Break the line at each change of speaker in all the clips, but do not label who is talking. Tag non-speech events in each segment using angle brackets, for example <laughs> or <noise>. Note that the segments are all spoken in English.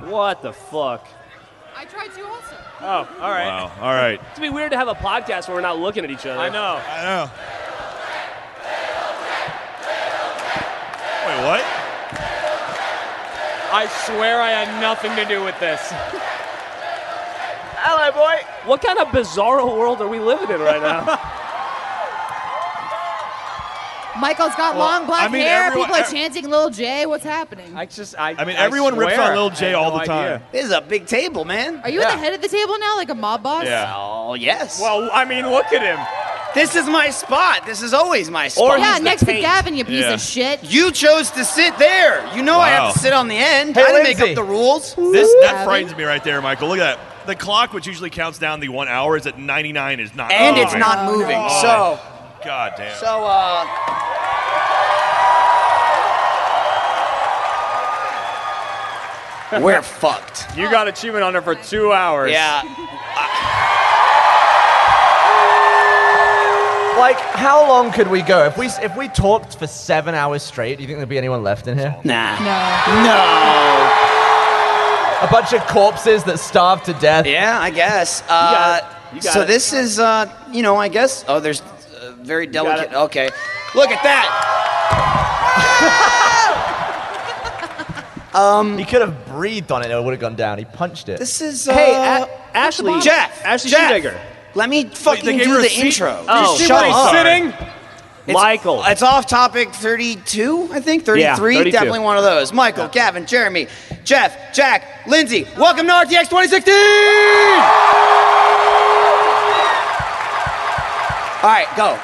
What the fuck?
I tried to also.
Oh, all right.
Wow. All right.
It's gonna be weird to have a podcast where we're not looking at each other.
I know.
I know. Wait, what?
I swear I had nothing to do with this.
Hello, boy. What kind of bizarro world are we living in right <laughs> now?
Michael's got long black
I mean,
hair.
everyone-
People are
ev-
chanting Lil J. What's happening?
I just, I.
I mean, everyone rips
swear
on Lil
I
J
had
all
no
the time.
idea.
This is a big table, man.
are you at
yeah.
the head of the table now, like a mob boss?
Yeah.
Oh, yes. Well,
Well, I mean, look at him.
this is my spot. This is always my
Or
spot.
Yeah,
he's the
next to
taint.
Gavin, you piece
Yeah.
of shit.
You chose to sit there. You know I
Wow.
have to sit on the end.
Hey,
I didn't make
Lindsay.
up the rules.
This
Gavin.
that frightens me right there, Michael. Look at that. The clock, which usually counts down the one hour, is at 99. Is
Oh
not.
And it's
moving.
not moving.
Oh,
So,
God damn.
so uh, uh,
<laughs>
we're fucked.
You got achievement on her for two hours.
Yeah. Uh,
Like, how long could we go? If we if we talked for seven hours straight, do you think there'd be anyone left in here?
Nah.
No.
No.
A bunch of corpses that starved to death.
Yeah, I guess. Uh,
got it. You got
so
it.
this is, uh, you know, I guess. Oh, there's uh, very
got
delicate.
it.
Okay. Look
<laughs>
at that.
He could have breathed on it and it would have gone down. He punched it.
Um, This is. Uh,
Hey, A- Ashley.
Jeff.
Ashley
Jeff.
Schudegger.
Let me fucking
they gave her
do
a
the
seat?
intro.
Oh,
Just
she
shut
was
up.
Sitting.
It's-
Michael.
It's off topic 32, I think. 33.
32.
Definitely one of those. Michael, Gavin, Jeremy, Jeff, Jack, Lindsay. Welcome to RTX 2016! All right, go.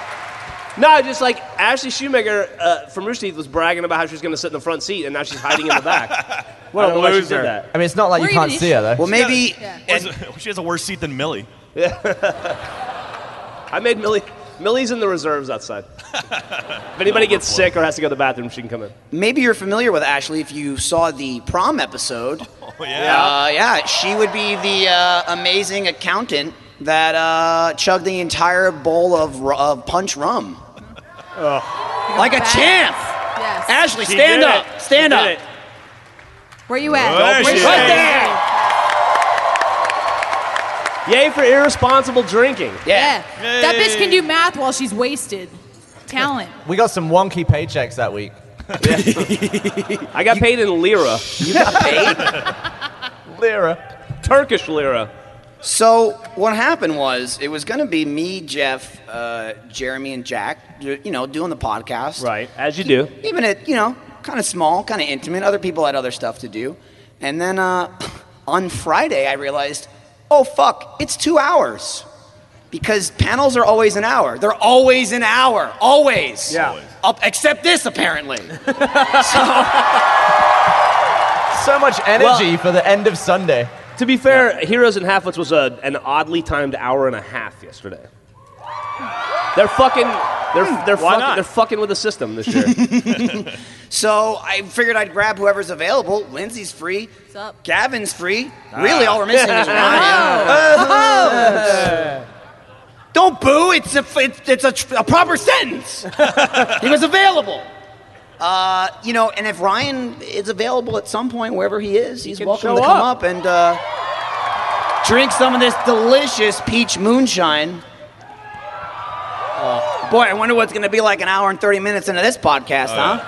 No, just like Ashley Shoemaker uh, from Rooster Teeth was bragging about how she was going to sit in the front seat, and now she's hiding in the back. <laughs> What I don't know why she did
loser.
that.
I mean, it's not like
We're
you can't
even-
see her though.
Well, maybe.
Yeah.
<laughs>
and-
she has a worse seat than Millie.
I made Millie. Millie's in the reserves <laughs> outside. if anybody gets sick or has to go to the bathroom, she can come in.
Maybe you're familiar with Ashley if you saw the prom episode.
Oh
Uh, yeah, she would be the uh, amazing accountant that uh, chugged the entire bowl of, ru- of punch rum. Like a
Badass.
champ.
Yes.
Ashley,
She
stand
did
up.
it.
Stand
She
up.
did
Where you at?
There
Where
she
you
is.
at?
Right
there. Yay for irresponsible drinking.
Yeah.
Yeah. That bitch can do math while she's wasted. Talent.
we got some wonky paychecks that week.
I got paid in lira,
Lyra.
Turkish lira.
So what happened was it was going to be me, Jeff, uh, Jeremy, and Jack. d- You know, doing the podcast.
Right, as you do.
Even at you know, kind of small, kind of intimate. Other people had other stuff to do, and then uh, <laughs> on Friday I realized, oh fuck, it's two hours. Because panels are always an hour. They're always an hour. Always.
Yeah. Always.
Up, except this, apparently.
So much energy for the end of Sunday.
To be fair, Heroes and Halflets was a, an oddly timed hour and a half yesterday. They're fucking.
Hmm.
They're they're
Why
fucking,
not?
they're fucking with the system this
<laughs>
year.
So I figured I'd grab whoever's available. Lindsay's free. What's
up?
Gavin's free.
Ah.
Really, all we're missing
<laughs>
is Ryan.
Oh.
<laughs> Don't boo. It's a it's, it's a, tr- a proper
<laughs>
sentence. he was available. Uh, you know, and if Ryan is available at some point, wherever he is, he's
can
welcome
show
to come
up.
up, and uh, drink some of this delicious peach moonshine. Oh, boy, I wonder what's going to be like an hour and thirty minutes into this podcast, huh?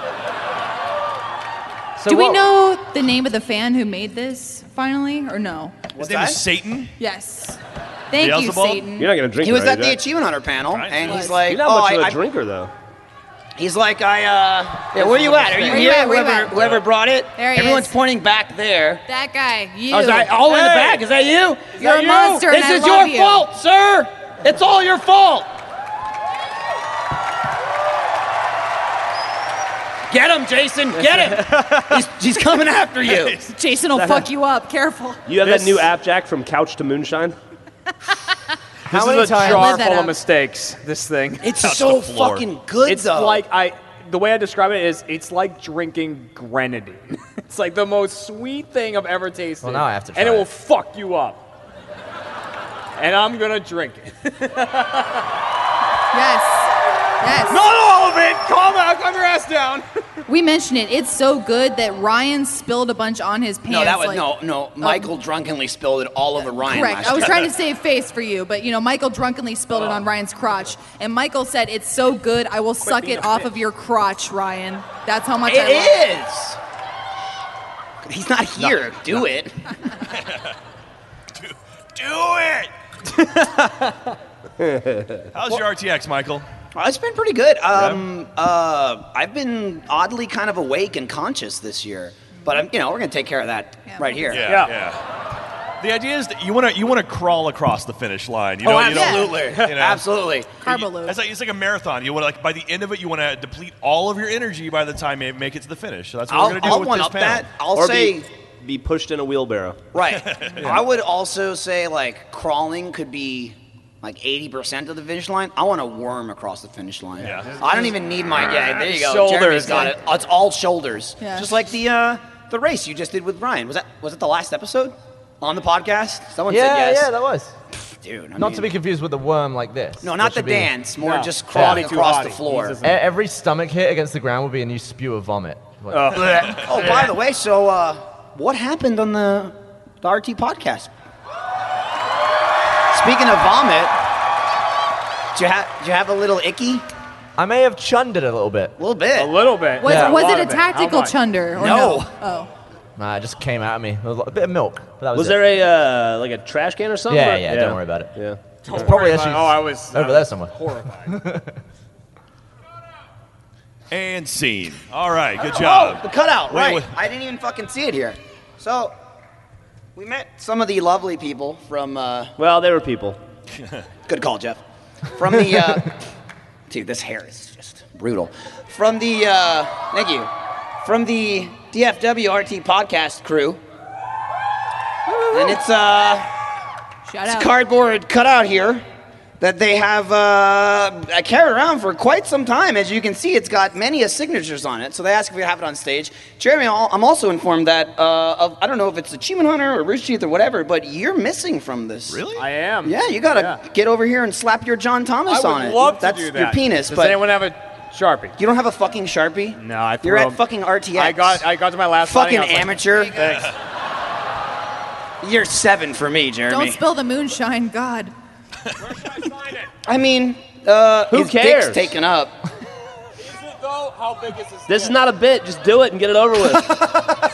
So
Do we
what-
know the name of the fan who made this finally, or no?
His name
that?
is Satan.
Yes. Thank you,
Beelzebub?
Satan.
You're not gonna drink.
He was
it, are
at
you,
the
Jack?
Achievement Hunter panel,
Right.
and
Was.
he's like,
You're not
"Oh,
much of a
I, I,
drinker though.
he's like, I, uh, yeah, where you at? Are you
Where you
here?
at? Where you
Whoever,
at?
whoever brought it?
There he
Everyone's
is.
pointing back there.
That guy, you.
Oh, is that all in the back? Is that you?
You're a
Is that you?
monster,
This
and I
is
love
your
you.
fault, sir. It's all your fault. Get him, Jason.
<laughs>
Get him. he's, he's coming after you.
Jason will fuck you up. Careful.
You have that new app, Jack, from Couch to Moonshine.
This
many
is a
times-
I
jar
live that
full
up.
of mistakes. This thing.
It's
Touch
so
the floor.
fucking good,
It's
though.
like I. The way I describe it is, it's like drinking grenadine. <laughs> it's like the most sweet thing I've ever tasted.
Well, now I have to
And
try
it
it.
will fuck you up. And I'm gonna drink it.
Yes. Yes.
Not all of it. Calm out. Calm your ass down.
We mentioned it. It's so good that Ryan spilled a bunch on his pants.
No, that was
like-
no, no. Michael drunkenly spilled it all over Ryan
Correct.
last
I was
year.
trying to save face for you, but you know, Michael drunkenly spilled it on Ryan's crotch, and Michael said, "It's so good, I will suck
being
it
a
off
bitch.
of your crotch, Ryan." That's how much I love.
It is. He's not here. Do it.
Do, do it. How's your RTX, Michael?
Well, it's been pretty good. Um, uh, I've been oddly kind of awake and conscious this year, but I'm, you know, we're gonna take care of that
Yeah.
right here.
Yeah.
The idea is that you want to you want to crawl across the finish line. You know, you don't-
absolutely.
<laughs>
you know.
Absolutely.
Carbo load.
That's like, it's like a marathon. You want to like by the end of it, you want to deplete all of your energy by the time you make it to the finish. So that's what
I'll,
we're gonna do
I'll
with
one
this
up that.
panel.
I'll
or
say
be, be pushed in a wheelbarrow.
right. I would also say like crawling could be like eighty percent of the finish line. I want to worm across the finish line.
Yeah.
I don't even need my. Yeah, there you go.
Shoulders.
Jeremy's got it. It's all shoulders.
Yeah.
Just like the uh, the race you just did with Ryan. Was that was it the last episode on the podcast? Someone
Yeah,
said yes.
yeah, that was.
Dude, I
Not
mean-
to be confused with the worm like this.
No, not
which
the
would be-
dance. More
No.
just crawling
Body to
across
body.
the floor.
Jesus.
E- Every stomach hit against the ground will be a new spew of vomit. What-
Oh, by the way, so uh, what happened on the, the RT podcast? Speaking of vomit, do you, ha- do you have a little icky? A
I may have chunded it a little bit.
little bit.
A little bit.
Was,
Yeah.
was
lot
it a
of it. How
tactical
much?
chunder or
No.
no? Oh,
Nah, it just came out of me. There was a bit of milk. But that was
Was
it.
there a uh, like a trash can or something?
Yeah,
Or-
yeah, don't worry about it.
Yeah.
It's probably
Oh,
actually
I was I
over
was
there somewhere.
Horrified.
And scene. All right, good
Oh,
job.
the cutout,
Wait,
right.
wait.
I didn't even fucking see it here. So, we met some of the lovely people from, uh,
Well, they were people.
good call, Jeff. From the, uh, dude, this hair is just brutal. From the, uh, thank you. From the DFW RT podcast crew. And it's, uh,
shout
It's
out.
cardboard cutout here that they have uh, carried around for quite some time. As you can see, it's got many a signatures on it. So they ask if we have it on stage. Jeremy, I'll- I'm also informed that uh, of, I don't know if it's Achievement Hunter or Rooster Teeth or whatever, but you're missing from this.
Really?
I am.
Yeah, you gotta
Yeah.
get over here and slap your John Thomas
I
on
would
it.
love
That's
to do that.
your penis,
Does
but
anyone have a sharpie?
you don't have a fucking sharpie.
No, I.
You're
threw
at
'em.
fucking RTX.
I got. I got to my last.
fucking
lining, I was like,
amateur.
Thanks.
You're seven for me,
Don't
Jeremy.
spill the moonshine, God.
I mean, uh,
Who
his
cares?
Dick's taken up.
though? How big is this?
This is not a bit. Just do it and get it over
<laughs>
with.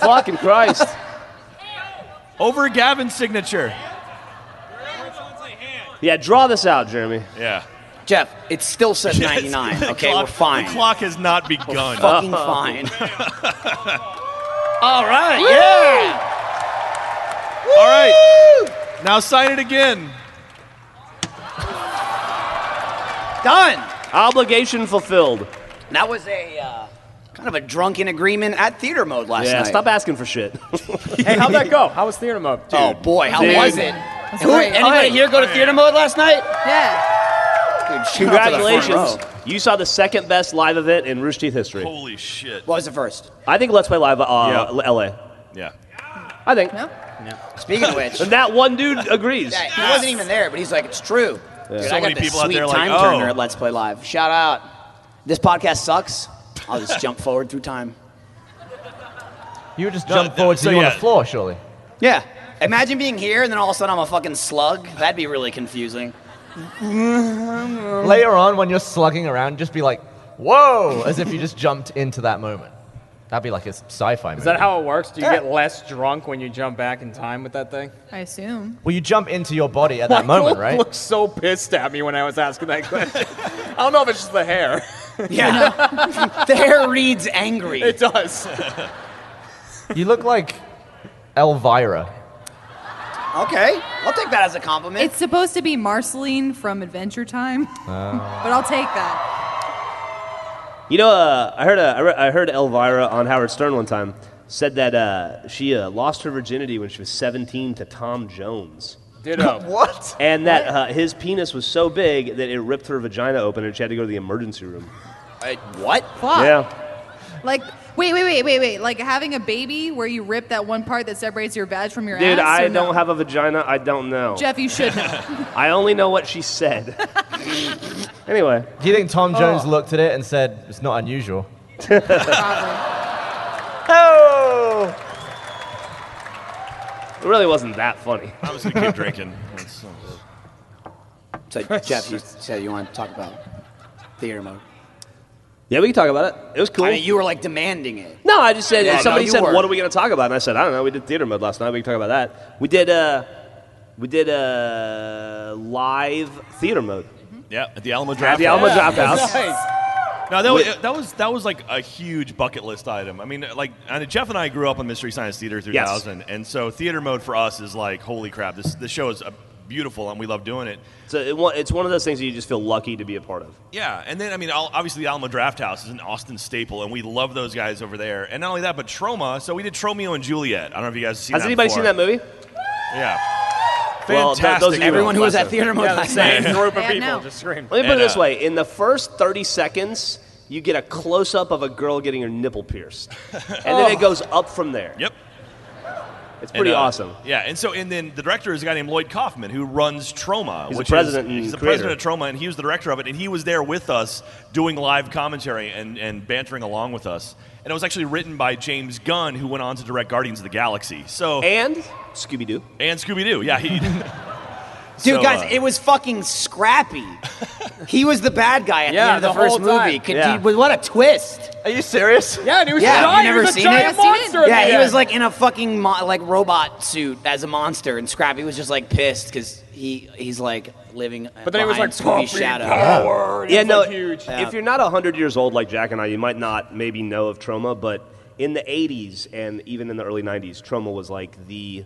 Fucking Christ.
Over Gavin's signature.
Yeah, draw this out, Jeremy.
Yeah.
Jeff, it still
<laughs>
says
<laughs>
99.
The
okay,
clock-
we're fine.
The clock has not begun.
Fucking
Oh. <laughs>
fine. All right, yeah.
All right. Now sign it again.
Done.
Obligation fulfilled.
That was a uh, kind of a drunken agreement at theater mode last
Yeah,
night.
stop asking for shit.
hey, how'd that go? How was theater mode? Dude. Oh,
Oh boy, how
Dude.
was it? Who,
great.
anybody here go to theater mode last night?
Yeah.
Dude, shout out to the front
Congratulations.
row.
You saw the second best live event in Rooster Teeth history.
Holy shit.
What was the first?
I think Let's Play Live uh,
Yeah.
L- LA.
Yeah.
I think.
No.
Speaking
<laughs>
of which,
And that one <laughs> dude agrees.
yeah, he wasn't even there, but he's like, it's true. Dude,
So
I got
many
this
people out
sweet
there like,
time
oh.
turner at Let's Play Live. Shout out. This podcast sucks. I'll just jump forward through time.
You would just
No,
jump
no,
forward
so
to you on
yeah.
the floor, surely.
Yeah. Imagine being here and then all of a sudden I'm a fucking slug. That'd be really confusing.
Mm.
Later on, when you're slugging around, just be like, "Whoa!" as if you just jumped into that moment. That'd be like a sci-fi movie.
Is that how it works? Do you get less drunk when you jump back in time with that thing?
I assume.
Well, you jump into your body at
<laughs>
that moment, right?
looked so pissed at me when I was asking that question. <laughs> I don't know if it's just the hair. <laughs>
Yeah. the hair reads angry.
It does.
You look like Elvira.
Okay. I'll take that as a compliment.
It's supposed to be Marceline from Adventure Time, <laughs> but I'll take that.
You know, uh, I heard uh, I, re- I heard Elvira on Howard Stern one time said that uh, she uh, lost her virginity when she was 17 to Tom Jones,
<laughs>
Ditto.
What?
and that uh, his penis was so big that it ripped her vagina open, and she had to go to the emergency room.
Uh, what?
Fuck.
Yeah,
Like, wait, wait, wait, wait, wait. Like having a baby where you rip that one part that separates your badge from your ass.
dude,
or
I
no?
don't have a vagina. I don't know. <laughs>
Jeff, you should know.
I only know what she said. Anyway,
Do you think Tom Jones
Oh.
looked at it and said, it's not
<laughs>
unusual? <laughs>
Probably.
Oh!
it really wasn't that funny.
I was gonna keep drinking. That's so good.
So, Jeff, you said you want to talk about theater mode.
Yeah, we can talk about it. It was cool.
I mean, you were like demanding it.
No, I just said
Yeah,
if somebody
no, you
said,
were.
"What are we going to talk about?" and I said, "I don't know. We did theater mode last night. We can talk about that. We did uh, we did uh, live theater mode
Yeah, at the Alamo Draft.
at the Alma Drop
House.
House.
No, that was, that was that was like a huge bucket list item. I mean, like and Jeff and I grew up on Mystery Science Theater 3000, and so theater mode for us is like, holy crap, this this show is uh, beautiful, and we love doing it.
So it, wa- it's one of those things that you just feel lucky to be a part of.
Yeah, and then I mean, al- obviously the Alamo Draft House is an Austin staple, and we love those guys over there. And not only that, but Troma. So we did Tromeo and Juliet. I don't know if you guys have seen.
Has
that
anybody seen
before.
that movie?
Yeah.
Well, that- those
Fantastic.
are you
Everyone who was at
Lesson.
theater mode
Yeah, the
last
same
night.
group of
Yeah,
people
no.
just screamed.
Let me put
And,
it this
uh,
way: in the first thirty seconds, you get a close-up of a girl getting her nipple pierced, and
Oh.
then it goes up from there.
Yep.
It's pretty
And, uh,
awesome.
Yeah, and so and then the director is a guy named Lloyd Kaufman who runs Troma.
He's the
which
president
is,
and
He's the
creator.
president of Troma, and he was the director of it, and he was there with us doing live commentary and, and bantering along with us. And it was actually written by James Gunn, who went on to direct Guardians of the Galaxy. So and,
And Scooby Doo.
Scooby Doo, yeah. He, <laughs>
Dude,
So,
guys,
uh,
it was fucking scrappy. he was the bad guy at
Yeah,
the end of the,
the
first
whole time.
movie. Could,
Yeah.
he- what a twist.
Are you serious?
Yeah, and he was
Yeah,
giant.
you
he was
never
a
seen it?
giant
I've seen it.
monster. at
Yeah,
the
he
end.
was like in a fucking mo- like robot suit as a monster, and Scrappy was just like pissed because he he's like living.
But then it was like
Scooby
"Puppy
shadow.
Power. and it
Yeah,
was,
no.
like, huge.
If you're not 100 years old like Jack and I, you might not maybe know of Troma, but in the 80s and even in the early 90s, Troma was like the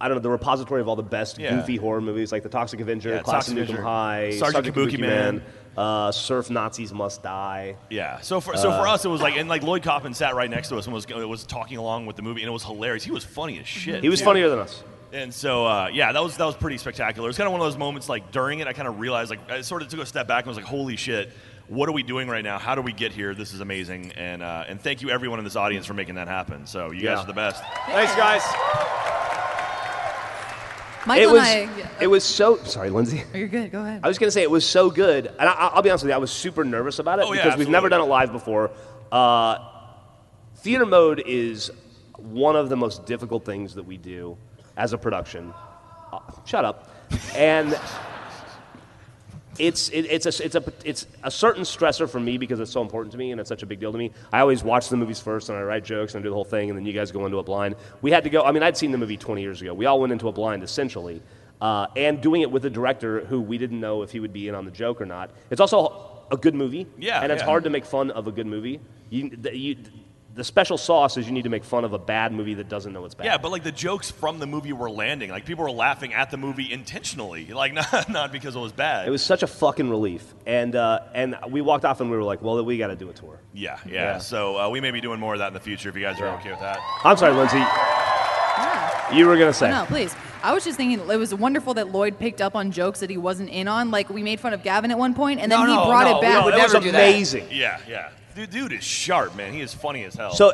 I don't know, the repository of all the best
Yeah.
goofy horror movies like The Toxic Avenger,
Yeah,
Class of
Toxic
Nukem
Avenger,
High,
Sergeant Kabuki Man.
uh, Surf Nazis Must Die.
yeah. So for so for
Uh.
us, it was like and like Lloyd Kaufman sat right next to us and was was talking along with the movie, and it was hilarious. He was funny as shit.
He was
too.
funnier than us.
And so, uh, yeah, that was that was pretty spectacular. It's kind of one of those moments like during it, I kind of realized like I sort of took a step back and was like, "Holy shit, what are we doing right now? How do we get here? This is amazing!" And uh, and thank you everyone in this audience for making that happen. So you
Yeah.
guys are the best.
Thanks, guys.
It
Michael
was
and I. yeah,
it was so sorry, Lindsay.
oh, you're good. Go ahead.
I was gonna say it was so good, and I, I'll be honest with you, I was super nervous about it
Oh, yeah,
because we've never
absolutely.
done it live before. Uh, theater mode is one of the most difficult things that we do as a production. Uh, shut up, and it's it, it's a it's a it's a certain stressor for me because it's so important to me and it's such a big deal to me. I always watch the movies first and I write jokes and I do the whole thing and then you guys go into a blind. We had to go. I mean, I'd seen the movie 20 years ago. We all went into a blind essentially, uh, and doing it with a director who we didn't know if he would be in on the joke or not. It's also a good movie.
Yeah,
and it's
yeah.
hard to make fun of a good movie. You, the, you, the special sauce is you need to make fun of a bad movie that doesn't know it's bad.
Yeah, but like the jokes from the movie were landing. Like people were laughing at the movie intentionally, <laughs> like not not because it was bad.
it was such a fucking relief, and uh, and we walked off and we were like, well, we got to do a tour.
yeah, yeah,
Yeah.
So uh, we may be doing more of that in the future if you guys are okay with that.
I'm sorry, Lindsay.
Yeah.
You were gonna say.
No, please. I was just thinking it was wonderful that Lloyd picked up on jokes that he wasn't in on. Like we made fun of Gavin at one point, and then
No,
he
no,
brought
no,
it
we
back.
would
that was
never do that.
amazing.
Yeah, yeah. Dude, dude is sharp, man. He is funny as hell.
So,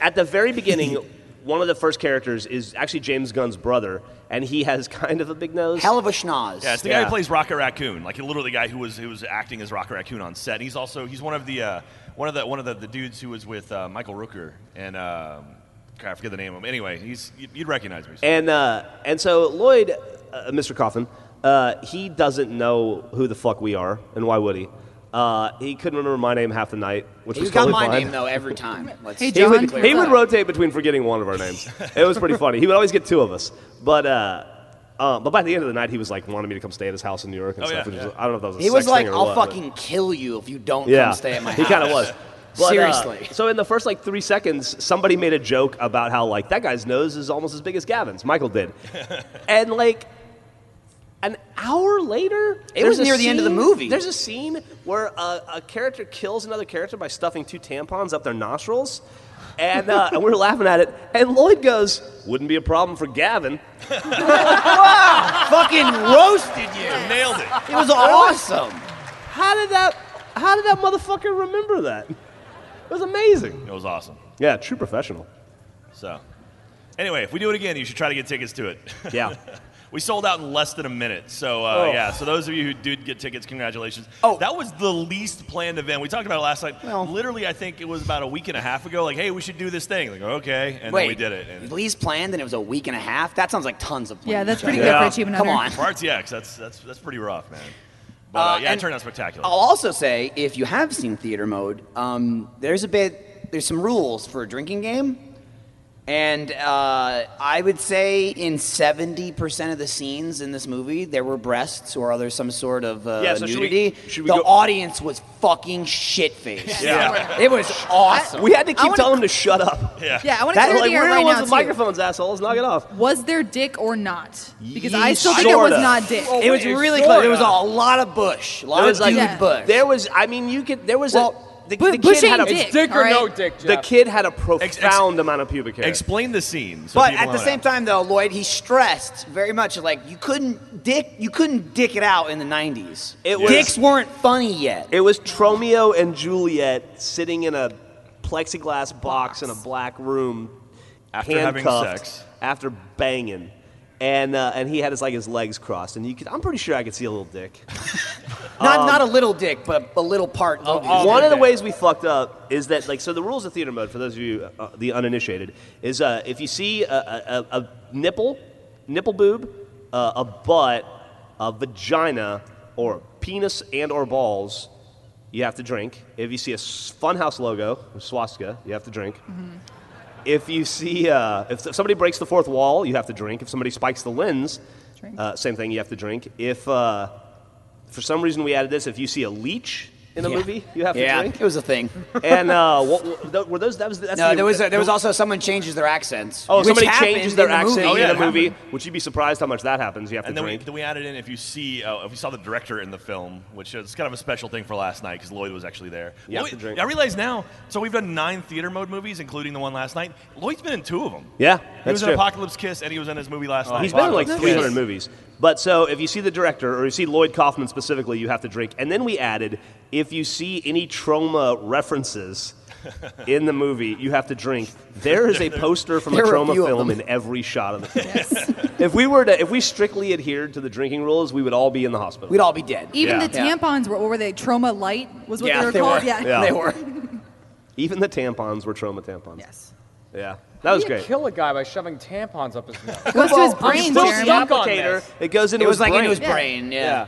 at the very beginning, <laughs> one of the first characters is actually James Gunn's brother, and he has <laughs> kind of a big nose.
Hell of a schnoz.
Yeah, it's the guy
Yeah.
who plays Rocket Raccoon, like literally the guy who was who was acting as Rocket Raccoon on set. And he's also he's one of the uh, one of the one of the, the dudes who was with uh, Michael Rooker and um, God, I forget the name of him. Anyway, he's you'd, you'd recognize me.
And uh, and so Lloyd, uh, Mr. Coffin, uh, he doesn't know who the fuck we are, and why would he? Uh, he couldn't remember my name half the night, which
He's
was
got
totally
my
fine.
name though every time. Let's
Hey,
He
John,
would,
clear
he
it
would
up.
rotate between forgetting one of our names. It was pretty funny. He would always get two of us. But uh, uh, but by the end of the night, he was like wanted me to come stay at his house in New York and
Oh,
stuff.
yeah,
which was,
yeah.
I don't know if that was a
He was
sex
like,
thing or
"I'll
what, but-
fucking kill you if you don't
Yeah,
come stay at my
he
house."
kind of
<laughs>
was. uh,
Seriously.
so in the first like three seconds, somebody made a joke about how like that guy's nose is almost as big as Gavin's. Michael <laughs> did, and like an hour later,
It
there's
was
a
near the end of the
scene-
movie.
There's a scene where a, a character kills another character by stuffing two tampons up their nostrils, and, uh, and we were laughing at it. And Lloyd goes, "Wouldn't be a problem for Gavin."
fucking roasted you.
<laughs> Nailed it.
It was awesome.
How did that? How did that motherfucker remember that? It was amazing.
It was awesome.
Yeah, true professional.
So anyway, if we do it <laughs> again, you should try to get tickets to it.
Yeah.
We sold out in less than a minute. So uh,
Oh.
yeah, so those of you who did get tickets, congratulations.
Oh.
that was the least planned event. We talked about it last night.
Well-
Literally, I think it was about a week and a half ago. Like, hey, we should do this thing. Like, okay, and then we did it. And
Lee's planned, and it was a week and a half. That sounds like tons of.
Yeah,
planning.
that's pretty
Yeah.
good for
Yeah.
achievement
Come
hunter.
on.
for RTX, that's that's that's pretty rough, man. But
Uh,
uh, yeah, it
and
turned out spectacular.
I'll also say, if you have seen theater mode, um, there's a bit, there's some rules for a drinking game, and uh, I would say in 70% of the scenes in this movie, there were breasts or other some sort of uh,
Yeah, so should we-
nudity.
should we
the
go-
audience was fucking shit faced.
Yeah.
it was awesome.
We had to
I
keep
wanna-
telling him to shut up.
yeah.
Yeah, I want to
That,
clear
like,
the air
where
right
was
now.
the
too.
microphones, assholes? Knock it off.
Was there dick or not? Because
Ye-
I still think it
sorta. Oh,
was not dick.
Oh,
it was really
Sorta.
close. There was a lot of bush, a lot
There
of
was like
dude
Yeah.
bush.
there was. I mean, you could. There was
Well,
a. The,
bu-
the kid
pushing
had a.
dick.
It's dick or
all
no
right?
dick, Jeff.
The kid had a profound
ex-
amount of pubic hair.
Explain the scene. so
But
people
at the
don't
same
know.
time, though, Lloyd, he stressed very much like you couldn't dick you couldn't dick it out in the '90s.
It was-
Dicks weren't funny yet.
it was Tromeo and Juliet sitting in a plexiglass box, in a black room,
After having
handcuffed
sex.
after banging, and uh, and he had his like his legs crossed, and you could. I'm pretty sure I could see a little dick.
not not a little dick, but a little part of it.
One Um, of the
Okay.
ways we fucked up is that like so the rules of theater mode for those of you uh, the uninitiated is uh, if you see a, a, a, a nipple, nipple boob, uh, a butt, a vagina, or a penis and or balls, you have to drink. If you see a s- Funhouse logo, a swastika, you have to drink. If you see uh, if somebody breaks the fourth wall, you have to drink. If somebody spikes the lens,
Drink.
uh, same thing, you have to drink. If uh, for some reason we added this, if you see a leech in a
Yeah.
movie, you have to
yeah, <laughs>
drink.
it was
<laughs>
a thing.
And uh, what, what- th- were those? That was that's
No,
the-
there was a, there was also someone changes their accents.
oh
which
somebody
happened
changes their
in the
accent
movie.
Oh, yeah,
in
it
a movie. Would you be surprised how much that happens? You have to
And then we,
drink.
then we added in if you see uh, if you saw the director in the film, which is kind of a special thing for last night because Lloyd was actually there.
You have
Lloyd-
to drink.
I realize now. So we've done nine theater mode movies, including the one last night. Lloyd's been in two of them.
Yeah,
he was
that's
in
true. Oh,
Apocalypse Kiss, and he was in his movie last night.
He's been in like
Apocalypse
300
Kiss.
movies. But so if you see the director or you see Lloyd Kaufman specifically, you have to drink. And then we added if you see any trauma
<laughs>
references in the movie, you have to drink. There is a poster from
There
a
were a
trauma
few of
film
them.
in every shot of the film.
Yes.
if we were to, if we strictly adhered to the drinking rules, we would all be in the hospital.
We'd all be dead.
Even
Yeah.
the
Yeah.
tampons were what were they? Trauma light was what
yeah,
they were
they
called.
were.
Yeah.
Yeah.
they were.
Even the tampons were trauma tampons.
Yes.
Yeah, that was
you
great.
kill a guy by shoving tampons up his nose.
<laughs> It goes to his
Well, I'm
brain,
still
Jeremy.
stuck on
applicator.
this.
It goes into
It was
his
like
brain.
into his
Yeah.
brain. Yeah,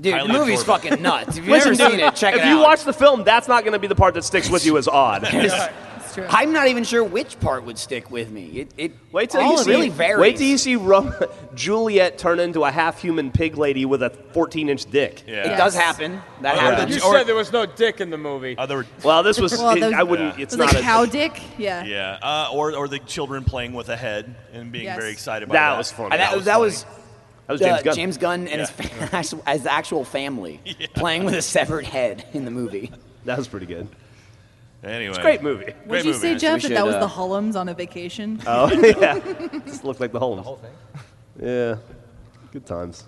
dude,
Highly
the movie's
absorbent.
fucking nuts.
<laughs>
If you've
Listen,
never
dude,
seen it, check
if
it out.
you watch the film, that's not going to be the part that sticks with you as
<laughs>
odd.
It's true.
I'm not even sure which part would stick with me. It, it
<laughs> Wait till
all
you
it
see.
really varies.
Wait till you see Ro- <laughs> Juliet turn into a half-human pig lady with a 14-inch dick.
It
Yeah.
does happen. That happens.
you
Or-
said there was no dick in the movie.
Uh,
Other.
Well, this was.
Well,
it-
those-
I wouldn't.
Yeah.
It's
It was
not
like
a.
cow dick. Yeah.
Yeah. Uh, or or the children playing with a head and being
Yes.
very excited. By
That
that,
was funny.
And that, that was
that was
uh,
James Gunn.
and his fa- <laughs> as, as the
<laughs>
actual family playing with a severed head in the movie.
That was pretty good.
Anyway, it's
Great movie.
Would you
movie.
say, Jeff, that
should,
that was
uh,
the Hullums on a vacation?
Oh <laughs> yeah. Just looked like the Holmes.
whole thing.
Yeah. Good times.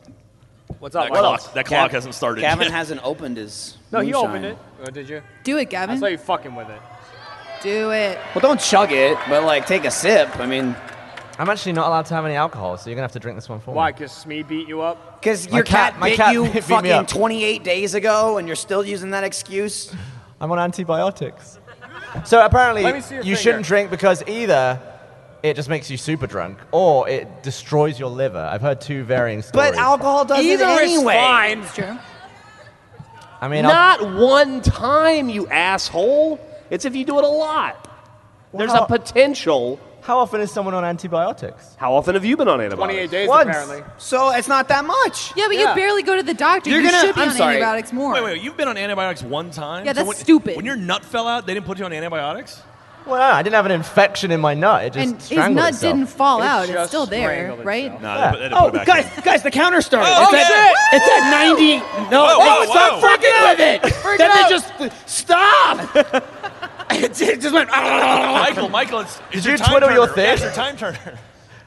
What's up?
uh,
That
Michael?
clock, that clock
Cav-
hasn't started.
Gavin
yet.
hasn't opened his.
No, he
moonshine.
opened it. Oh, did you?
Do it,
I saw
Gavin.
you fucking with it.
Do it.
Well, don't chug it, but like take a sip. I mean,
I'm actually not allowed to have any alcohol, so you're gonna have to drink this one for
Why?
me.
Because Smee beat you up?
because
My
your
cat-
cat,
my
bit
cat
you
beat me
fucking
up.
28 days ago, and you're still using that excuse.
I'm on antibiotics. So apparently,
Let me see your
you
finger.
shouldn't drink because either it just makes you super drunk or it destroys your liver. I've heard two varying stories.
But alcohol does
Either
it anyway.
is fine.
It's true.
I mean, I'll-
Not one time, you asshole. It's if you do it a lot. There's a
Wow.
potential.
how often is someone on antibiotics?
How often have you been on antibiotics?
28 days
Once.
apparently.
So it's not that much.
Yeah, but you
Yeah.
barely go to the doctor.
You're
you
gonna-
should be
I'm
on
sorry.
antibiotics more.
Wait, wait, you've been on antibiotics one time?
Yeah,
So
that's
when-
stupid.
When your nut fell out, they didn't put you on antibiotics?
Well, no, I didn't have an infection in my nut. It just
And his
strangled
nut
itself.
didn't fall
It
out. It's
just
still there,
strangled
right?
itself.
No,
Yeah.
they, didn't put- they didn't
Oh,
put it back
guys,
in.
guys, the counter started.
Oh,
it's, at, it's at 90. No,
Whoa,
wait,
whoa,
stop
whoa.
fucking with it.
Freak
then
it out.
they just stop. it, it just
<laughs>
went.
Michael, Michael, it's, it's
you
your time
twiddle your
turner.
thing?
Yeah, it's your time turner.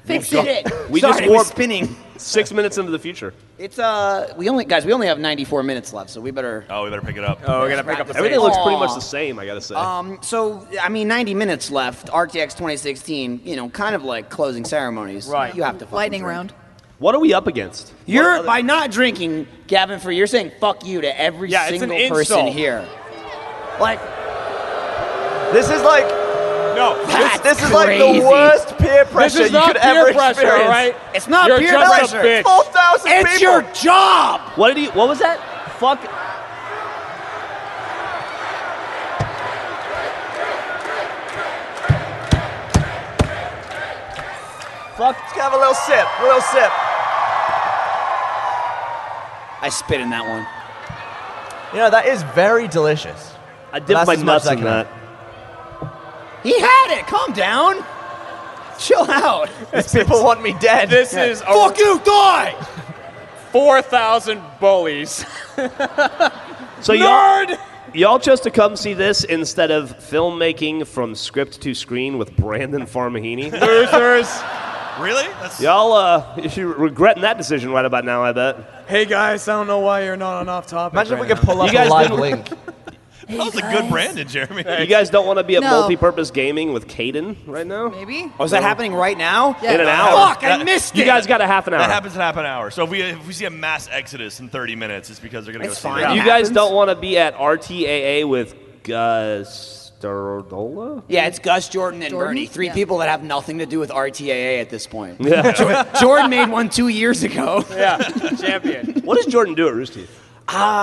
Fix
Shit.
it.
We
Sorry,
just
it was
warped-
spinning.
Six minutes into the future.
It's uh, we only guys, we only have 94 minutes left, so we better.
<laughs> Oh, we better pick it up.
Oh, we gotta pick up the
Everything
pace.
looks pretty
Aw.
much the same, I gotta say.
Um, so I mean, 90 minutes left. RTX 2016, you know, kind of like closing ceremonies.
Right.
You have to fucking
Lightning
drink.
round.
What are we up against?
You're by not drinking, Gavin. For you're saying "fuck you" to every
Yeah, it's an
single person
insult.
here. Like
This is like
No.
that's
this is like
crazy.
the worst peer
This
pressure
is
you
not
could
peer
ever
pressure,
experience.
all right?
It's not
You're
peer
just
pressure.
A bitch.
Twelve thousand people.
It's your job.
What did he? What was that? Fuck.
Fuck. Just have a little sip. A little sip.
I spit in that one.
You know that is very delicious.
I dipped
That's
my
as much
nuts
as I
in
can
that.
He had it. Calm down. Chill out.
These people want me dead.
This is a
Fuck you, die.
4,000
<laughs>
bullies.
So y'all,
Nerd!
y'all chose to come see this instead of filmmaking from script to screen with Brandon Farmahini.
Losers.
Really? That's,
y'all, uh, <laughs> you're regretting that decision right about now. I bet.
Hey guys, I don't know why you're not on off topic.
Imagine if
right
we could
now.
pull up
You guys
a live
been-
link.
that was a good Brandon, Jeremy.
You guys don't want to be at
No.
multi-purpose gaming with Caden right now.
Maybe.
Oh, is that happening right now?
Yeah.
In an hour.
Fuck, I missed
You
it.
guys got a half an hour.
That happens in half an hour. So if we if we see a mass exodus in 30 minutes, it's because they're gonna
It's
go see
fine.
that.
You
It
guys
happens.
don't want to be at RTAA with Gustarola?
Yeah, it's Gus, Jordan, and
Jordan?
Bernie. Three
Yeah.
people that have nothing to do with RTAA at this point.
Yeah.
<laughs> Jordan made one two years <laughs> ago.
Yeah. Champion.
what does Jordan do at Rooster Teeth?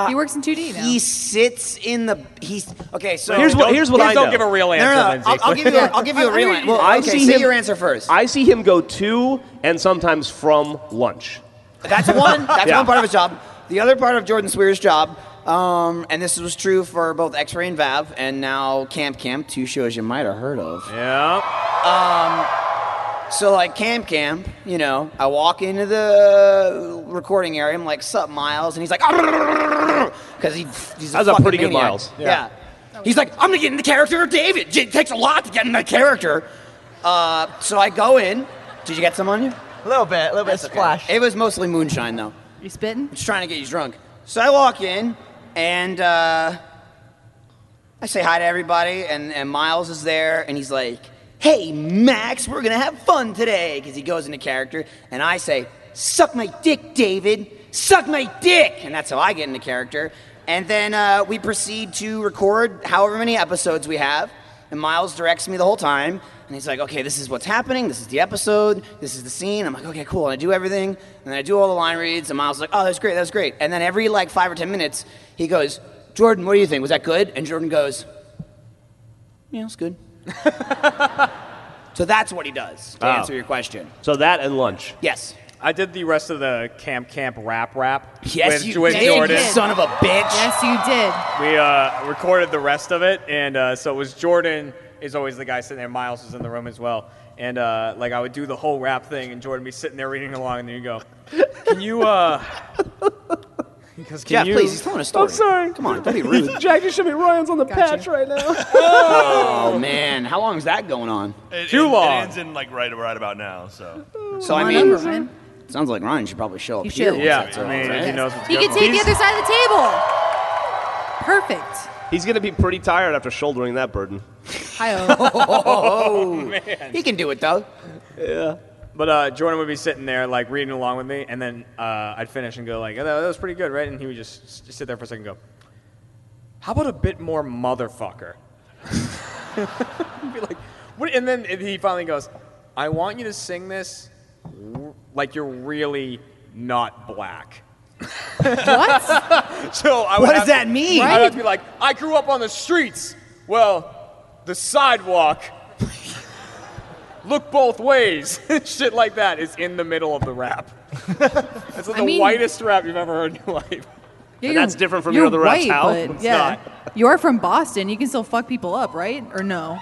he works in 2D now.
He sits in the. He's okay. So
Here's what. Here's what
Please
I
don't
know.
give a real
No, <laughs> no,
answer,
no.
Lindsay.
I'll, I'll give you. A, I'll give you a
I'm-
real
I'm-
answer. Well,
I
okay,
see
say
him-
your answer first.
I see him go to and sometimes from lunch.
That's one. That's
Yeah.
one part of his job. The other part of Jordan Swear's job, um, and this was true for both X-Ray and Vav, and now Camp Camp, two shows you might have heard of.
Yeah.
So like Camp Camp, you know, I walk into the recording area. I'm like, "Sup, Miles?" And he's like, <laughs> "Because he, he's a
That's a
fucking
pretty good
maniac.
Miles.
Yeah. He's like, "I'm gonna get in the character of David. It takes a lot to get in the character." Uh, so I go in. Did you get some on you?
A little bit. A little bit of splash.
It was mostly moonshine though.
you spitting?
Just trying to get you drunk. So I walk in and uh, I say hi to everybody, and, and Miles is there, and he's like, Hey, Max, we're gonna have fun today, because he goes into character, and I say, Suck my dick, David! Suck my dick! And that's how I get into character. And then uh, we proceed to record however many episodes we have, and Miles directs me the whole time, and he's like, Okay, this is what's happening, this is the episode, this is the scene. I'm like, Okay, cool, and I do everything, and then I do all the line reads, and Miles is like, Oh, that's great, that's great. And then every like five or ten minutes, he goes, Jordan, what do you think? Was that good? And Jordan goes, yeah,
<laughs>
it's good. so that's what he does to
Oh.
answer your question.
So that and lunch.
Yes.
I did the rest of the Camp Camp rap rap.
Yes,
with,
you
with
did,
Jordan.
you son of a bitch.
Yes, you did.
We uh, recorded the rest of it, and uh, so it was Jordan is always the guy sitting there. Miles was in the room as well, and uh, like I would do the whole rap thing, and Jordan be sitting there reading along, and then you go, "Can you?" Uh, he goes, "Can
Jeff,
you?"
please, he's telling a story. I'm sorry. Come on, don't be rude.
<laughs>
Jack just showed me Ryan's on the
Gotcha.
patch right now.
oh, man. How long is that going on?
It-
Too
it-
long.
It ends in like right right about now. So
So,
Come
I
on
mean,
over, man.
sounds like Ryan should probably show up
You
here.
should.
once
yeah,
that's
I
all,
mean,
right?
he knows what's
He
going
can take the
on.
other side of the table. Perfect.
He's gonna be pretty tired after shouldering that burden.
Hi-oh.
He can do it, though.
But uh, Jordan would be sitting there like reading along with me, and then uh, I'd finish and go like, oh, "That was pretty good, right?" And he would just s- sit there for a second, and go, "How about a bit more, motherfucker?" <laughs> be like, what? And then he finally goes, "I want you to sing this w- like you're really not black."
what?
So I would
What does
have to-
that mean?
I'd have to be like, "I grew up on the streets. Well, the sidewalk." <laughs> Look both ways. <laughs> Shit like that is in the middle of
<laughs>
the rap. That's like
I
the
mean-
whitest rap you've ever heard in your life.
Yeah,
And
you're-
that's different from
you're
your other reps,
white,
Hal.
but
It's
yeah. You're from Boston. You can still fuck people up, right? Or no?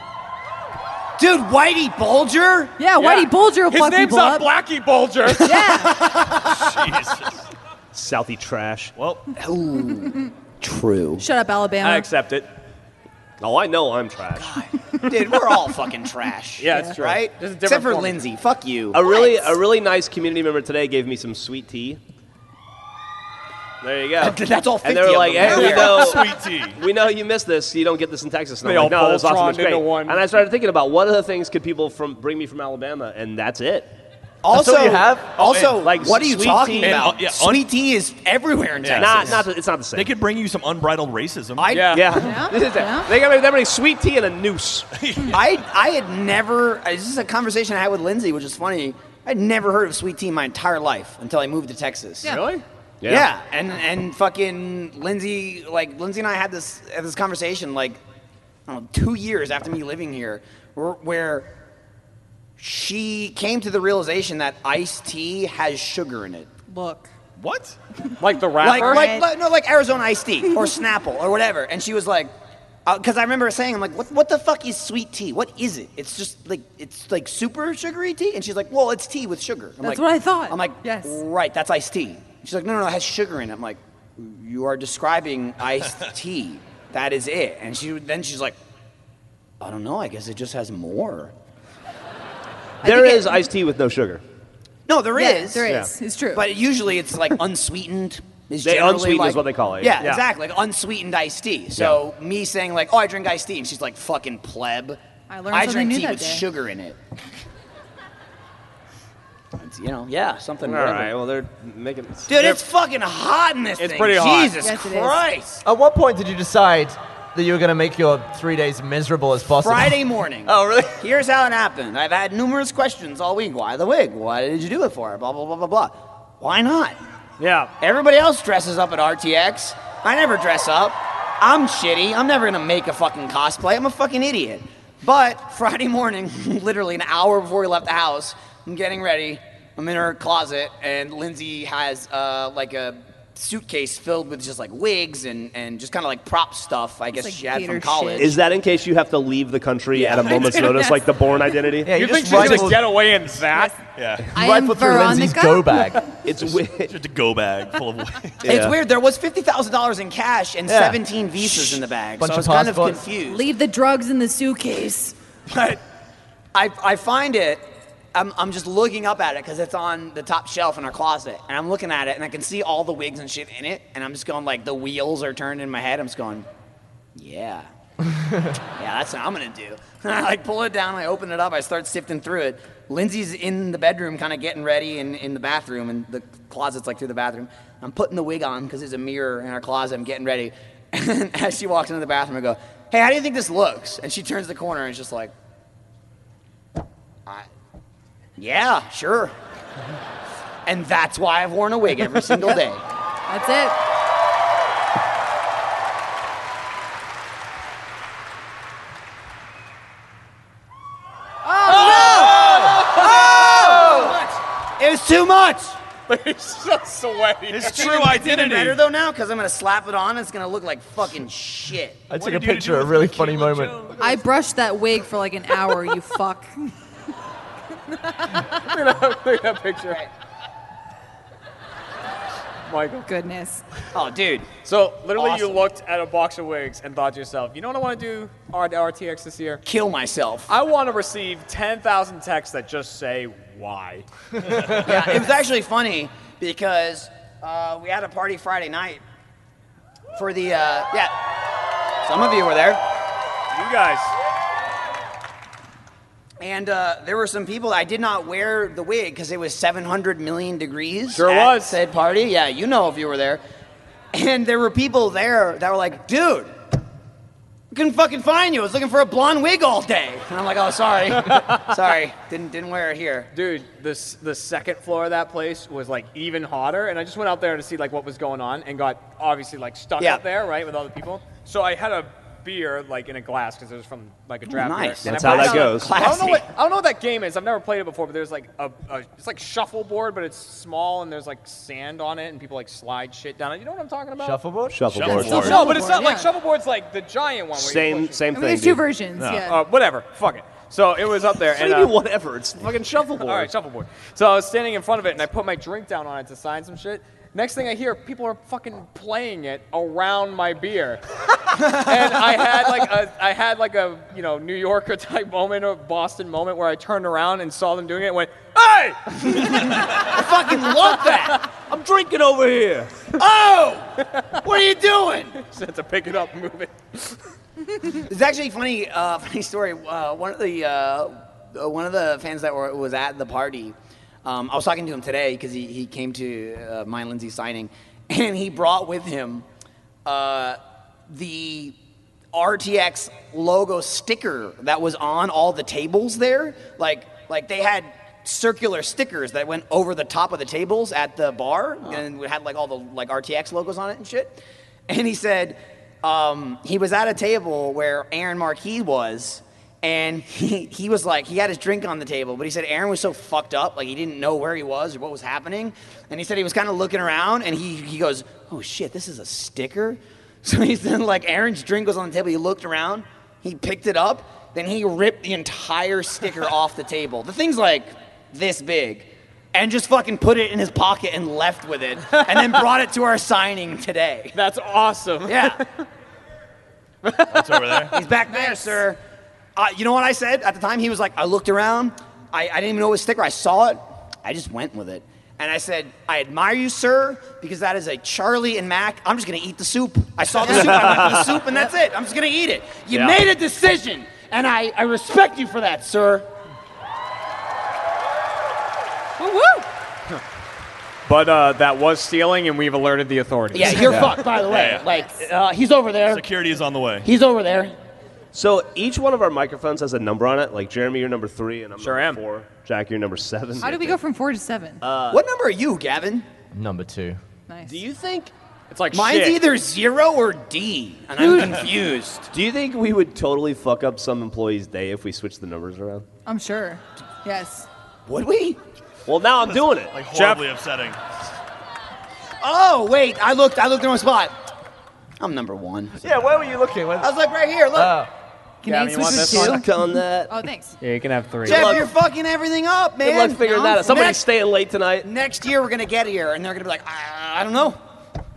Dude, Whitey Bulger?
Yeah, Whitey Bulger will
His
fuck
name's
people up.
not Blackie
<laughs>
Bulger. <laughs>
Yeah.
Jesus.
Southie trash.
Well,
True.
Shut up, Alabama.
I accept it.
Oh, I know I'm trash.
Dude, we're all fucking trash.
<laughs> Yeah, it's true.
Right?
Just a different
Except for
form.
Lindsay. Fuck
<laughs>
you.
A really, a really nice community member today gave me some sweet tea. There you
<laughs>
go.
That's all 50
And they were
of
like,
them
"Hey,
right
we
there."
know,
<laughs> sweet tea.
we know you missed this. You don't get this in Texas." And
They
I'm like,
all
"No, that's awesome.
Voltroned
It's great."
into one.
And I started thinking about what other things could people from bring me from Alabama, and that's it.
Also,
what you have?
Also,
and, like,
what are you
sweet
talking
tea.
And,
about?
uh, yeah, un-
sweet tea is everywhere in
Yeah.
Not,
Texas.
not, the- it's not the same.
They could bring you some unbridled racism.
I,
Yeah.
yeah.
Yeah,
<laughs> This is it.
yeah.
They got make- they make sweet tea and a noose.
I, I had never. uh, This is a conversation I had with Lindsay, which is funny. I'd never heard of sweet tea in my entire life until I moved to Texas.
Yeah.
Really?
Yeah. and and fucking Lindsay, like Lindsay and I had this had this conversation like I don't know, two years after me living here, where, where she came to the realization that iced tea has sugar in it.
Look.
what?
Like the
Like,
rapper.
like, like no, like Arizona iced tea
<laughs>
or Snapple or whatever. And she was like, because I remember saying, I'm like, what, what the fuck is sweet tea? What is it? It's just like it's like super sugary tea. And she's like, well, it's tea with sugar. I'm
That's
like-
what I thought.
I'm like,
Yes.
right, that's iced tea. She's like, no, no, no, it has sugar in it. I'm like, you are describing iced tea. That is it. And she then she's like, I don't know. I guess it just has more.
There
think it-
is iced tea with no sugar.
No, there is.
Yeah, There is. It's true.
But usually it's like unsweetened. Is
They-
generally
unsweetened
like,
is what they call it.
Yeah,
Yeah.
exactly. Like unsweetened iced tea. So me saying like, "Oh, I drink iced tea," and she's like, "Fucking pleb."
I learned
I
something
drink
new
tea
that
with
day."
sugar in it. It's, you know, yeah, something.
All
whatever.
right. Well, they're making.
Dude, it's fucking hot in this
It's
thing.
pretty hot.
Jesus
Yes, it is.
Christ.
At what point did you decide that you were going to make your three days miserable as possible?
Friday morning.
Oh, really?
<laughs> Here's how it happened. I've had numerous questions all week. Why the wig? Why did you do it for? Blah blah blah blah blah. Why not?
yeah.
Everybody else dresses up at RTX. I never dress up. I'm shitty. I'm never gonna make a fucking cosplay. I'm a fucking idiot. But Friday morning, <laughs> literally an hour before we left the house, I'm getting ready. I'm in her closet, and Lindsay has uh, like a suitcase filled with just like wigs and, and just kind of like prop stuff. I guess
like
she had
theater
from
shit.
college.
Is that in case you have to leave the country at a moment's notice, like the Born Identity?
Yeah,
You,
you,
think
just
she's gonna
rifle,
get away in that?
Yeah.
I am
rifle through Lindsay's
Veronica.
go bag.
<laughs> It's wi-
Just a go bag full of <laughs> weight.
It's
Yeah.
weird. There was fifty thousand dollars in cash and
Yeah.
seventeen visas in the bag,
Bunch
so
of
I was kind of
passports.
confused.
Leave the drugs in the suitcase.
but I, I find it. I'm, I'm just looking up at it because it's on the top shelf in our closet, and I'm looking at it, and I can see all the wigs and shit in it, and I'm just going like the wheels are turned in my head. I'm just going, yeah, yeah, that's what I'm gonna do. <laughs> And I like pull it down, I open it up, I start sifting through it. Lindsay's in the bedroom, kind of getting ready in, in the bathroom, and the closet's like through the bathroom. I'm putting the wig on because there's a mirror in our closet. I'm getting ready, <laughs> and as she walks into the bathroom, I go, "Hey, how do you think this looks?" And she turns the corner and is just like. Yeah, sure. and that's why I've worn a wig every single
<laughs>
day.
That's it.
it was too much.
He's so sweaty. <laughs>
It's true identity.
Better though now because I'm gonna slap it on. and It's gonna look like fucking shit.
I took a
did you do
picture of a
with
really
Michaela
funny moment.
Jones?
I brushed that wig for like an hour, you fuck.
Look at that picture, Michael.
Goodness.
Oh, dude.
So literally, you
Awesome.
looked at a box of wigs and thought to yourself, you know what I want to do at RTX this year?
Kill
<laughs>
myself.
I want to receive 10,000 texts that just say why.
yeah, it was actually funny because uh, we had a party Friday night for the uh, yeah. Some of you were there.
You guys.
And uh, there were some people. I did not wear the wig because it was 700 million degrees.
Sure
at
was.
Said party. Yeah, you know if you were there. And there were people there that were like, dude, I couldn't fucking find you. I was looking for a blonde wig all day. And I'm like, oh, sorry. <laughs> sorry. Didn't, didn't wear it here.
Dude, this the second floor of that place was like even hotter, and I just went out there to see like what was going on, and got obviously like stuck
Yeah.
out there, right, with all the people. So I had a beer like in a glass because it was from like a draft. beer.
nice.
And I
That's how
put
that
it on-
goes.
I don't know
Classy.
what I don't know what that game is. I've never played it before, but there's like a, a it's like shuffleboard, but it's small and there's like sand on it, and people like slide shit down it. You know what I'm talking about?
Shuffleboard?
Shuffleboard.
Shuffleboard.
No, but it's not like
Yeah.
shuffleboard's like the giant one. Where You
Same,
push it.
same
I mean,
thing.
there's two
dude.
versions. Yeah.
Uh, whatever. Fuck it. So it was up there.
What
and,
do you
uh,
mean whatever? It's fucking shuffleboard.
all right, shuffleboard. So I was standing in front of it, and I put my drink down on it to sign some shit. Next thing I hear, people are fucking playing it around
<laughs>
my beer, and I had like a, I had like a you know New Yorker type moment or Boston moment where I turned around and saw them doing it, and went, "Hey!"
I fucking love
<laughs>
that.
I'm drinking over here.
Oh, what are you doing?
So I had to pick it up, and move it.
It's actually <laughs> funny, uh, funny story. Uh, one of the uh, uh, one of the fans that were, was at the party Um, I was talking to him today because he, he came to uh, my Lindsay signing, <laughs> and he brought with him uh, the RTX logo sticker that was on all the tables there. Like, like they had circular stickers that went over the top of the tables at the bar, and we had like all the like RTX logos on it and shit. And he said um, he was at a table where Aaron Marquis was, and he, he was like, he had his drink on the table, but he said Aaron was so fucked up, like he didn't know where he was or what was happening. And he said he was kind of looking around and he, he goes, oh shit, this is a sticker? <laughs> So he said, like, Aaron's drink was on the table. He looked around, he picked it up, then he ripped the entire sticker off the table. The thing's like this big. And just fucking put it in his pocket and left with it, and then brought it to our signing today.
That's awesome.
Yeah.
That's over there.
He's back there, sir. Uh, you know what I said at the time? He was like, I looked around. I, I didn't even know it was sticker. I saw it. I just went with it. And I said, I admire you, sir, because that is a Charlie and Mac. I'm just going to eat the soup. I saw the soup. I went for the soup, and that's it. I'm just going to eat it. You
Yeah.
made a decision, and I, I respect you for that, sir.
Woo woo.
<laughs> But uh, that was stealing, and we've alerted the authorities.
Yeah, you're fucked, by the way.
Yeah, yeah.
Like, uh, he's over there.
Security is on the way.
He's over there.
So each one of our microphones has a number on it. Like Jeremy, you're number three, and I'm number
Sure am.
four. Jack, you're number seven.
How do we go from four to seven?
Uh,
what number are you, Gavin?
Number two.
nice.
Do you think?
It's like
Mine's
shit.
either zero or D, and I'm confused.
Do you think we would totally fuck up some employee's day if we switched the numbers around?
I'm sure. Yes.
Would we?
Well, now I'm doing it.
Like
Jeff-
horribly upsetting.
Oh wait, I looked. I looked in the wrong spot. I'm number one.
Yeah, where were you looking?
I was like right here. Look,
Oh,
Can
Gavin,
I
you want
switch
<laughs> this
to
one?
two?
on that.
Oh, thanks.
Yeah, you can have three.
Jeff,
luck.
you're fucking everything up, man.
Good luck figuring that out. Somebody's
Next-
staying late tonight.
Next year we're gonna get here, and they're gonna be like, "Ah, I don't know.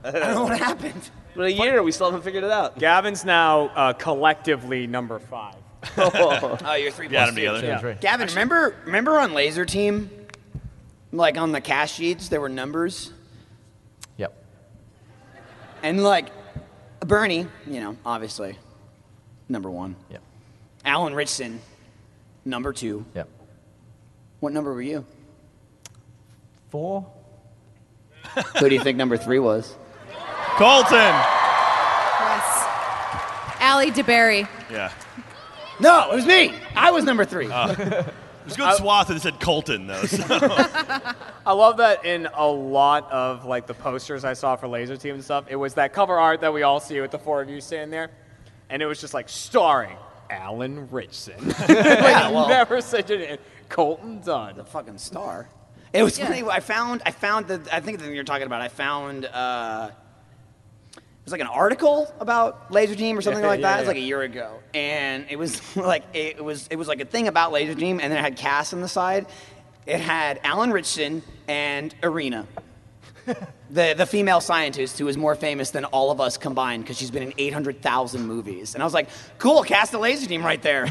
I don't
<laughs>
know what happened.
In a year, we still haven't figured it
<laughs>
out.
Gavin's now uh, collectively number five.
Oh, you're three
Yeah, them together.
yeah. Three.
Gavin, remember, remember on Laser Team, like on the cash sheets, there were numbers,
Yep.
and like Bernie, you know, obviously, number one.
Yep.
Alan Richson, number two.
Yep.
What number were you?
Four.
Who do you think number three was?
Colton.
Yes. Allie DeBerry.
Yeah.
No, it was me. I was number three.
Oh.
There's a good swath that said Colton though. <laughs> So.
I love that in a lot of like the posters I saw for Laser Team and stuff. It was that cover art that we all see with the four of you standing there, and it was just like starring Alan
<laughs>
Richson.
yeah, well,
Never such a name. Colton Dunn. <laughs>
the fucking star. It was
Yeah.
funny. I found. I found the. I think the thing you're talking about. I found. Uh, it was like an article about Laser Team or something
Yeah,
like
yeah,
that. It was
yeah.
like a year ago, and it was <laughs> like it was it was like a thing about Laser Team, and then it had Cass on the side. It had Alan Richson and
<laughs>
Arena, the the female scientist who is more famous than all of us combined because she's been in 800,000 movies. And I was like, cool, cast the Laser Team right there.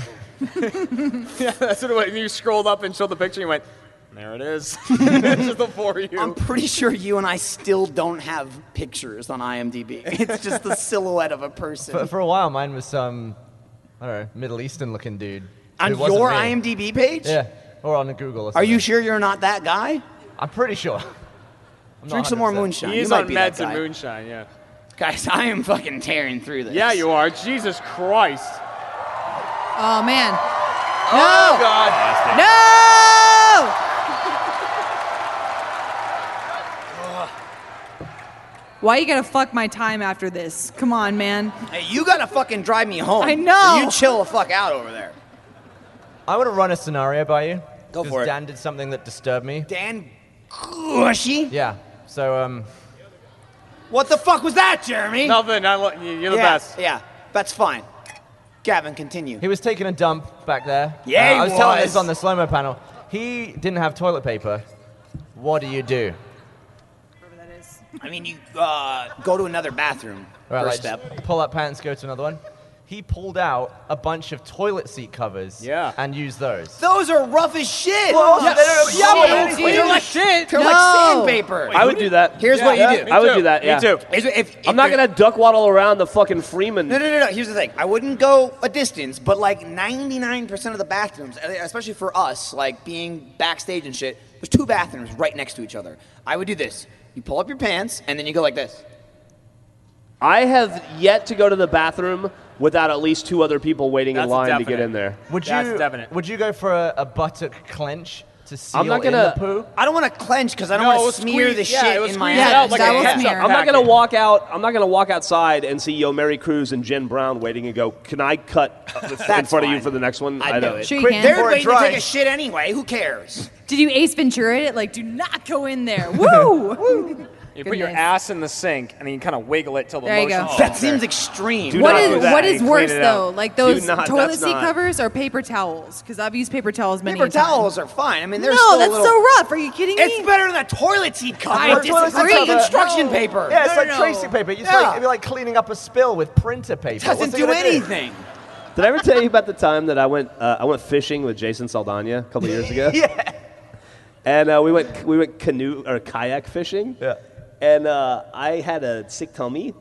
That's what it was. You scrolled up and showed the picture. and You went, there it is. <laughs> it's just the four of you.
I'm pretty sure you and I still don't have pictures
<laughs>
on IMDb. It's just the silhouette of a
For,
person.
for a while, mine was some, I don't know, Middle Eastern looking dude.
On
who wasn't
your
me.
IMDb page?
Yeah, or on Google. Or
Are
something.
you sure you're not that guy?
I'm pretty sure. <laughs> I'm not
Drink some more
100%.
moonshine.
He's
you might
on
be
meds
that guy.
and moonshine. Yeah.
Guys, I am fucking tearing through this.
Yeah, you are. Jesus Christ.
Oh man.
Oh,
No.
God.
No. Why you gotta fuck my time after this? Come on, man.
Hey, you gotta fucking drive me home.
I know.
You chill the fuck out over there.
I want to run a scenario by you.
Go
'cause
for it.
Dan did something that disturbed me.
Dan Gushy?
Yeah. So um,
What the fuck was that, Jeremy?
Nothing. I lo- you- you're the
yeah,
best.
Yeah, that's fine. Gavin, continue.
he was taking a dump back there. Uh,
Yeah, he
I was, telling
was.
this on the slow mo panel. He didn't have toilet paper. What do you do?
I mean, you uh, go to another bathroom.
Right,
First
like,
step.
Pull up pants, go to another one. He pulled out a bunch of toilet seat covers.
Yeah.
And used those.
Those are rough as shit.
yeah, they're- yeah, but
Shit,
it's
dude.
clean
They're like
shit.
They're
No.
like sandpaper.
I would do that.
Here's what you
Yeah,
do.
I would
too.
do that.
Me
Yeah.
too.
Is- if- if
I'm not
there-
gonna duck waddle around the fucking Freeman.
No, no, no, no. Here's the thing. I wouldn't go a distance, uh, but like 99% of the bathrooms, especially for us, like being backstage and shit, There's two bathrooms right next to each other. I would do this. You pull up your pants and then you go like this.
I have yet to go to the bathroom without at least two other people waiting in
That's a
line to get
definite.
in there.
Would
That's
you
definite.
would you go for a, a buttock clench to seal
not
in
gonna-
the poo?
I don't want to clench because I don't want to smear the shit in my
squeeze it
ass.
out like that a was ketchup smear.
I'm not gonna walk out. I'm not gonna walk outside and see Yo Mary Cruz and Jen Brown waiting and go, "Can I cut in front of you
fine.
for the next one?"
I know
don't-
it.
Sure you
Quick,
can.
They're
Before
it
waiting to take a
dries.
shit anyway. Who cares?
Did you Ace Ventura it? Like, do not go in there. Woo!
You put your
Goodness.
ass in the sink and then you kind of wiggle it till the
There you go.
motion's
That seems extreme.
Do
What
not
is
do that.
what
You
is
clean
worse
it
though,
out.
like those
Do not-
toilet
that's
seat
not-
covers or paper towels? Because I've used paper towels many
Paper
a time.
towels are fine. I mean, they're still
No,
a
that's
little-
so rough. Are you kidding me?
It's better than a toilet seat cover.
Or toilet seat
It's like
cover.
construction
No.
paper.
Yeah, it's
No,
like
no, no.
tracing paper. It's
Yeah.
like, it'd be like cleaning up a spill with printer paper.
It doesn't
What's it
do
gonna
anything.
Did I ever tell you about the time that I went uh, I went fishing with Jason Saldana a couple years ago?
Yeah.
And uh, we went we went canoe or kayak fishing.
Yeah.
And uh, I had a sick
<laughs>
tummy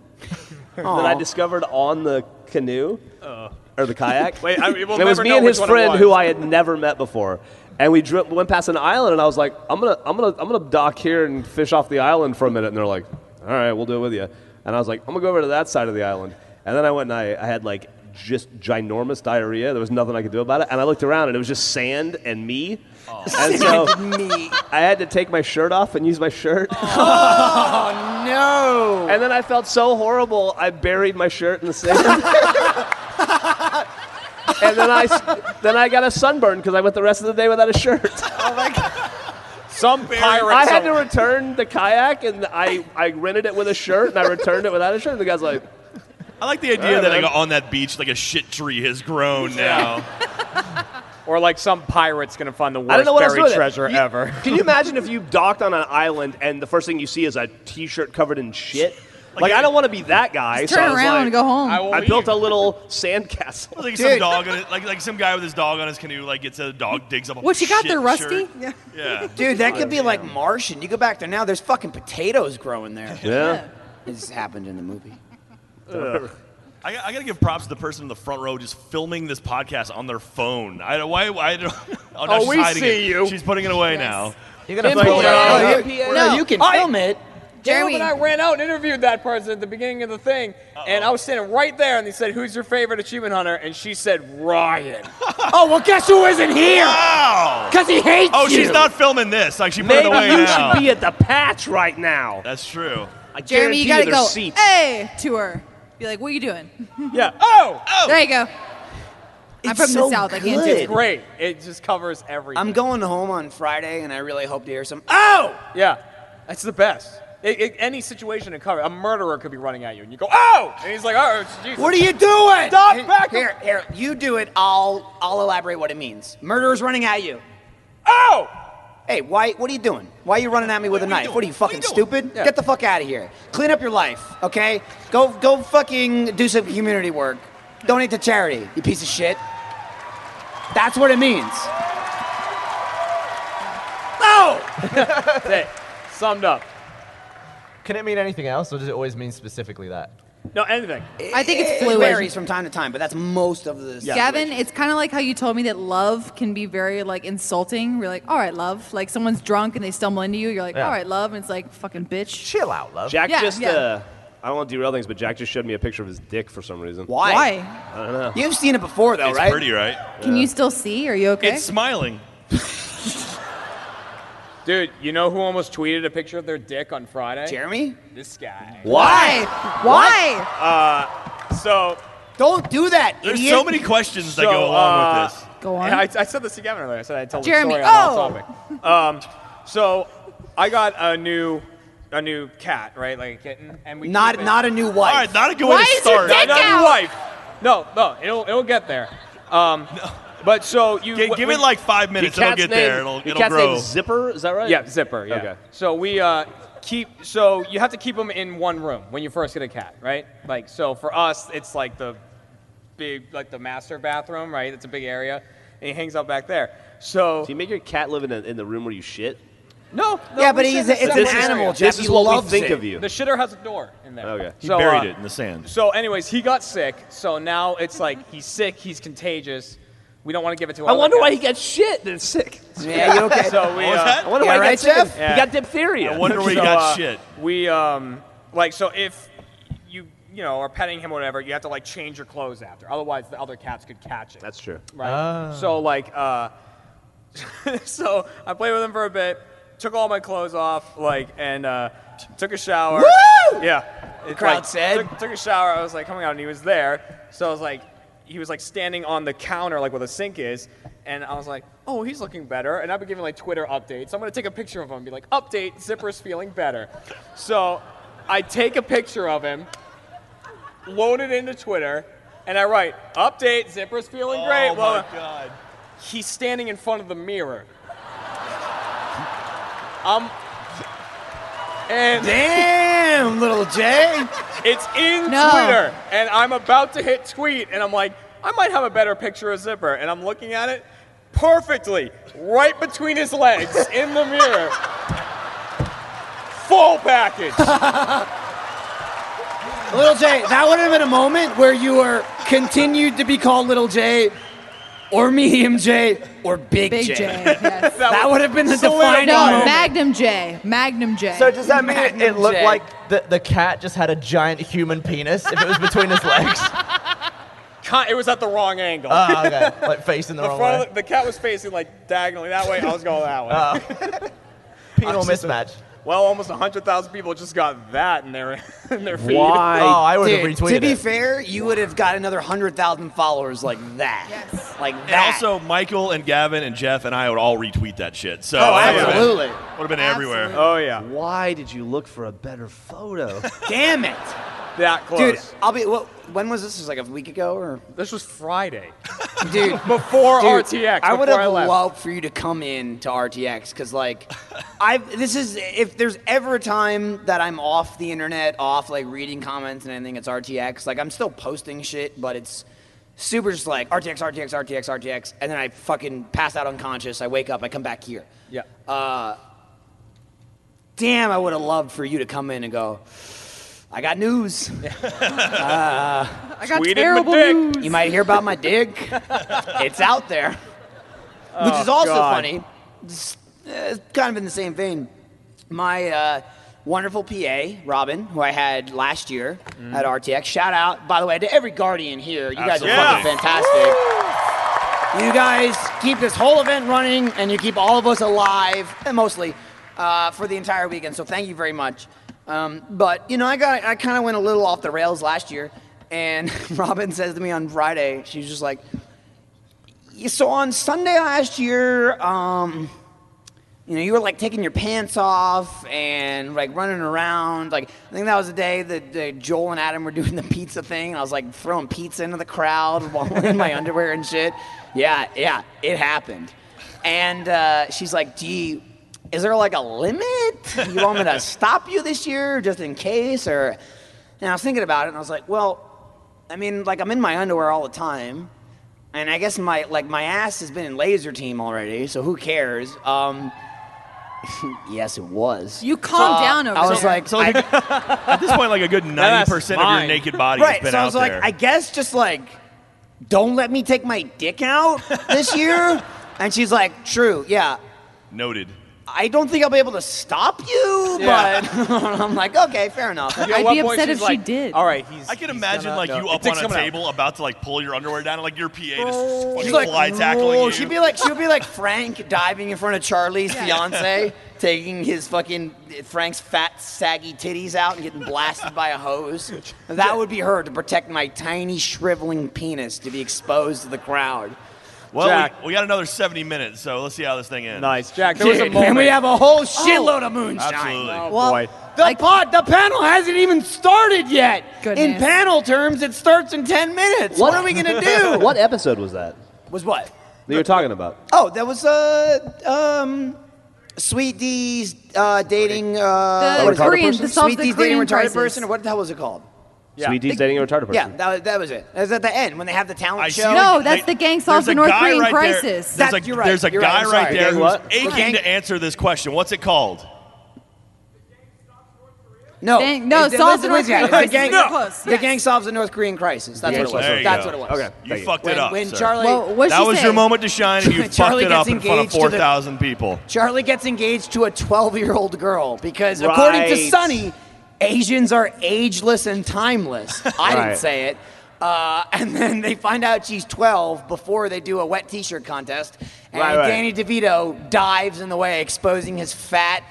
that I discovered on the canoe or the kayak.
Uh. <laughs> Wait, I, we'll
it was
never
me
know
and
which
his
one it
friend
was.
who I had never met before. And we dri- went past an island, and I was like, "I'm gonna, I'm gonna, I'm gonna dock here and fish off the island for a minute." And they're like, "All right, we'll do it with you." And I was like, "I'm gonna go over to that side of the island." And then I went and I, I had like just ginormous diarrhea. There was nothing I could do about it. And I looked around, and it was just sand and me. And so
Me.
I had to take my shirt off and use my shirt.
No.
And then I felt so horrible, I buried my shirt in the
<laughs>
sand. and then I, s- then I got a sunburn because I went the rest of the day without a shirt.
Some pirate.
I had to return the kayak, and I, I rented it with a shirt, and I returned it without a shirt. And the guy's like,
I like the idea
Yeah,
that like,
man.
on that beach, like a shit tree has grown now.
or like some pirate's gonna find the
I don't
worst
know what else to do
buried
with it.
treasure
You-
ever.
Can you imagine if you docked on an island and the first thing you see is a T-shirt covered in shit? Like, I don't want to be that guy. so I
Turn
was
around
like-
and go home.
I will-
I built a little sandcastle.
like
Dude.
some dog, on it, like like some guy with his dog on his canoe, like gets a dog digs up. a
what you got
shit
there, Rusty?
shirt. Yeah.
Dude, that could be like Martian. You go back there now, there's fucking potatoes growing there.
Yeah.
this happened in the movie.
I, I gotta give props to the person in the front row just filming this podcast on their phone. I don't why <laughs> I don't. Oh, no,
Oh,
she's
we
hiding
see
it.
you.
She's putting it away
Yes.
now.
You're gonna
Import
pull it
it.
out.
Oh,
yeah.
you,
No.
you can
I-
film it.
Jeremy.
Jeremy and I ran out and interviewed that person at the beginning of the thing, and I was standing right there, and they said, "Who's your favorite achievement hunter?" And she said, "Ryan." <laughs> oh well, guess who isn't here? <laughs>
Wow.
Cause he hates
Oh,
you.
she's not filming this. Like she put it
Maybe
away
<laughs> you
now.
should be at the patch right now.
That's true.
I
Jeremy, you
guarantee
gotta
there's
go.
seats.
Hey, to her. Be like, what are you doing?
Yeah. Oh,
There you go. I'm
It's
from the
so
south. I can't do
good.
it.
great. It just covers everything.
I'm going home on Friday, and I really hope to hear some. Oh,
Yeah, that's the best. It, it, any situation to cover, a murderer could be running at you, and you go, "Oh!" and he's like, "Oh, it's Jesus."
what are you doing?
Stop
Here-
back up.
Here, here, you do it. I'll, I'll elaborate what it means. Murderer's running at you.
Oh!
Hey, why? What are you doing? Why are you running at me with a
What are you
knife?
doing?
What are you
What are
fucking
you doing?
stupid? Get the fuck out of here. Clean up your life, okay? Go, go, fucking do some community work. Donate to charity, you piece of shit. That's what it means. No.
That's it. Summed up.
Can it mean anything else, or does it always mean specifically that?
No, anything.
I think it's
It
fluid.
varies from time to time, but that's most of the.
Gavin,
situation.
it's kind of like how you told me that love can be very like insulting. We're like, all right, love. Like someone's drunk and they stumble into you. You're like,
Yeah.
all right, love, and it's like, fucking bitch.
Chill out, love.
Jack
Yeah,
just,
yeah.
uh, I don't want to derail things, but Jack just showed me a picture of his dick for some reason.
why?
Why?
You've seen it before, though,
It's
right?
pretty, right?
Can you still see? Are you okay?
It's smiling.
Dude, you know who almost tweeted a picture of their dick on Friday?
Jeremy,
This guy.
Why? Why?
So,
don't do that,
There's
idiot.
so many questions that
So,
go along
uh,
with this.
Go on.
and I, I said this to Gavin earlier. I said I'd tell
Jeremy,
the story on
oh!
off topic. Um, so, I got a new, a new cat, right? Like a kitten, and we
Not,
keep it-
not a new wife.
All right, not a good
Why
way to
is your
start.
dick
not a
out?
new wife. No, no, it'll it'll get there. Um, but so you
Gi-
wh-
give
we-
it like five
Your
minutes,
cat's
it'll get there.
name-
It'll,
your
it'll
cat's
grow.
name is Zipper, is that right?
Yeah, zipper. Yeah.
Okay.
So we uh, keep. So you have to keep them in one room when you first get a cat, right? Like so for us, it's like the big, like the master bathroom, right? It's a big area, and he hangs out back there. So
Do you make your cat live in, a, in the room where you shit?
no, no
Yeah, but
we
he's
shouldn't.
a- it's
That's
an
what
is,
we're
animal,
saying.
Jeff.
This
He
is what
loves
we think
it.
of you.
The shitter has a door in there.
Okay.
He
So,
buried
uh,
it in the sand.
So, anyways, he got sick. So now it's like he's sick, he's contagious. We don't want to give it to.
I
other
wonder why he
guys.
got shit. That's sick.
Yeah, you okay?
<laughs> So we.
What was
uh,
that?
I wonder
Yeah,
why
right,
he got
Jeff?
sick.
Yeah.
He got diphtheria.
I wonder where Oh, he
So,
got
uh,
shit.
We um like so if you you know are petting him or whatever, you have to like change your clothes after. Otherwise, the other cats could catch it.
That's true.
right.
Ah.
So like uh, <laughs> so I played with him for a bit, took all my clothes off, like and uh, took a shower.
Woo!
Yeah. It's
crowd
like,
said.
Took, took a shower. I was like coming out, and he was there. So I was like, he was like standing on the counter, like where the sink is, and I was like, oh, he's looking better. And I've been giving like Twitter updates. I'm gonna take a picture of him and be like, update, Zipper's feeling better. So I take a picture of him, load it into Twitter, and I write, update, Zipper's feeling great.
Oh my
blah, blah.
god.
He's standing in front of the mirror. Um. And
Damn, little Jay.
It's in
No.
Twitter, and I'm about to hit tweet, and I'm like, I might have a better picture of Zipper, and I'm looking at it perfectly, right between his legs in the mirror. Full package.
Little J, that would have been a moment where you were continued to be called Little J, or Medium J, or Big,
Big J.
<laughs>
yes.
That would have been the defining
No,
moment.
Magnum J. Magnum J.
So does that mean it, it looked
Jack.
like the, the cat just had a giant human penis if it was between his
<laughs>
legs?
Con- it was at the wrong angle.
Uh,
Ah, okay. Like facing the,
the,
wrong
front
way.
of the, the cat was facing like diagonally that way. I was going that way.
Penal Ah, mismatch.
well, almost 100,000 people just got that in their <laughs> in their
<laughs>
<laughs>
feed.
Why?
oh, I would have
Dude,
retweeted
to be
it.
fair, you would have got another 100,000 followers like that.
Yes.
Like
And
that.
also, Michael and Gavin and Jeff and I would all retweet that shit. So
oh,
it would've been-
absolutely.
Would have been
Absolutely.
everywhere.
Oh yeah,
Why did you look for a better photo?
Damn it.
that close.
Dude, I'll be. Well, when was this? This was like a week ago or?
this was Friday
Dude.
<laughs> before
Dude,
RTX.
I would
before
have
left.
loved for you to come in to RTX because, like, I've this is if there's ever a time that I'm off the internet, off like reading comments and anything, it's RTX. Like, I'm still posting shit, but it's super just like RTX, RTX, RTX, RTX, and then I fucking pass out unconscious. I wake up, I come back here. Uh,
Yeah.
Damn, I would have loved for you to come in and go. I got
<laughs>
news. Uh,
I got
Tweeted my
terrible
dick.
news.
You might hear about my dig. it's out there. Oh, Which is also
God.
funny. It's, uh, kind of in the same vein. My uh, wonderful PA, Robin, who I had last year at RTX. Shout out, by the way, to every Guardian here. You guys are
Absolutely.
fucking fantastic. You guys keep this whole event running and you keep all of us alive, and mostly, uh, for the entire weekend. So thank you very much. Um, but, you know, I, got I kind of went a little off the rails last year. And <laughs> Robin says to me on Friday, she's just like, yeah, so on Sunday last year, um, you know, you were like taking your pants off and like running around. Like I think that was the day that, that Joel and Adam were doing the pizza thing. And I was like throwing pizza into the crowd <laughs> while in my underwear and shit. Yeah, yeah, it happened. And uh, she's like, "Gee, is there like a limit? You want me to stop you this year just in case?" Or and I was thinking about it, and I was like, "Well, I mean, like I'm in my underwear all the time, and I guess my like my ass has been in laser team already, so who cares? Um, <laughs> yes, it was.
You calm
Uh,
down over
I was
there.
like,
So
I-
like, at this point, like <laughs> a good ninety percent of your
mine.
naked body has
right?
been
So I
out
was like,
there.
I guess just like, don't let me take my dick out
<laughs>
this year. and she's like, true, yeah.
Noted.
I don't think I'll be able to stop you,
Yeah.
but I'm like, okay, fair enough.
Yeah, at
I'd
one
be
point
upset if
she's
she
like,
did.
All right, he's.
I can
he's
imagane
gonna-
like
no,
you
it
up
takes
on a
someone out.
table about to like pull your underwear down, and like your PA just
She's
fucking
like,
fly tackling
"Whoa."
you.
She'd be like, she'd be like
<laughs>
Frank diving in front of Charlie's fiance, taking his fucking Frank's fat saggy titties out and getting blasted by a hose. That would be her to protect my tiny shriveling penis to be exposed to the crowd.
well, we-
Jack.
we, got another seventy minutes, so let's see how this thing ends.
Nice, Jack. There was a
Dude,
moment.
<laughs>
Oh.
and we have a whole shitload of moonshine.
Absolutely.
well,
boy.
The
Like-
pod, the panel hasn't even started yet. In
Goodness.
panel terms, it starts in ten minutes. What, are we gonna do?
what episode was that
was what?
that you're talking about?
Oh, that was uh um, Sweet D's uh, dating uh,
The
what is it?
Korean-
Retarded person?
to solve
Sweet
the
D's dating
Korean
retarded
crisis.
person, or what the hell was it called?
Yeah.
Sweet D's dating a retarded person.
Yeah, that was, that was it. It was at the end when they have the talent
I see
show.
No,
they-
that's the gang
there's
solves the
a
North
guy
Korean
right there-
crisis.
There's
That-
a,
you're right,
there's a
you're right,
guy
I'm
right
sorry.
there
Gang
who's
what?
aching
Gang-
to answer this question. What's it called?
No,
Dang, no,
It- it-
solves the
Lindsay
North
had it.
Korean
The gang,
crisis. No. Close,
the
yes.
gang solves the North Korean crisis. That's
The
what it
gang
was.
solves-
There you go.
That's what it was.
Okay.
You
Thank you.
fucked
When,
it up.
when
sir.
Charlie,
Well, what'd
that
she
was
say?
your moment to shine,
<laughs>
and you fucked
Charlie
it up
gets
in front of
engaged to the-
4,000 people.
Charlie gets engaged to a 12-year-old girl because, according to
Right.
Sonny, Asians are ageless and timeless. I
Right.
didn't say it. Uh, and then they find out she's 12 before they do a wet T-shirt contest, and
Right, right.
Danny DeVito dives in the way, exposing his fat,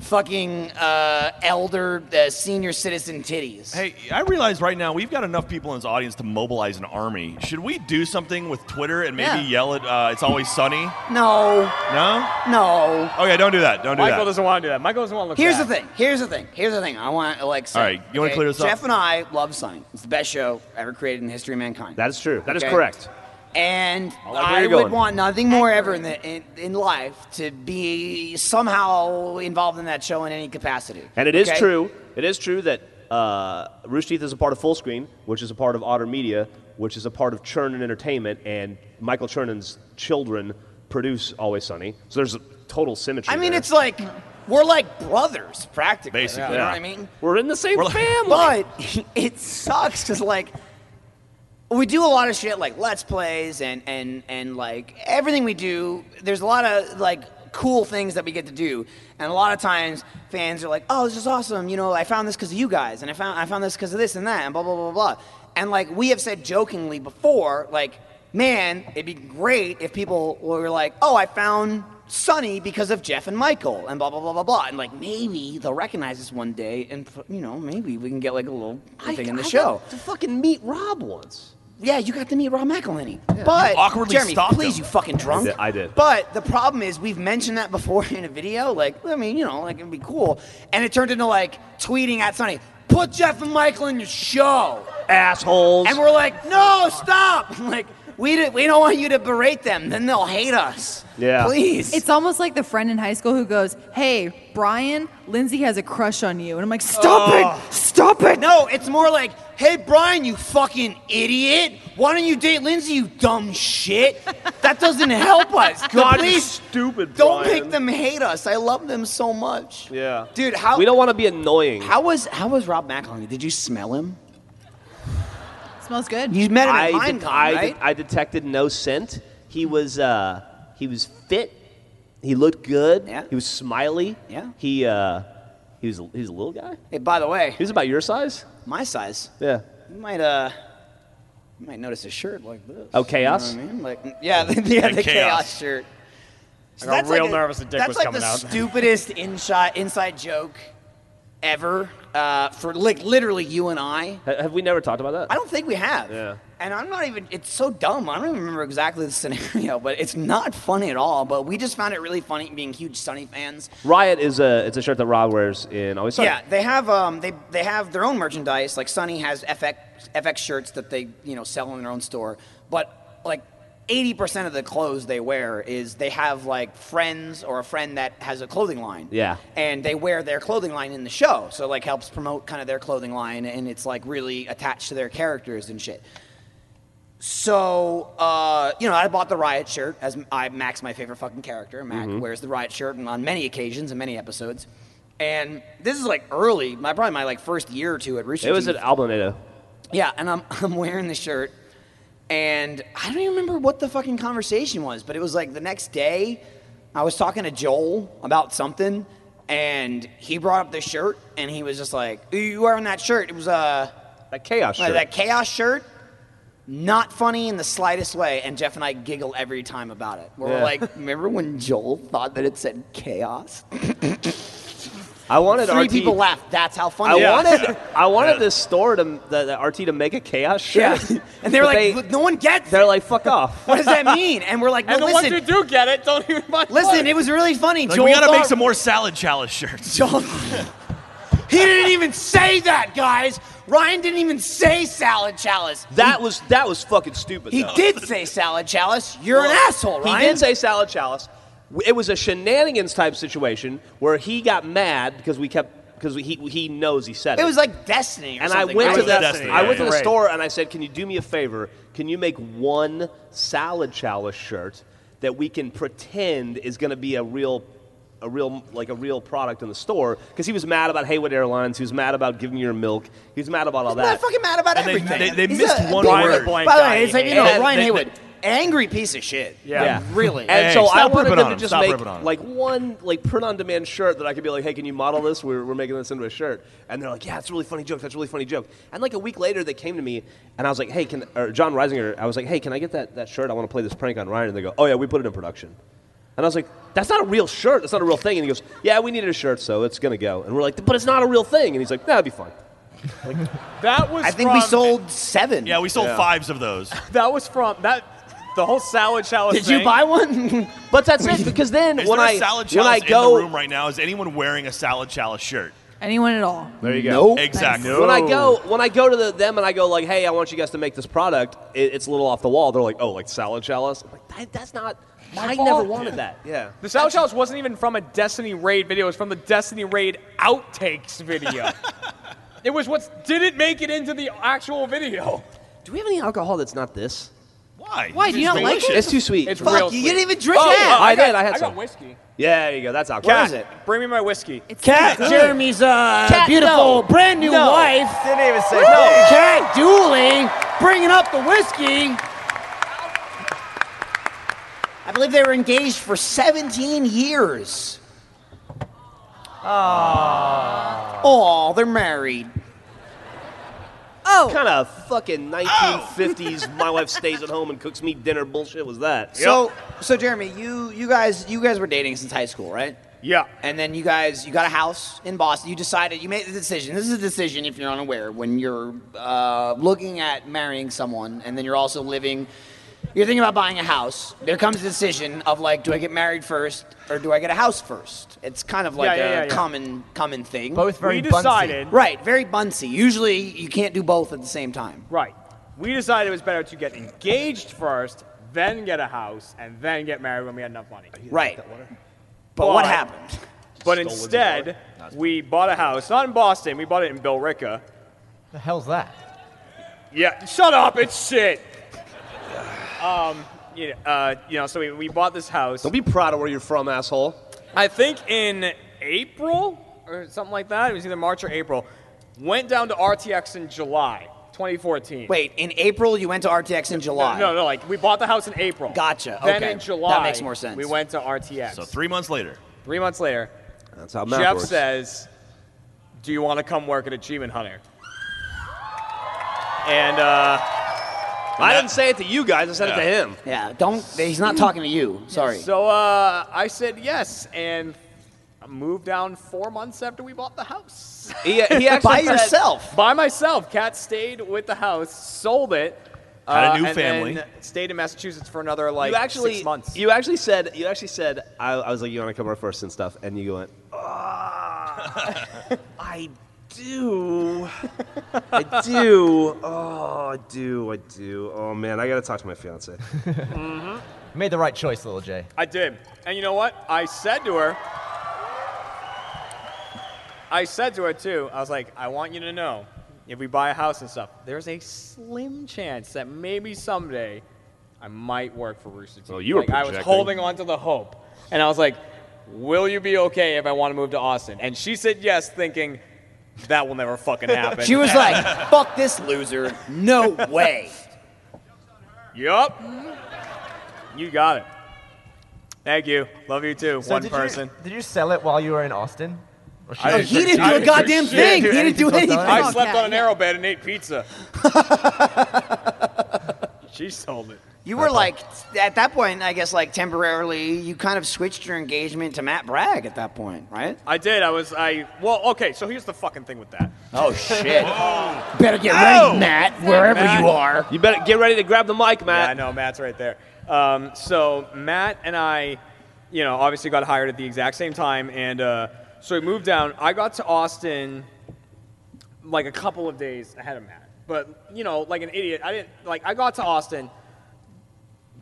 fucking uh, elder uh, senior citizen titties.
Hey, I realize right now we've got enough people in this audience to mobilize an army. Should we do something with Twitter and maybe
Yeah.
yell at uh, It's Always Sunny?
No,
No?
no.
Okay, don't do that. Don't do
Michael
that.
doesn't want to do that. Michael doesn't want to look.
Here's
bad.
the thing. Here's the thing. Here's the thing. I want like. All
right, you wanna clear this up?
Jeff and I love Sign. It's the best show ever created in the history of mankind.
That is true. That is
Okay.
correct.
And
like where
I
you're
would
going.
want nothing more ever in, the, in in life to be somehow involved in that show in any capacity.
And it is
Okay?
true. It is true that uh, Rooster Teeth is a part of Full Screen, which is a part of Otter Media, which is a part of Chernin Entertainment, and Michael Chernin's children produce Always Sunny. So there's a total symmetry.
I mean,
there.
it's like we're like brothers practically.
Basically,
you know
yeah.
what I mean?
we're in the same
We're like-
family.
But <laughs> it sucks because like we do a lot of shit like let's plays and and and like everything we do. There's a lot of like cool things that we get to do, and a lot of times fans are like, "Oh, this is awesome!" You know, I found this because of you guys, and I found I found this because of this and that, and blah blah blah blah. blah. And like we have said jokingly before, like, man, it'd be great if people were like, "Oh, I found." Sunny because of Jeff and Michael and blah blah blah blah blah and like maybe they'll recognize us one day and you know maybe we can get like a little
I,
thing in
I
the
got
show.
to fucking meet Rob once.
Yeah, you got to meet Rob McElhenney. But
You awkwardly
Jeremy,
stopped
please,
him.
you fucking
I
drunk.
did- I did.
But the problem is, we've mentioned that before <laughs> in a video. Like, I mean, you know, like it'd be cool, and it turned into like tweeting at Sonny, "Put Jeff and Michael in your show,"
Assholes.
and we're like, "No, stop!" <laughs> Like, we did, we don't want you to berate them. Then they'll hate us.
Yeah.
please.
It's almost like the friend in high school who goes, "Hey, Brian, Lindsay has a crush on you," and I'm like, "Stop it! Stop it!
no, it's more like, "Hey, Brian, you fucking idiot! Why don't you date Lindsay? You dumb shit! That doesn't
<laughs>
help us.
God, you're
please
stupid.
Don't
Brian.
make them hate us. I love them so much.
Yeah.
Dude, how
We don't want to be annoying.
how was how was Rob McElhenney? Did you smell him?
Smells good."
You met him
I,
at
de-
Minecon,
I, de-
right?
I detected no scent. He was uh, he was fit. He looked good.
Yeah.
He was smiley.
Yeah.
He uh, he was he was a little guy.
hey, by the way,
He was about your size.
my size.
Yeah.
You might uh you might notice a shirt like this.
Oh, chaos?
You know what I mean? Like mm, yeah, <laughs> the, yeah, the
Chaos.
chaos, shirt. So
I got
that's
real
like a-
nervous the dick
that's
was
like
coming
the
out.
stupidest inside inside joke ever uh, for like literally you and I.
Ha- Have we never talked about that?
I don't think we have.
Yeah.
And I'm not even, it's so dumb. I don't even remember exactly the <laughs> scenario, but it's not funny at all. But we just found it really funny being huge Sunny fans.
Riot is a it's a shirt that Rob wears in oh, Always Sunny.
Yeah, they have um, they they have their own merchandise. Like Sunny has FX FX shirts that they you know sell in their own store. But like eighty percent of the clothes they wear is they have like friends or a friend that has a clothing line.
Yeah.
and they wear their clothing line in the show, so like helps promote kind of their clothing line, and it's like really attached to their characters and shit. So, uh, you know, I bought the Riot shirt as I Max, my favorite fucking character. Mac
Mm-hmm.
wears the Riot shirt and on many occasions and many episodes. And this is like early, my probably my like first year or two at Rooster
It was
Teeth.
at Albonado.
yeah, and I'm <laughs> I'm wearing the shirt, and I don't even remember what the fucking conversation was, but it was like the next day, I was talking to Joel about something, and he brought up the shirt, and he was just like, "You wearing that shirt? It was uh."
That chaos
Like
shirt.
that chaos shirt, not funny in the slightest way. And Jeff and I giggle every time about it. We're
Yeah.
like, remember when Joel thought that it said chaos?
I wanted
Three
RT
people laughed. That's how funny.
I
it was.
wanted <laughs> I wanted this store to the, the RT to make a chaos
<laughs> Yeah.
shirt.
<laughs> And they were
But
like, no one gets
they're
it.
like,
<laughs>
fuck off.
What does that mean? And we're like, no,
And the
listen,
ones who do get it don't even
<laughs>
fucking
listen, it was really funny.
Like,
Joel
we gotta make
thought-
some more salad chalice shirts.
Joel. <laughs> he didn't even say that, guys. Ryan didn't even say salad chalice.
That was that was fucking stupid.
He
though.
did say salad chalice. You're an
Well,
asshole, Ryan.
He did say salad chalice. W- It was a shenanigans type situation where he got mad because we kept because he he knows he said it.
It was like destiny. Or
and I
something,
went
right?
to
It was
the
Destiny,
I
yeah,
went to
yeah.
the
Right.
store and I said, "Can you do me a favor? Can you make one salad chalice shirt that we can pretend is going to be a real a real like a real product in the store because he was mad about Haywood Airlines. He was mad about giving your milk. He was mad about all
He's not
that.
fucking mad about
And they-
everything.
they- they
He's
missed
a-
one
By
word.
the way-
Blank
By the
guy.
way, it's like you
And
know
that-
Ryan
they-
Haywood, angry piece of shit.
Yeah.
Like, really.
And
Hey,
so
stop
I wanted
ripping
them
on
to
him.
just
Stop
make
ripping on him.
like one like print on demand shirt that I could be like, hey, can you model this? We're, we're making this into a shirt. And they're like, yeah, it's a really funny joke. That's a really funny joke. And like a week later, they came to me and I was like, hey, can or John Reisinger? I was like, hey, can I get that, that shirt? I want to play this prank on Ryan. And they go, oh yeah, we put it in production. And I was like, that's not a real shirt. That's not a real thing. And he goes, yeah, we needed a shirt, so it's gonna go. And we're like, but it's not a real thing. And he's like, that'd be fun.
That was.
I think we
from-
sold seven.
Yeah, we sold fives of those.
That was from that. The whole salad chalice.
Did you
thing.
buy one?
But that's it because then
Is
when
there
I
a salad
when I
chalice in
go
the room right now? Is anyone wearing a salad chalice shirt?
Anyone at all?
There you go. No.
Exactly.
When I go, when I go to the, them and I go like, "Hey, I want you guys to make this product," it, it's a little off the wall. They're like, "Oh, like salad chalice." I'm like, that, "That's not. I never
fault."
wanted that." Yeah.
The salad chalice wasn't even from a Destiny raid video. It was from the Destiny raid outtakes
<laughs>
video. it was what didn't make it into the actual video.
Do we have any alcohol that's not this?
Why?
Why,
This
do you not
is
like it?
delicious.
It's too sweet.
It's real
Fuck, you
sweet.
didn't even drink
Oh,
that.
I
got-
did, I had
I got
some.
whiskey.
yeah, there you go. That's alcohol.
Cat,
is it?
<laughs> Bring me my whiskey.
Cat, Jeremy's uh,
Cat, no.
beautiful brand new
No.
wife.
Didn't even say
Cat Dooley bringing up the whiskey.
I believe they were engaged for 17 years. Oh, they're married.
Oh,
Kind of fucking 1950s. My wife stays at home and cooks me dinner. Bullshit was that?
So, so Jeremy, you you guys you guys were dating since high school, right?
Yeah.
And then you guys you got a house in Boston. You decided you made the decision. This is a decision if you're unaware when you're uh, looking at marrying someone, and then you're also living. You're thinking about buying a house. There comes the decision of like, do I get married first or do I get a house first? It's kind of like
Yeah, yeah,
a
yeah, yeah.
common common thing.
Both very
we
bunsy.
decided.
Right, very bunsy. Usually you can't do both at the same time.
Right. We decided it was better to get engaged first, then get a house, and then get married when we had enough money.
Right. But what
But-
happened?
But instead, we bought a house, not in Boston, we bought it in Billerica.
The hell's that?
Yeah, shut up, it's shit. Um, you know, uh, you know so we, we bought this house.
Don't be proud of where you're from, asshole.
I think in April or something like that. It was either March or April. Went down to RTX in July 2014.
Wait, in April you went to RTX in July.
No, no, like we bought the house in April.
Gotcha,
Then
okay.
in
That
July,
makes more sense.
We went to RTX.
So three months later.
Three months later,
That's how math
Jeff
works.
says, "Do you want to come work at Achievement Hunter?" And uh,
I didn't say it to you guys. I said it to
Yeah.
him.
Yeah, don't. He's not talking to you. Sorry.
so uh, I said yes, and I moved down four months after we bought the house.
He, he actually
<laughs> By
said-
yourself.
By myself, Kat stayed with the house, sold it,
Had a new
and
family.
then stayed in Massachusetts for another like
you actually,
six months.
You actually said you actually said I, I was like you want to come over first and stuff, and you went. "Ah, <laughs> I <laughs> do. I do. Oh, I do. I do. Oh man, I gotta talk to my fiance.
You made the right choice, little Jay.
I did, and you know what? I said to her, I said to her too. I was like, I want you to know, if we buy a house and stuff, there's a slim chance that maybe someday I might work for Rooster Teeth.
Well, you were
Like, I was
projecting.
holding on to the hope, and I was like, Will you be okay if I want to move to Austin? And she said yes, thinking. That will never
<laughs>
fucking happen.
she was like, "Fuck this loser. No way."
Yup. You got it. Thank you. Love you too.
So
One
did you-
person.
did you sell it while you were in Austin? Or should
I-
I-
He didn't do a goddamn thing. He didn't do
anything.
anything.
I
Oh,
slept
yeah,
on an
yeah.
arrow bed and ate <laughs> pizza. she sold it.
You were like, at that point, I guess, like temporarily, you kind of switched your engagement to Matt Bragg at that point, right?
I did. I was. I. Well, okay. So here's the fucking thing with that.
Oh <laughs> shit! Better get ready, Matt, wherever you are.
You better get ready to grab the mic,
Yeah, I
Matt.
know. Matt's right there. Um, so Matt and I, you know, obviously got hired at the exact same time, and uh, so we moved down. I got to Austin like a couple of days ahead of Matt, but you know, like an idiot, I didn't like. I got to Austin,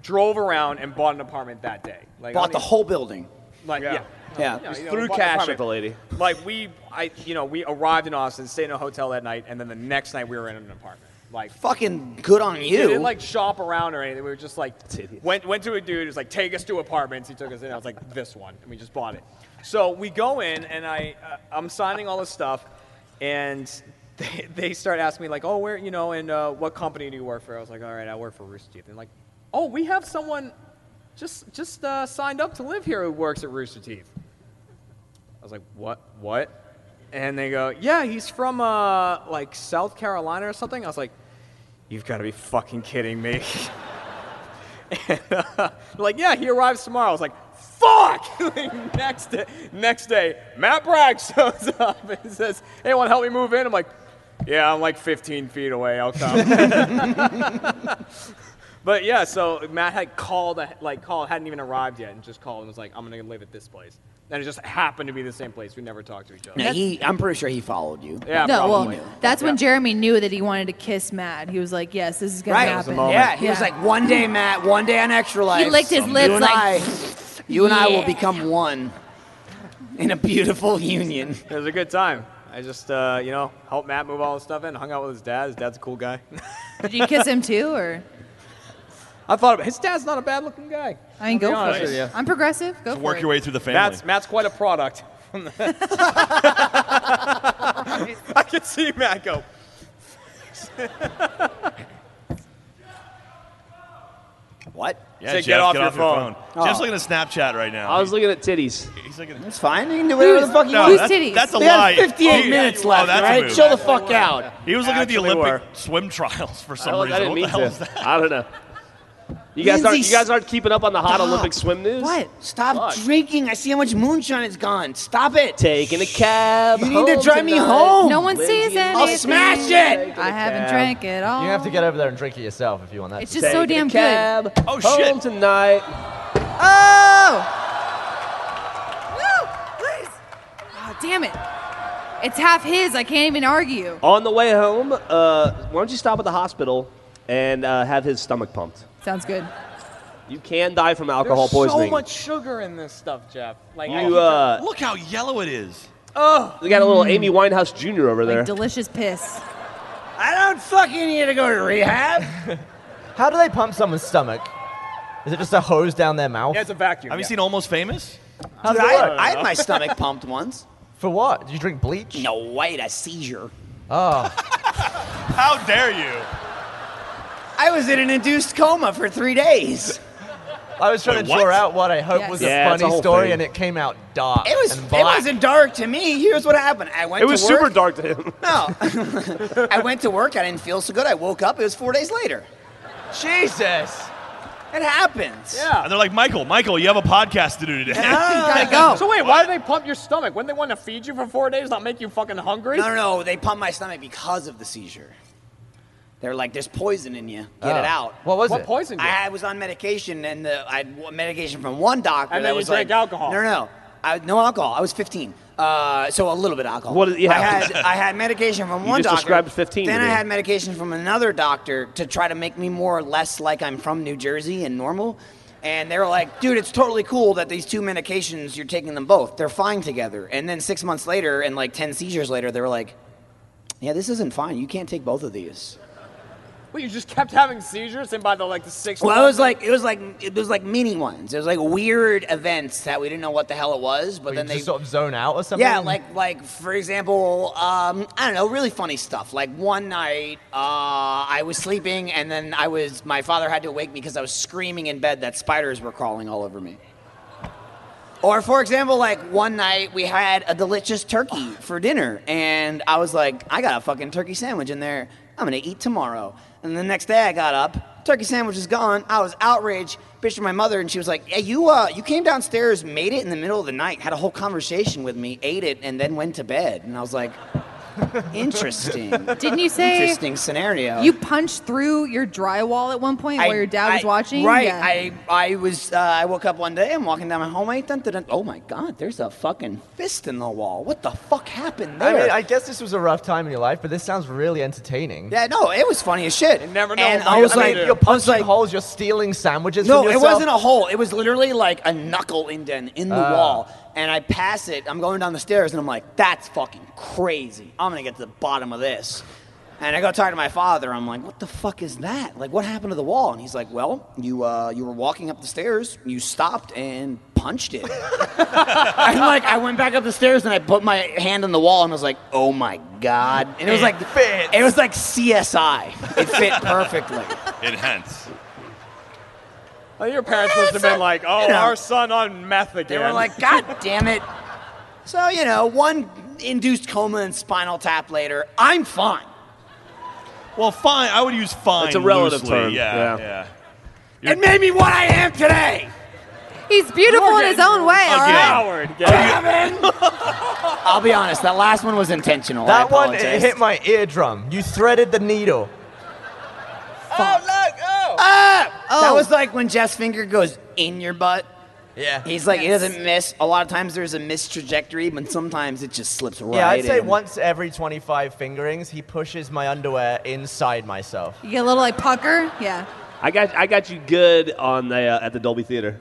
drove around, and bought an apartment that day. Like I
Bought the
mean,
whole building.
Like yeah.
Yeah.
No, you know,
Threw
bought an
cash
apartment.
at the lady.
like we I you know we arrived in Austin, stayed in a hotel that night, and then the next night we were in an apartment.
like
Fucking good on
we
you.
didn't like shop around or anything. We were just like went went to a dude who's like, take us to apartments. He took us in. I was like, this one, and we just bought it. So we go in, and I uh, I'm signing all this stuff, and <laughs> they, they start asking me like, oh, where you know, and uh, what company do you work for? I was like, all right, I work for Rooster Teeth. And like, oh, we have someone just just uh, signed up to live here who works at Rooster Teeth. I was like, what? What? And they go, yeah, he's from uh, like South Carolina or something. I was like, you've got to be fucking kidding me. <laughs> and, uh, like, yeah, he arrives tomorrow. I was like, fuck! <laughs> Like, next, day, next day, Matt Bragg <laughs> shows up and says, hey, want to help me move in? I'm like, yeah, I'm like 15 feet away. I'll come. <laughs> but yeah, so Matt had called, like, called, hadn't even arrived yet, and just called and was like, I'm going to live at this place. And it just happened to be the same place. We never talked to each other.
No, he, I'm pretty sure he followed you.
Yeah,
no,
probably.
well, that's when
Yeah.
Jeremy knew that he wanted to kiss Matt. He was like, "Yes, this is gonna
Right.
happen."
Yeah, he was like, one day, Matt, one day on Extra Life.
licked his
you
lips
and
like,
I, you and I will
"Yeah."
become one in a beautiful union.
It was a good time. I just, uh, you know, helped Matt move all his stuff in, hung out with his dad. His dad's a cool guy.
"Did you kiss him too?" Or
<laughs> I thought about, his dad's not a bad looking guy.
I mean,
I'll be
go for
honest
it.
with you.
I'm progressive. Go for
Work
it.
your way through the family.
Matt's, <laughs> Matt's quite a product. I can see Matt go.
What?
yeah,
Say,
Jeff,
get off your
phone.
phone.
Jeff's
Oh.
looking at Snapchat right now.
I was looking at titties.
He- he's looking.
It's fine. You can do whatever the fuck you
No,
Whose
want.
that's,
titties?
that's a
We
lie.
have 58
Oh,
minutes
oh,
left,
that's a
right?
move.
Chill the fuck out.
He was looking at the
Actually
Olympic
were.
swim trials for some
I, was,
reason.
I didn't
what
mean
the hell
to.
is that?
I don't know. You guys, aren't,
Lindsay,
you guys aren't keeping up on the hot
stop.
Olympic swim news?
What?
Stop
Fuck.
drinking. I see how much moonshine is gone. Stop it.
Taking a cab.
You need to
home
drive me
tonight.
home.
No one sees anything.
I'll smash it.
I haven't drank it all.
You have to get over there and drink it yourself if you want that.
It's
to-
just so
Taking
damn
a cab Home
Oh, shit.
tonight.
Oh! Woo! Please! Oh, damn it. It's half his. I can't even argue.
On the way home, uh, why don't you stop at the hospital and uh, have his stomach pumped?
Sounds good.
You can die from alcohol
There's
poisoning.
so much sugar in this stuff, Jeff. Like, I
You, uh,
Look how yellow it is.
we got a little Amy Winehouse Jr. over there.
Like delicious piss.
I don't fucking need to go to rehab.
How do they pump someone's stomach? Is it just a hose down their mouth?
yeah, it's a vacuum.
Have you
yeah.
seen Almost Famous?
How does
Dude,
it
I,
work?
I had my stomach pumped once.
For what? Did you drink bleach?
No, wait, a seizure.
Oh,
How dare you?
I was in an induced coma for three days.
I was trying
Wait,
to
what?
draw out what I hope
Yes.
was
Yeah,
a
it's a
funny
whole
story,
thing.
and it came out dark.
It was
and
it
black.
wasn't dark to me. Here's what happened. I went
it was
to work.
super dark to him.
No. <laughs> I went to work. I didn't feel so good. I woke up. It was four days later.
Jesus.
It happens.
Yeah.
And they're like, Michael, Michael, you have a podcast to do today.
gotta
So wait, why do they pump your stomach? When they want to feed you for four days, not make you fucking hungry?
No, no, no. They pumped my stomach because of the seizure. They're like, there's poison in you. Get it
Oh.
out.
What was
What
it?
poisoned you?
I, I was on medication, and the, I had w- medication from one doctor.
And
that
then you
was
drank
like,
alcohol.
No, no, no. I, no alcohol. I was 15. Uh, so a little bit of alcohol.
What is- yeah.
I had I had medication
<laughs>
from one
just
doctor.
described 15 to
Then I
me.
had medication from another doctor to try to make me more or less like I'm from New Jersey and normal. And they were like, dude, it's totally cool that these two medications you're taking them both. They're fine together. And then six months later, and like 10 seizures later, they were like, yeah, this isn't fine. You can't take both of these.
Wait, you just kept having seizures, and by the like the sixth.
Well,
one-
it was like it was like it was like mini ones. It was like weird events that we didn't know what the hell it was, but
But
then
you
they
just sort of zone out or something?
yeah, like like for example, um, I don't know, really funny stuff. Like one night, uh, I was sleeping, and then I was my father had to wake me because I was screaming in bed that spiders were crawling all over me. Or for example, like one night we had a delicious turkey for dinner, and I was like, I got a fucking turkey sandwich in there. I'm gonna eat tomorrow. And the next day I got up, turkey sandwich is gone. I was outraged. Bitched to my mother, and she was like, "Yeah, you uh, you came downstairs, made it in the middle of the night, had a whole conversation with me, ate it, and then went to bed." And I was like, "Interesting,
Didn't you say
interesting scenario."
you punched through your drywall at one point
I-
while your dad was
I-
watching?
Right.
Yeah.
I I was uh, I woke up one day. I'm walking down my hallway. Dun, dun, dun, oh my god! There's a fucking fist in the wall. What the fuck happened
I
there?
mean, I guess this was a rough time in your life, but this sounds really entertaining.
yeah, no, it was funny as shit. You
never know
And
what
I
you're
was
gonna
like,
do.
You're
I was
punching
like,
holes, you're stealing sandwiches.
no,
from
it
yourself.
wasn't a hole. It was literally like a knuckle indent in the
Ah.
wall. And I pass it. I'm going down the stairs, and I'm like, that's fucking crazy. I'm gonna get to the bottom of this. And I go talk to my father. I'm like, what the fuck is that? Like, what happened to the wall? And he's like, well, you uh, you were walking up the stairs, you stopped and punched it. <laughs> and like, I went back up the stairs and I put my hand on the wall and I was like, oh my god. And it was like, it was like CSI. It fit perfectly.
Enhance.
Like, Your parents must have been like, oh,
know.
our son on meth again.
They were like, God damn it. So, you know, one induced coma and spinal tap later, I'm fine.
Well, fine. I would use fine.
It's a relative
loosely.
term,
Yeah,
yeah.
yeah.
It made me what I am today.
He's beautiful in his own way, all right?
Howard, yeah. <laughs>
I'll be honest, that last one was intentional. I
That one it
apologize.
hit my eardrum. You threaded the needle. Oh,
Uh,
Oh.
That was like when Jeff's finger goes in your butt.
Yeah.
He's like, he doesn't miss. A lot of times there's a missed trajectory, but sometimes it just slips right
yeah, I'd say
in.
once every 25 fingerings, he pushes my underwear inside myself.
You get a little like pucker. Yeah.
I got I got you good on the uh, at the Dolby Theater.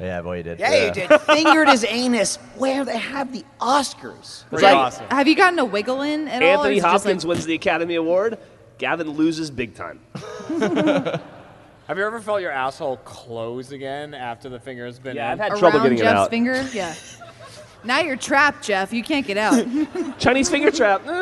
Yeah, boy, he did.
Yeah, you did. Fingered his anus where they have the Oscars.
It's
Pretty
like
awesome.
Have you gotten a wiggle in at all? or
Anthony
is it just
Hopkins
Like,
wins the Academy Award. Gavin loses big time.
Have you ever felt your asshole close again after the finger's been in?
had
around Jeff's finger. Yeah. now you're trapped, Jeff. You can't get out.
Chinese finger <laughs> trap.
You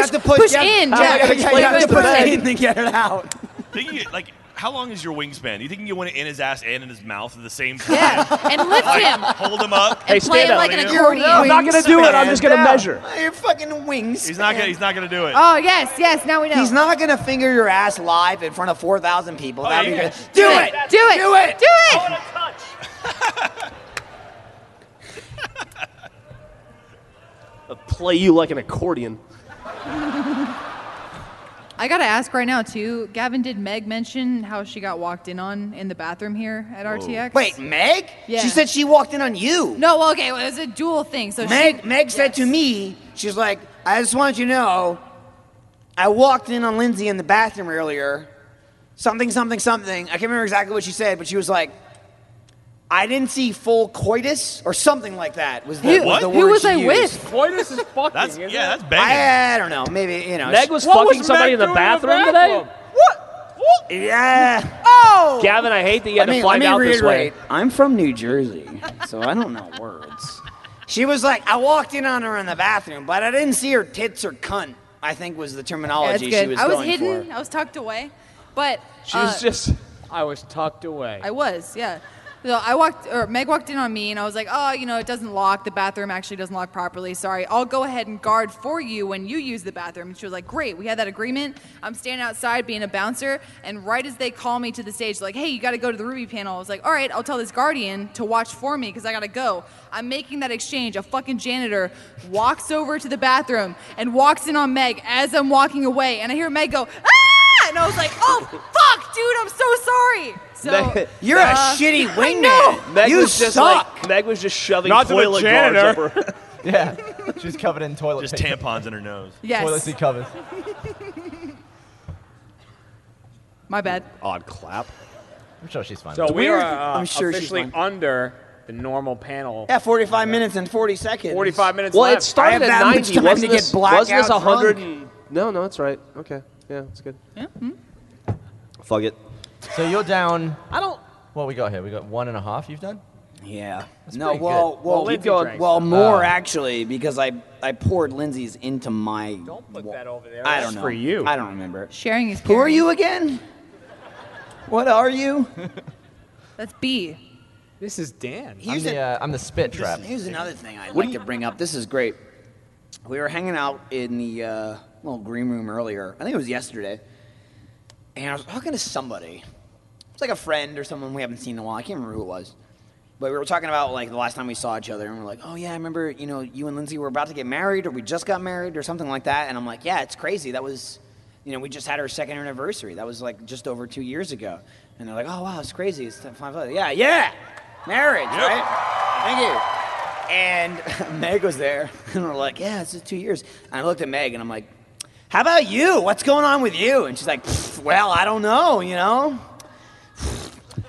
have to push,
push in, Jeff.
You
Push
have to
in.
push in to get it out.
Think you, like, how long is your wingspan? Do you think you went in his ass and in his mouth at the same time?
yeah. And lift him.
<laughs> Hold him up.
Hey,
play
stand
it
up.
like an
No,
accordion.
I'm not gonna do it. I'm just gonna
Down.
measure.
Your fucking wings.
He's not gonna. He's not gonna do it.
Oh yes, yes. Now we know.
He's not gonna finger your ass live in front of four thousand people. That'd be
Oh, yeah.
good. Do it.
Do it.
Do it.
Do it.
Play you like an accordion.
I gotta ask right now too. Gavin, did Meg mention how she got walked in on in the bathroom here at RTX?
Wait, Meg?
Yeah.
She said she walked in on you.
No. Well, okay. Well, it was a dual thing. So
Meg.
she,
Meg said to me, she's like, I just want you to know, I walked in on Lindsay in the bathroom earlier. Something, something, something. I can't remember exactly what she said, but she was like, I didn't see full coitus or something like that. Was the,
Who-
was the
who
word
was
she
I
used.
with?
Coitus is fucking.
that's
isn't
yeah.
it?
That's banging.
I, I don't know. Maybe you know.
Meg
she-
was
What
fucking
was
somebody in
Meg
the
doing in the
bathroom,
bathroom?
today.
yeah.
Gavin, I hate that you had
Oh! Let me-
to find
let me
out this way.
reiterate. I'm from New Jersey, so I don't know words. She was like, I walked in on her in the bathroom, but I didn't see her tits or cunt. I think was
Yeah,
the
that's
terminology she
good.
was
I was
going
hidden.
for.
I was tucked away, but
She was
uh,
just.
I was tucked away.
I was, yeah. So I walked, or Meg walked in on me, and I was like, "Oh, you know, it doesn't lock. The bathroom actually doesn't lock properly. Sorry, I'll go ahead and guard for you when you use the bathroom." And she was like, "Great, we had that agreement. I'm standing outside being a bouncer, and right as they call me to the stage, like, hey, you got to go to the Ruby panel." I was like, "All right, I'll tell this guardian to watch for me because I gotta go." I'm making that exchange. A fucking janitor walks over to the bathroom and walks in on Meg as I'm walking away, and I hear Meg go, "Ah!" And I was like, "Oh, fuck, dude, I'm so sorry." So.
Meg-
You're a shitty
<laughs>
wingman.
Meg
you
was just
suck.
like Meg was just shoving
Not to the
toilet guards
janitor.
up her.
<laughs> Yeah. She's covered in toilet
Just
paper.
tampons in her nose.
Toilet
Yes.
seat covers.
My bad.
Odd clap.
I'm sure she's fine.
so we
weird.
are uh,
I'm sure she's
officially
fine.
under the normal panel.
yeah, 45 minutes and 40 seconds.
45 minutes
Well,
left.
it
I have
started
that
at
much
90.
time
Wasn't
to
this,
get
wasn't this
blackout
100?
drunk.
And, no, no, it's right. Okay. Yeah, it's good. Yeah. Fuck it.
So you're down. I don't. What we got here? We got one and a half. You've done.
Yeah. no,
pretty
well,
good.
well,
Well, keep going.
well, more
Uh.
Oh.
actually, because I, I poured Lindsay's into my.
Don't put that over there.
I
That's
don't know.
for you.
I don't remember.
Sharing is
Who are
caring.
you again? What are you?
That's B.
This is Dan.
I'm
Here's
the,
a-
uh, I'm the spit
This-
trap.
Here's another thing I'd like to bring up. This is great. We were hanging out in the uh, little green room earlier. I think it was yesterday. And I was talking to somebody. It's like a friend or someone we haven't seen in a while. I can't remember who it was. But we were talking about like the last time we saw each other, and we're like, "Oh yeah, I remember. You know, you and Lindsay were about to get married, or we just got married, or something like that." And I'm like, "Yeah, it's crazy. That was, you know, we just had our second anniversary. That was like just over two years ago." And they're like, "Oh wow, it's crazy. It's time flies by." Yeah, yeah, marriage, right? Thank you. And <laughs> Meg was there, and we're like, "Yeah, it's just two years." And I looked at Meg, and I'm like, "How about you? What's going on with you?" And she's like, "Pfft, "Well, I don't know. You know,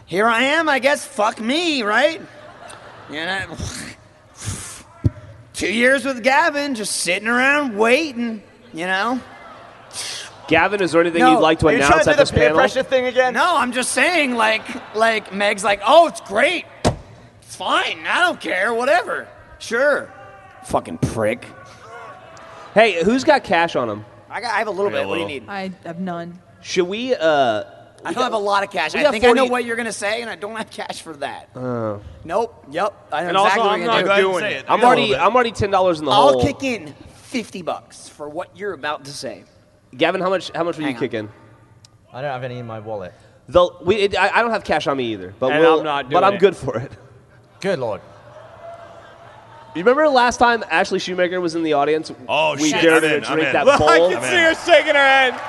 here I am. I guess. Fuck me, right?" And I, two years with Gavin, just sitting around waiting, you know?
Gavin, is there anything
No.
you'd like to
Are you
announce at this panel?
thing again?
No, I'm just saying, like, like Meg's like, oh, it's great, it's fine, I don't care, whatever, sure. Fucking prick.
Hey, who's got cash on him?
I, got, I have a little
I got
bit.
a
What do you
little.
need?
I have none.
Should we? Uh,
I don't have a lot of cash.
We
I
got
think I know
40
what you're gonna say, and I don't have cash for that. nope. Yep. I know exactly
And also,
what
I'm
you're
Go
gonna
not
do.
ahead and
doing
say
it.
it.
I'm
Yeah, a
already,
little bit.
I'm already ten dollars in the
I'll
hole.
kick in fifty bucks for what you're about to say.
Gavin, how much? How much will you
Hang on.
kick in?
I don't have any in my wallet.
The, we, it, I, I don't have cash on me either, but
And
we'll,
I'm not
but
doing
I'm
it.
good for it.
Good lord.
You remember last time Ashley Shoemaker was in the audience?
Oh,
we
shit,
dared
I'm
her
in,
to
I'm
drink
in.
that
Look,
bowl.
I can
I'm
see
in.
her shaking her head.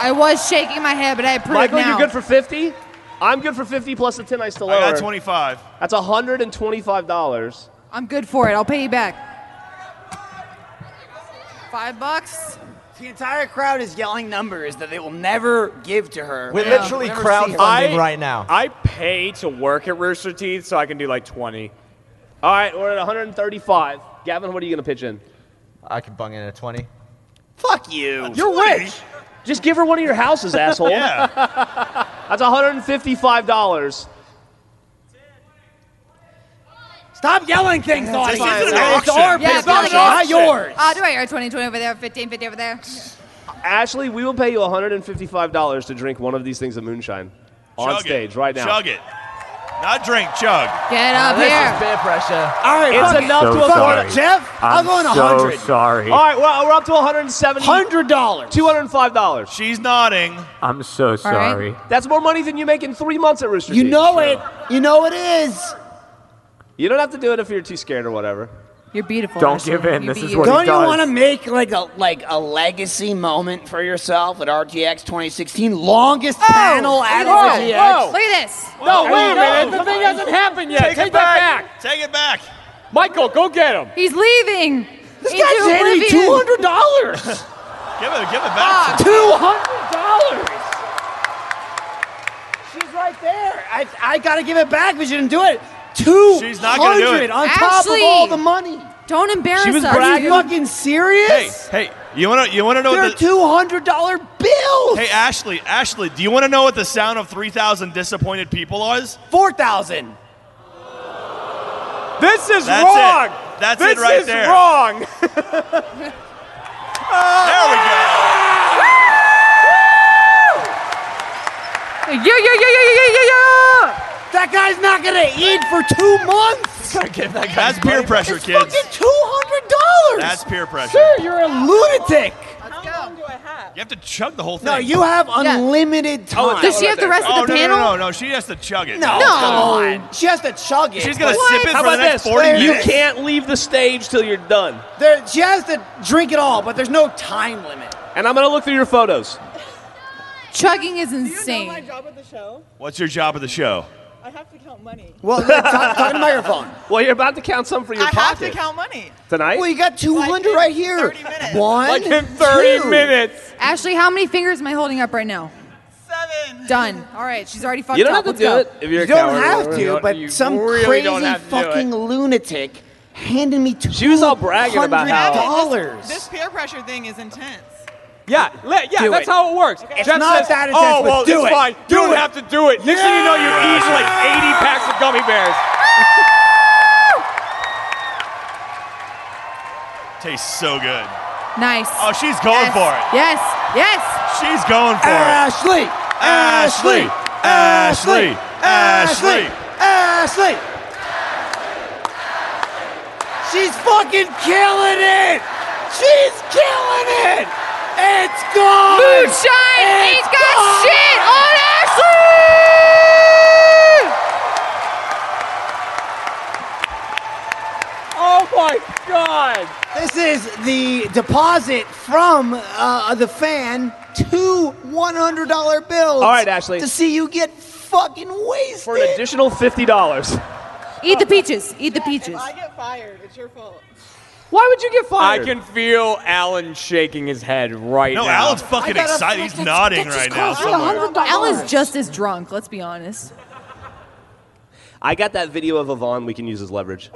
I was shaking my head, but I approve
Michael,
now.
you're good for fifty. I'm good for fifty plus the ten I still
I
owe.
got
her.
25.
That's hundred and twenty-five dollars.
I'm good for it. I'll pay you back. Five bucks.
The entire crowd is yelling numbers that they will never give to her.
We're
Yeah.
literally
Never see it.
crowdfunding
I-
right now.
I pay to work at Rooster Teeth so I can do like 20.
All right, we're at one hundred and thirty-five. Gavin, what are you going to pitch in?
I could bung in a 20.
Fuck you.
rich. Just give her one of your <laughs> houses, asshole.
Yeah.
That's one hundred and fifty-five dollars.
Stop yelling things, audience.
isn't an
It's
auction.
our
Yeah,
business,
it's not
not
an
yours.
Uh, do I hear 20, 20 over there, 15, 50 over there?
Ashley, we will pay you one hundred and fifty-five dollars to drink one of these things of moonshine on
Chug it.
stage right now.
Chug it. Not drink, chug.
Get up
This
here.
is peer pressure.
All right,
It's
fuck it.
enough to afford.
Fuck it, Jeff. I'm will go in a hundred.
sorry.
All right, well, we're up to 170
Hundred dollars.
$205.
She's nodding.
I'm so
right.
sorry.
That's more money than you make in three months at Rooster
You
Teeth.
know it. You know it is.
You don't have to do it if you're too scared or whatever.
You're beautiful.
Don't
Ashley.
give in.
You
This
be
is
you.
what he
Don't you
does.
want to make like a like a legacy moment for yourself at RTX 2016? Longest panel at
Oh, Whoa,
RTX.
Look at this.
No, wait
No,
a minute.
the thing hasn't happened yet. Take,
Take it
it back.
back.
Take it back.
Michael, go get him.
He's leaving.
This guy's handing two
<laughs>
hundred dollars.
Give it, give it back.
Two hundred dollars. She's right there. I I gotta give it back, but she didn't do it. Two
She's not gonna do
hundred
it.
on top of
Ashley.
all the money.
Don't embarrass
She was
us.
Are you
dude.
fucking
Hey,
serious?
hey, you wanna you wanna know
They're
what the
two hundred dollar bills.
Hey Ashley, Ashley, do you wanna know what the sound of three thousand disappointed people is?
Four thousand.
This is
That's
wrong.
it. That's
this
it right
is
there.
wrong.
There we go.
Yeah, yeah, yeah, yeah, yeah, yeah, yeah.
That guy's not gonna eat for two months.
That's peer pressure,
It's
kids.
fucking two hundred dollars.
That's peer pressure.
Sir, you're a lunatic.
Let's go.
You have to chug the whole thing.
No, you have
Oh,
unlimited time.
Does she have the rest
Oh
of the
no, no,
panel?
no, no, no! She has to chug it.
No, come on. She has to chug it.
She's gonna
but
sip it
How
for the
about
next
this?
forty
There
You
minutes.
can't leave the stage till you're done.
there- she has to drink it all, but there's no time limit.
And I'm going to look through your photos.
Chugging is insane.
job at the show?
What's your job at the show?
I have to count money.
Well, talk, talk to the microphone.
Well, you're about to count some for your
I have
pocket
to count money.
tonight.
<laughs> Well, you got 200
in
right here.
30 minutes.
One,
Like in 30
two.
minutes.
Ashley, how many fingers am I holding up right now?
Seven.
Done. All right, she's already fucked
you don't
up.
have to
Let's
do
go.
it if you're
You
a
don't
coward.
have to,
don't-
but
you
some
really don't
crazy
have to do it.
fucking lunatic handed me two.
She was all bragging about how-
dollars.
This peer pressure thing is intense.
Yeah, let, yeah,
Do
that's
it.
how it works.
It's
Jeff
not
says,
that intense,
Oh,
but
well,
do
it's
it.
fine.
Do
you don't
it."
have to do it. Next thing
Oh,
you know, you're eating like 80 packs of gummy bears.
Tastes so good.
Nice.
Oh, she's going
yes.
for it.
Yes. Yes.
She's going for it.
Ashley, Ashley, Ashley, Ashley, Ashley. She's fucking killing it. She's killing it. It's gone.
Moonshine. He's
It's
got
Oh.
gone.
shit on Ashley.
Oh, my God.
This is the deposit from uh, the fan to $100 bills.
All right, Ashley.
To see you get fucking wasted.
For an additional $50.
Eat the peaches. Eat the peaches.
If I get fired, it's your fault.
Why would you get fired?
I can feel Alan shaking his head right
No,
now.
Alan's fucking excited. He's nodding right now. somewhere.
Ella's just as drunk. Let's be honest.
I got that video of Yvonne we can use as leverage.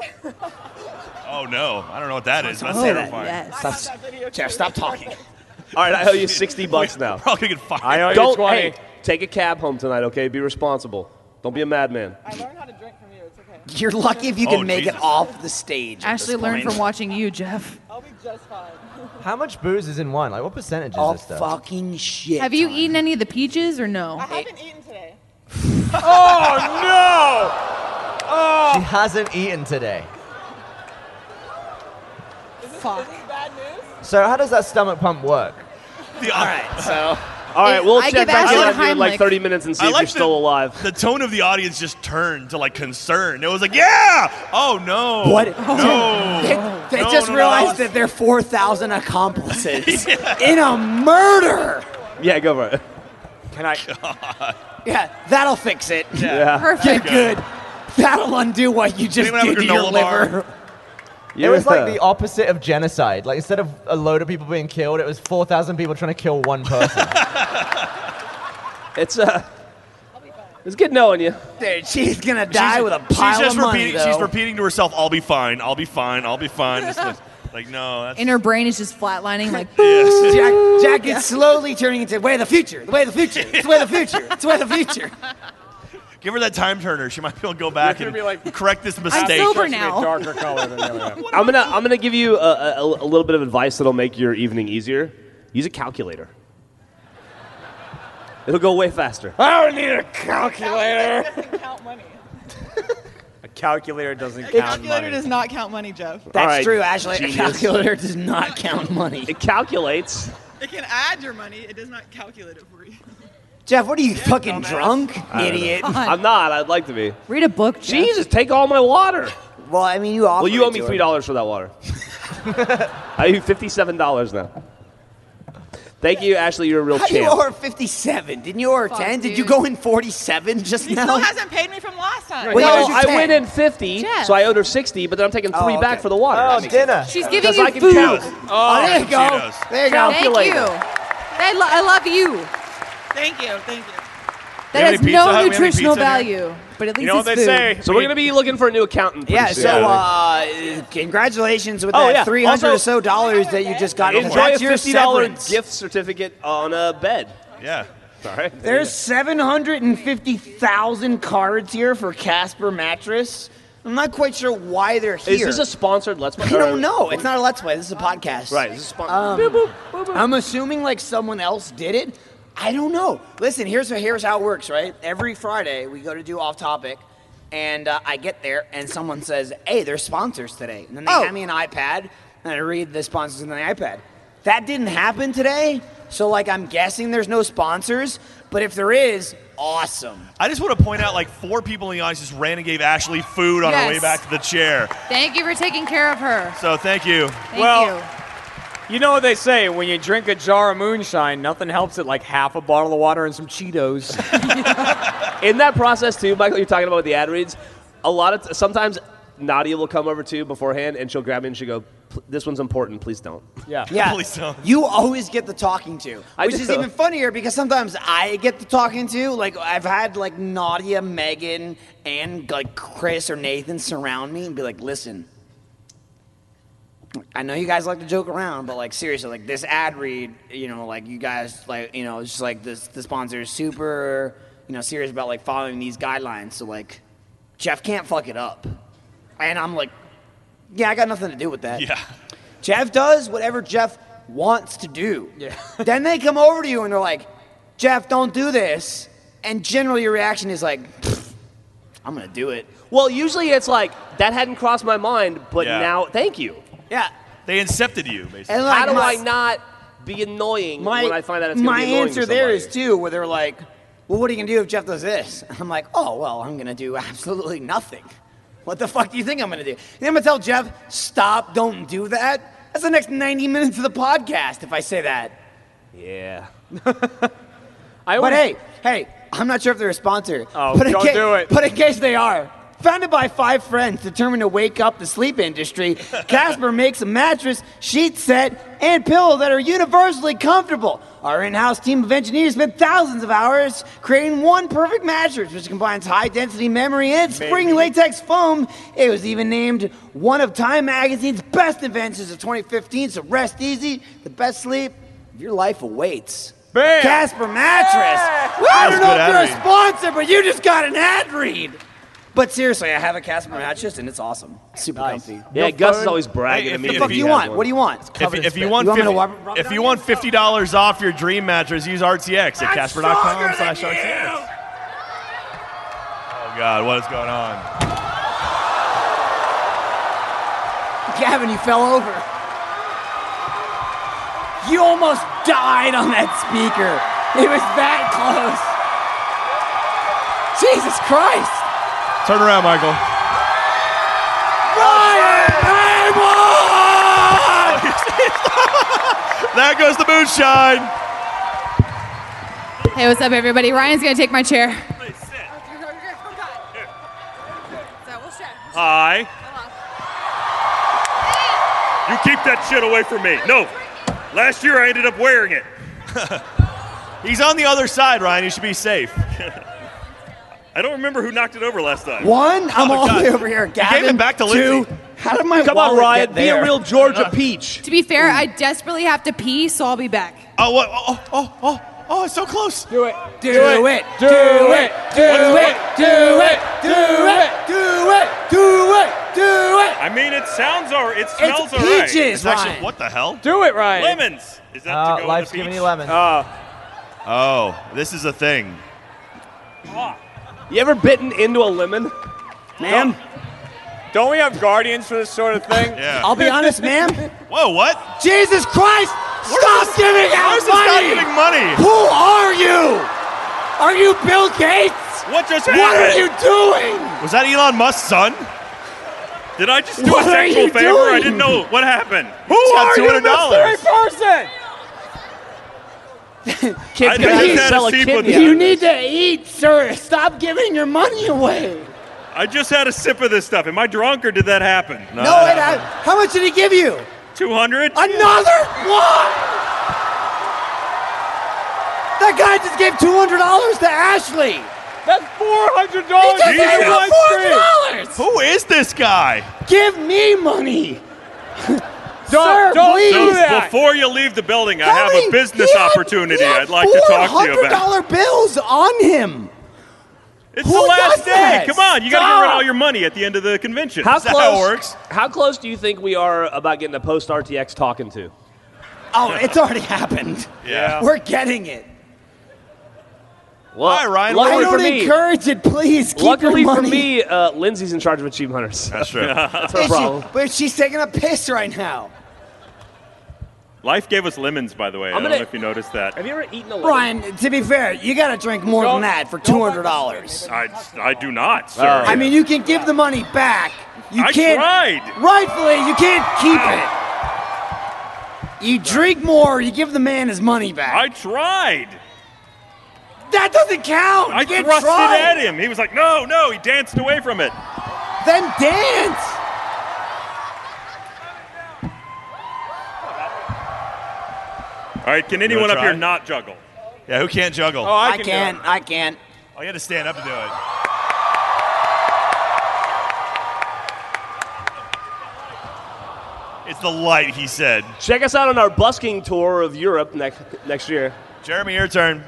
Oh no, I don't know what that is. That's
Oh, that-
terrifying.
Yes.
Stop, Jeff, stop talking.
All right, <laughs> I owe you 60
<laughs>
bucks now. <laughs>
Probably gonna get fired.
I owe you
Don't
20.
hey, take a cab home tonight, okay? Be responsible. Don't be a madman.
I learned how to drink from you. It's okay.
You're lucky if you can
Oh,
make it
Jesus.
off the stage. at
Ashley
this
learned
point.
from watching you, Jeff.
I'll be just fine.
How much booze is in wine? Like, what percentage is
Oh
this stuff?
fucking shit.
Have you
Tom.
eaten any of the peaches or no?
I haven't eaten today.
She hasn't eaten today.
Fuck. Is this bad news?
So how does that stomach pump work?
The-
All right, so
All right, we'll
I
check
give
back in
Ashley
with you in like
Heimlich.
30 minutes and see
I
if
like
you're still alive.
The tone of the audience just turned to like concern. It was like, yeah, oh no,
What? <laughs>
No,
they
No,
just
no, no.
realized that they're
<laughs>
4,000 accomplices in a murder.
Yeah, go for it.
Can I?
Yeah, that'll fix it.
Yeah.
<laughs>
Perfect.
Get good. That'll undo what you just
Anyone have a
did to your
granola bar?
liver.
It was like the opposite of genocide. Like instead of a load of people being killed, it was four thousand people trying to kill
<laughs>
one person.
It's uh, it's good knowing you.
Dude, she's gonna die with a pile
she's just
of money.
repeating, She's
though.
repeating to herself, "I'll be fine. I'll be fine. I'll be fine." It's
<laughs>
like, like, no, that's <laughs>
And her brain is just flatlining like
Jack, Jack is slowly turning into way of the future, the way of the future, it's the way of the future, it's the way of the future.
<laughs> give her that time turner. She might be able to go back
You're
and
gonna be like-
correct this mistake.
sober
Supposed to be
now.
A
<laughs>
darker color than the other half.
I'm gonna I'm gonna give you a, a, a little bit of advice that'll make your evening easier. Use a calculator. It'll go way faster.
I don't need a calculator.
That doesn't count money.
A calculator doesn't count.
Calculator
money.
does not count money, Jeff.
That's
right,
true, Ashley.
genius.
A calculator does not count money.
It calculates.
It can add your money. It does not calculate it for you.
Jeff, what are you fucking drunk, idiot? <laughs>
I'm not. I'd like to be.
read a book, Jeff.
Jesus, take all my water.
Well, I mean, you offered.
Well, you owe me
it to
three
her.
dollars for that
<laughs>
water. I owe you fifty-seven dollars now. Thank you, Ashley. You're a real
How you
champ.
owe her 57? Didn't you owe her
Fuck,
10? Did you
dude.
go in 47 just
He
now?
still hasn't paid me from last time.
No,
Well, you
I
owe her
went
10.
in fifty,
Jeff.
so I owed her sixty. But then I'm taking three
Oh, okay.
back for the water.
oh, dinner.
She's giving
Because
you
I can
food.
count.
Oh, there you go.
Cheetos.
There you go.
Thank you.
calculator.
I, lo- I love you.
Thank you. Thank you.
That
any
has
Pizza Hut? We
no
have any
nutritional
pizza in
value, but at least
You know what
it's
they
food.
say?
So we're gonna be looking for a new accountant. pretty
Yeah,
soon,
so
I think.
uh, congratulations with
Oh,
that
yeah.
300 or
Also-
so dollars that you just got.
Enjoy
That's
a
your
fifty dollar
severance.
gift certificate on a bed.
yeah.
All right. there
There's 750,000 cards here for Casper Mattress. I'm not quite sure why they're
you go.
here.
Is this a sponsored Let's Play?
I don't know. It's not a Let's Play. This is a podcast.
Right. Is this spon-
I'm assuming like someone else did it. I don't know. Listen, here's here's how it works, right? Every Friday we go to do off topic, and uh, I get there and someone says, "Hey, there's sponsors today," and then they
Oh.
hand me an iPad and I read the sponsors on the iPad. That didn't happen today, so like I'm guessing there's no sponsors. But if there is, awesome.
I just want to point out, like, four people in the audience just ran and gave Ashley food on her way
Yes.
back to the chair.
Thank you for taking care of her.
So thank you.
Thank
Well-
you.
You know what they say, when you drink a jar of moonshine, nothing helps it like half a bottle of water and some Cheetos.
In that process too, Michael, you're talking about with the ad reads. A lot of t- sometimes Nadia will come over too beforehand, and she'll grab me and she'll go, "Pl- "This one's important. Please don't."
yeah.
Yeah,
Please don't.
you always get the talking to,
I
which is
do.
even funnier because sometimes I get the talking to. Like I've had like Nadia, Megan, and like Chris or Nathan surround me and be like, "Listen, I know you guys like to joke around, but like seriously, like this ad read, you know, like you guys like you know, it's just like this the sponsor is super, you know, serious about like following these guidelines. So like, Jeff can't fuck it up." And I'm like, "Yeah, I got nothing to do with that."
Yeah.
Jeff does whatever Jeff wants to do. Yeah. <laughs> then they come over to you and they're like, Jeff, don't do this. And generally your reaction is like, "Pfft, I'm gonna do it.
Well, usually it's like that hadn't crossed my mind, but
Yeah.
now thank you.
Yeah.
They incepted you, basically.
And
How
like
do
my-
I not be annoying
my,
when I find out it's gonna
my
be annoying
answer
to
there
somebody?
is too, where they're like, Well, what are you gonna do if Jeff does this? <laughs> And I'm like, Oh well, I'm gonna do absolutely nothing. <laughs> What the fuck do you think I'm gonna do? And I'm gonna tell Jeff, stop, don't do that. That's the next 90 minutes of the podcast if I say that.
Yeah.
I
But
always-
hey, hey, I'm not sure if they're a sponsor.
Oh,
but in
don't
ca-
do it.
But in case they are, founded by five friends determined to wake up the sleep
<laughs>
industry, Casper makes a mattress, sheet set, and pillow that are universally comfortable. Our in-house team of engineers spent thousands of hours creating one perfect mattress, which combines high-density memory and spring latex foam. It was even named one of Time Magazine's best inventions of 2015. So rest easy, the best sleep Your life awaits.
Bam!
Casper Mattress.
I don't know
good
if you're
ad
a sponsor, but you just got an ad read.
But seriously, I have a Casper mattress and it's awesome. Super comfy.
Yeah, Gus is always bragging to
Hey, if
me.
you-
that
if
Fuck
he
you
has
want?
one.
What do you want?
If, if you want,
You want me
50,
to rub- rub
if you want fifty dollars off your dream mattress, use RTX at Casper.com slash RTX. Oh God, what is going on?
Gavin, you fell over. You almost died on that speaker. It was that close. Jesus Christ.
Turn around, Michael. <laughs> That goes the moonshine.
Hey, what's up, everybody? Ryan's gonna take my chair.
Hi. You keep that shit away from me. No. Last year I ended up wearing it.
<laughs> He's on the other side, Ryan. You should be safe.
<laughs> I don't remember who knocked it over last time.
Oh,
One, I'm all the
God.
way over here. Gavin,
it back to
two.
Lindsay.
How did my
Come on,
wallet
Ryan.
get
Be a
there? Uh,
real Georgia peach.
To be fair, I desperately have to pee, so I'll be back.
Oh, what? Oh, oh, oh, oh! It's so close.
Do it. Do, it. Do it. Do it. Do it. Do it. Do it. Do it. Do it.
I mean, it sounds or it smells
It's
alright.
peaches,
It's actually
Ryan.
what the hell?
Do it, Ryan.
Lemons. Is that to
Uh,
go
life's
with the
giving
peach?
you lemons.
Oh, this is a thing.
You ever bitten into a
<laughs>
lemon?
Ma'am,
Don't we have guardians for this sort of thing?
Yeah.
I'll be honest, ma'am.
Whoa, what?
Jesus Christ! Stop giving out
Where's this guy
money!
getting money?
Who are you? Are you Bill Gates?
What just happened?
What are you doing?
Was that Elon Musk's son?
Did I
<laughs>
just do
What
a
are
sexual
you
favor? I
doing?
didn't know what happened.
Who
are you,
dollars?
Person.
I
gonna
just
eat,
had
sell a
a sip of
kidney.
this.
You need to eat, sir. Stop giving your money away.
I just had a sip of this stuff. Am I drunk or did that happen?
No, it, I, how much did he give you?
200?
Another one? That guy just gave two hundred dollars to Ashley.
That's four hundred dollars.
He just gave her four hundred dollars.
Who is this guy?
Give me money,
<laughs>
sir.
don't
please.
do that.
Before you leave the building, I have a
Kelly,
business
he had-
opportunity
he had
I'd like to talk to you about.
$400 bills on him.
It's
Who
the
does
last
that?
day. Come on, you got to get rid of
Stop.
all your money at the end of the convention.
How
Is that
close?
how it works?
How close do you think we are about getting a post RTX talking to?
Oh, it's already happened.
Yeah.
We're getting it.
Well,
Hi, Ryan.
Luckily
I don't
for me,
encourage it. Please keep
luckily
your
for
money.
me, uh, Lindsay's in charge of Achievement Hunters.
That's true.
<laughs> That's
Is
her
she-
problem.
but she's taking a piss right now.
Life gave us lemons, by the way. I'm I do not
gonna-
know if you noticed that.
Have you ever eaten a lemon?
Ryan, to be fair, you gotta drink more than that for two hundred dollars.
I, I do not, sir.
Oh.
I mean, you can give the money back. You
I
can't.
tried.
Rightfully, you can't keep it. You drink more, you give the man his money
I
back.
tried.
that doesn't count.
I
you can't
thrust
try.
it at him. He was like, no, no. He danced away from it.
Then dance.
All right, can anyone up
try?
here not juggle?
Yeah, who can't juggle?
Oh,
Oh,
I,
I
can.
can't. I can't.
you had to stand up to do it. It's the light, he said.
Check us out on our busking tour of Europe next next year.
Jeremy, your turn.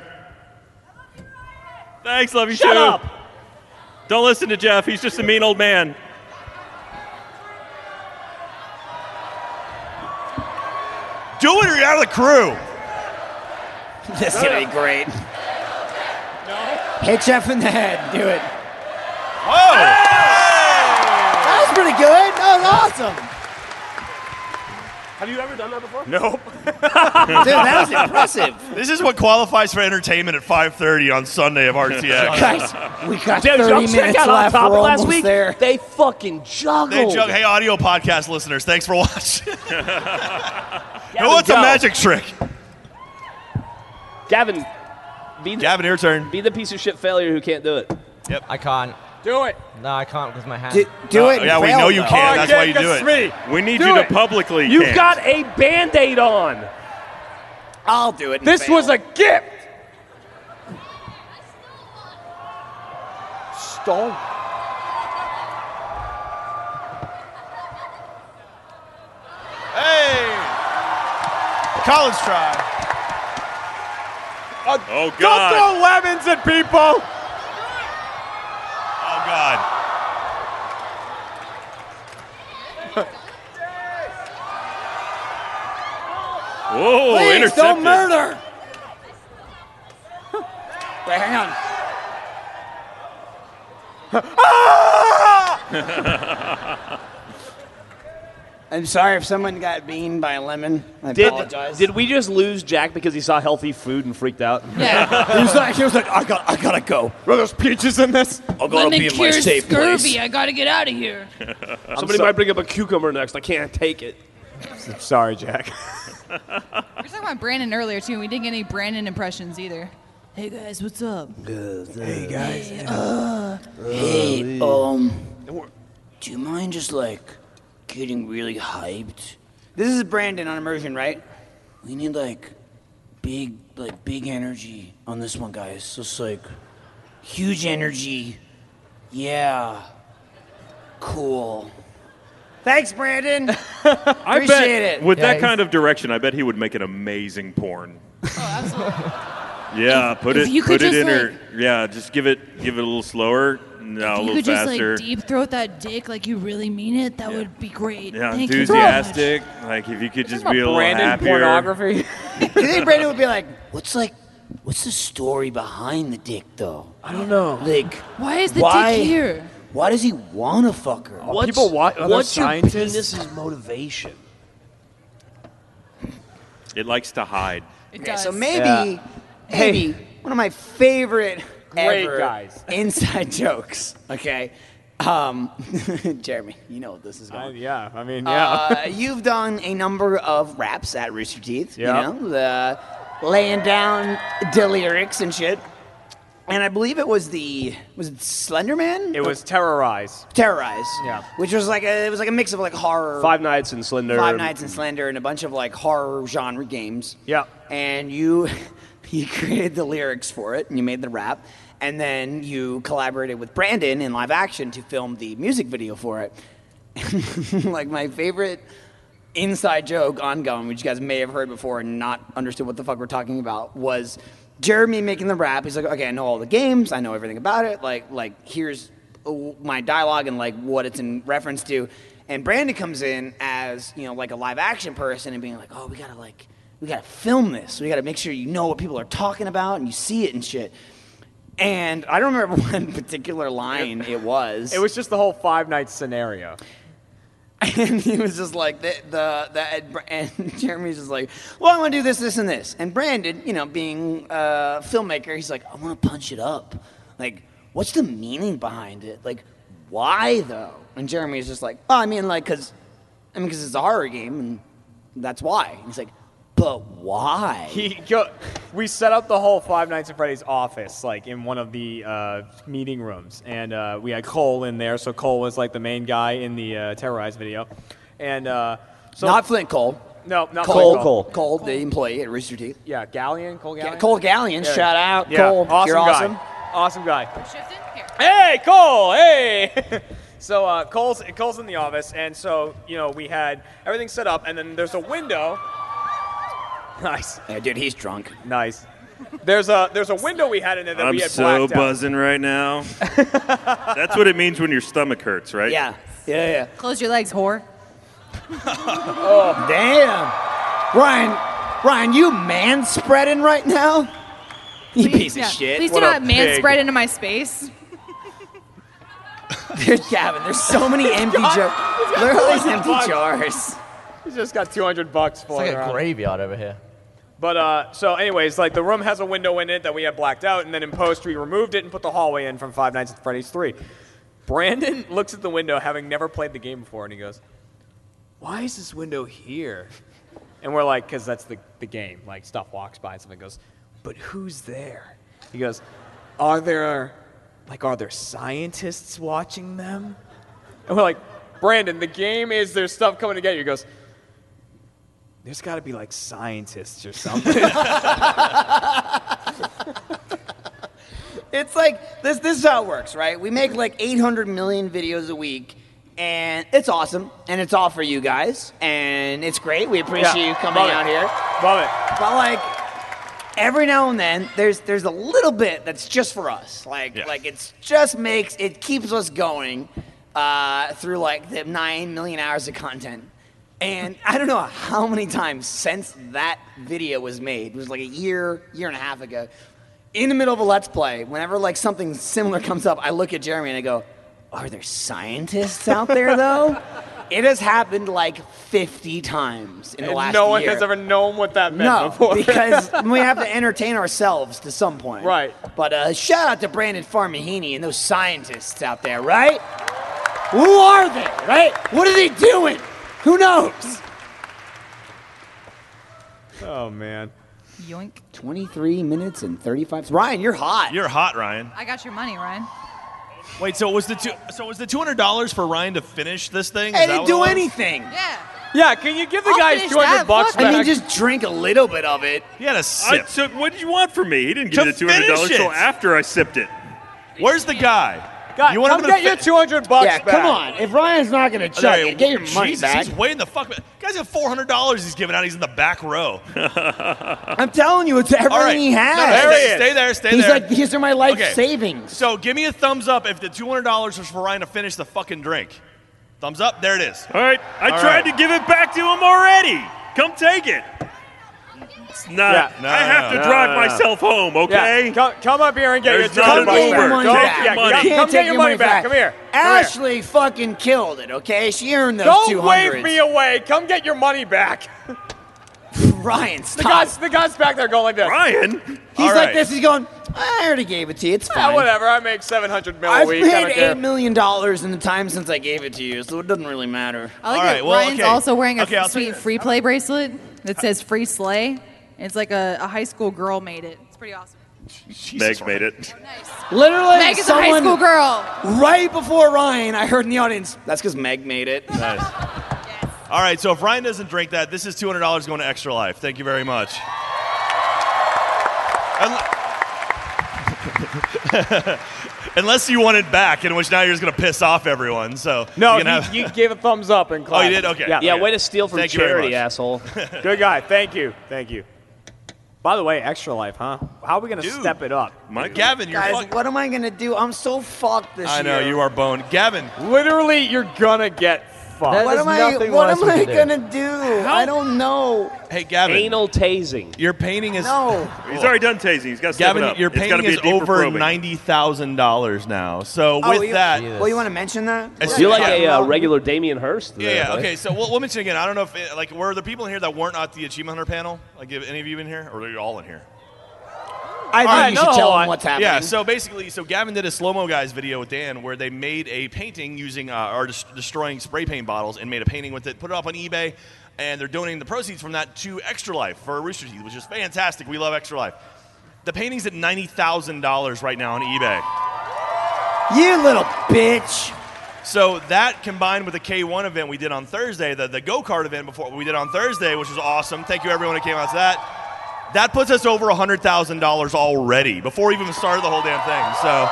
Thanks, love you too. Don't listen to Jeff. He's just a mean old man.
Do it or you're out of the crew.
This is gonna be great. Hit Jeff in the head. Do it.
Oh!
That was pretty good. That was awesome.
Have you ever done that before?
<laughs> Nope.
Dude,
<laughs>
that was impressive.
This is what qualifies for entertainment at 5:30 on Sunday
<laughs>
of RTX.
Guys, we got
Dude,
30
y'all
minutes
check out on
left.
top
We're
of last
almost
week.
there.
They fucking juggled.
They joke, hey, audio podcast listeners, thanks for watching.
Gavin,
Who wants a
go.
magic trick?
Gavin, be the,
Gavin, your turn.
be the piece of shit failure who can't do it.
I can't.
Do it.
No, I can't because my hand.
Do, do
No,
it. and
yeah, we
fail,
know you
though.
can't.
Oh,
that's why you
Jacob
do it.
Smith.
We need
Do
you
it.
to publicly.
You've
can't.
got a band-aid on.
I'll do it. and
This
fail.
was a gift.
Stone.
Hey! Collins try.
Oh,
Oh,
Don't
God.
throw lemons at people.
Oh God.
Whoa,
Please
intercepted.
don't murder. Wait, hang on.
<laughs> I'm sorry if someone got beaned by a lemon. I
Did,
apologize.
did we just lose Jack because he saw healthy food and freaked out?
Yeah.
<laughs>
he was like, he was like, I got, I gotta go.
Are those peaches in this?
I'll go be in my safe place.
I gotta get out
<laughs>
of here.
Somebody might bring up a cucumber next. I can't take <laughs> it.
I'm sorry, Jack.
We were talking about Brandon earlier too, and we didn't get any Brandon impressions either. Hey guys, what's up?
Hey, um, do you mind just like getting really hyped? This is Brandon on immersion, right? We need like big, like big energy on this one, guys. So it's like huge energy. Yeah, cool. Thanks, Brandon. <laughs>
I
Appreciate
bet
it.
with
Yeah,
that
he's-
kind of direction, I bet he would make an amazing porn. Oh, absolutely. yeah, put
if
it
you could
put it
just,
in her. Yeah, just give it give it a little slower. No, a
you
little
could just
faster.
like deep throat that dick like you really mean it. That would be great.
yeah,
Thank
enthusiastic. Like if you could just be a little happier.
Do you think Brandon would be like, what's like, what's the story behind the dick, though? I don't know. Like,
You. Why is the
Why?
dick here?
why does he want to fuck her?
What's,
people wa- are there
what's your
scientists?
penis's motivation?
It likes to hide.
It
Okay,
does.
so maybe, maybe one of my favorite
Great
ever
guys.
<laughs> inside jokes. Okay, um, <laughs> Jeremy, you know what this is going.
yeah, I mean,
Uh, you've done a number of raps at Rooster Teeth.
Yeah.
You know, the laying down the lyrics and shit. And I believe it was the was it Slender Man?
it was terrorize.
Terrorize.
Yeah.
Which was like a it was like a mix of like horror,
Five nights in Slender.
Five Nights in Slender, and a bunch of like horror genre games
Yeah.
and you <laughs> you created the lyrics for it and you made the rap and then you collaborated with Brandon in live action to film the music video for it. <laughs> like my favorite inside joke on Gum, which you guys may have heard before and not understood what the fuck we're talking about, was Jeremy making the rap. He's like, okay, I know all the games, I know everything about it. Like, like here's uh, my dialogue and like what it's in reference to. And Brandon comes in as you know, like a live action person and being like, oh, we gotta like, we gotta film this. We gotta make sure you know what people are talking about and you see it and shit. And I don't remember <laughs> one particular line it was.
It was just the whole five night scenario.
<laughs> and he was just like the the, the and, Br- and <laughs> Jeremy's just like, well, I want to do this, this, and this. And Brandon, you know, being a filmmaker, he's like, I want to punch it up. Like, what's the meaning behind it? Like, why though? And Jeremy's just like, oh, I mean, like, cause, I mean, cause it's a horror game, and that's why. And he's like, but why?
He, go, we set up the whole Five Nights at Freddy's office, like in one of the uh, meeting rooms, and uh, we had Cole in there. So Cole was like the main guy in the uh, terrorize video, and uh, so
Not Flint Cole.
no, not
Cole,
Cole.
Cole, the employee at Rooster Teeth.
Yeah, Galleon, Cole Galleon.
Yeah, Cole Galleon,
Yeah.
shout out,
Yeah,
Cole.
awesome
you're
guy.
awesome.
Awesome guy.
Shifting? Here.
Hey, Cole. Hey. <laughs> so uh, Cole's Cole's in the office, and so you know we had everything set up, and then there's a window. <laughs> Nice,
Yeah, dude, he's drunk.
nice. There's a there's a window we had in there that
I'm
we had
so
blacked out.
buzzing right now.
<laughs>
That's what it means when your stomach hurts, right?
Yeah, yeah, yeah.
Close your legs, whore.
Damn. Ryan, Ryan, you man spreading right now? You piece
Yeah.
of shit. <laughs>
Please
What
do
a
not man
pig.
spread into my space.
There's Gavin, there's
<laughs>
so many empty jars. There are all these empty
fuck.
jars.
He's just got 200 bucks for
It's like a graveyard over here.
But uh, so, anyways, like the room has a window in it that we had blacked out, and then in post we removed it and put the hallway in from Five Nights at Freddy's Three. Brandon <laughs> looks at the window, having never played the game before, and he goes, "Why is this window here?" And we're like, "Cause that's the the game. Like stuff walks by and something goes, but who's there?" He goes, "Are there like are there scientists watching them?" And we're like, "Brandon, the game is there's stuff coming to get you." He goes. There's got to be like scientists or something.
It's like this this is how it works, right? We make like 800 million videos a week. And it's awesome, and it's all for you guys, and it's great. We appreciate
Yeah,
you coming
love it.
out here.
Love it.
But like, every now and then there's there's a little bit that's just for us. Like
Yeah.
like it's just makes it keeps us going uh, through like the nine million hours of content. And I don't know how many times since that video was made, it was like a year, year and a half ago, in the middle of a let's play, whenever like something similar comes up, I look at Jeremy and I go, "Are there scientists out
<laughs>
there though?" It has happened like 50 times in the
And
last
no one
year.
has ever known what that meant
No,
before. <laughs>
because we have to entertain ourselves to some point.
Right.
But uh, shout out to Brandon Farmahini and those scientists out there, right? Who are they, right? What are they doing? Who knows?
oh man.
Yoink.
23 minutes and 35. Ryan, you're hot.
You're hot, Ryan.
I got your money, Ryan.
Wait, so was the two, so was the two hundred dollars for Ryan to finish this thing? Is
I
that
didn't
what
do
it was?
anything.
Yeah.
Yeah, can you give the
Oh,
I'll
guys
finish
two hundred
that,
bucks
fuck.
I
back?
mean, just drink a little bit of it.
He had a
I
sip.
took. What did you want from me? He didn't give
To
me the two hundred dollars
finish
until
it.
after I sipped it.
Where's the guy?
God,
you want
come
him to
get your
fi-
two hundred bucks
yeah,
back.
come on. If Ryan's not going to chug
There,
it, get your money
Jesus,
back.
He's way in the fuck. Guy's got four hundred dollars. He's giving out. He's in the back row.
I'm telling you, it's everything
All right,
he has.
No, no,
There he
stay,
is.
stay there. Stay
He's
there.
like, these are my life
Okay.
savings.
So give me a thumbs up if the two hundred dollars was for Ryan to finish the fucking drink. Thumbs up. There it is.
All right, I
All
tried
right.
to give it back to him already. Come take it. It's not.
Yeah.
No,
I have
no,
to
no,
drive
no.
myself home.
Yeah,
Okay.
come, come up here and get
There's
your two
nothing
hundred
Come
Come over.
get your money
bucks back.
Don't
back.
get
You
money.
can't
Come
take
get your money back. Come here. Come here.
Ashley fucking killed it. Okay, she earned those
Don't
two
wave
hundred.
me away. Come get your
<laughs>
money back.
Ryan,
The
stop.
guys, the guys back there going like this.
Ryan.
He's like
All right.
this. He's going. I already gave it to you. It's
"Ah,
fine.
whatever. I make seven hundred mil a
I've
week. I
made
don't care.
eight million dollars in the time since I gave it to you, so it doesn't really matter.
I like
All
that
right, well,
Ryan's
okay.
also wearing a
Okay, I'll take
sweet
it.
free play bracelet that says free slay. It's like a, a high school girl made it. It's pretty awesome. Oh,
Jesus
Meg made it.
Nice.
Literally,
Meg is a high
someone
school girl.
right before Ryan, I heard in the audience. That's because Meg made it.
Nice. All right, so if Ryan doesn't drink that, this is $200 going to Extra Life. Thank you very much. <laughs> Unle- Unless you want it back, in which now you're just going to piss off everyone. So
No, you,
you can have- Oh,
you gave a thumbs up
<laughs>
and clapped.
you did? Okay.
Yeah.
Yeah.
Yeah, way to steal from
Thank you very
charity,
much.
asshole.
Good guy. Thank you. Thank you. By the way, extra life, huh? How are we gonna
Dude.
step it up?
Mike.
Gavin, you're
Guys,
fuck-
what am I gonna do? I'm so fucked this
I
year.
know you are boned, Gavin.
Literally, you're gonna get fucked.
That-
What
There's
am I?
nothing
What
else
am
we
I
can do.
gonna do? I don't know.
Hey, Gavin.
Anal tasing.
Your painting
<laughs>
is
No.
He's already done tasing. He's got to step it
Gavin.
up.
Your
It's gotta
painting
be
is
a deeper
over
probing.
ninety thousand dollars now. So with
oh, you,
that,
well, you want to mention that?
As
You're like a
Yeah.
uh, regular Damien Hirst.
Yeah,
there,
yeah.
buddy.
Okay, so we'll, we'll mention again. I don't know if it, like were there people in here that weren't at the achievement hunter panel? Like, have any of you been here, or are you all in here?
I think
right,
you should
no,
tell
I-
him what's happening.
Yeah. So basically, so Gavin did a slow mo guys video with Dan where they made a painting using uh, or des- destroying spray paint bottles and made a painting with it, put it up on eBay, and they're donating the proceeds from that to Extra Life for Rooster Teeth, which is fantastic. We love Extra Life. The painting's at ninety thousand dollars right now on eBay.
You little bitch.
So that combined with the K1 event we did on Thursday, the, the go kart event before we did on Thursday, which was awesome. Thank you everyone who came out to that. That puts us over hundred thousand dollars already before we even started the whole damn thing. So,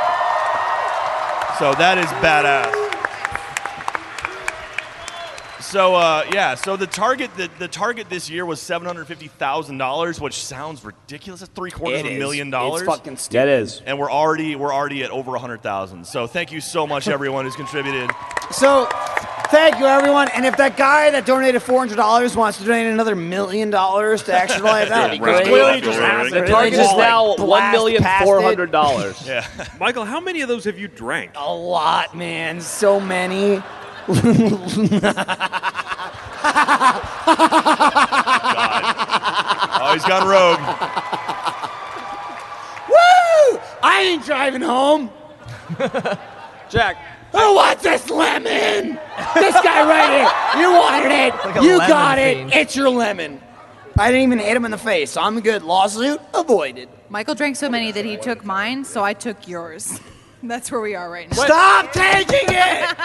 so that is badass. So uh, yeah, so the target the, the target this year was seven hundred fifty thousand dollars, which sounds ridiculous. That's three quarters
It
of a
is.
million dollars
It's fucking stupid.
That is.
and we're already we're already at over 100,000. So thank you so
<laughs>
much everyone who's contributed.
So, thank you, everyone. And if that guy that donated four hundred dollars wants to donate another million dollars to <laughs> Extra Life, that'd be
Yeah, round it
great.
up, Lori, right?
really
The target is
just, like,
now one
blast
million
past
four
it.
hundred
<laughs>
dollars.
Michael, how many of those have you drank?
A lot, man. So many.
Oh, he's gone rogue.
Woo! I ain't driving home.
Jack.
Who wants this lemon? This
<laughs>
guy right here. You wanted it.
Like a
you
lemon
got it.
fiend.
It's your lemon. I didn't even hit him in the face, so I'm good. Lawsuit avoided.
Michael drank so many that he took mine, so I took yours. <laughs> That's where we are right now.
Stop taking
<laughs>
it!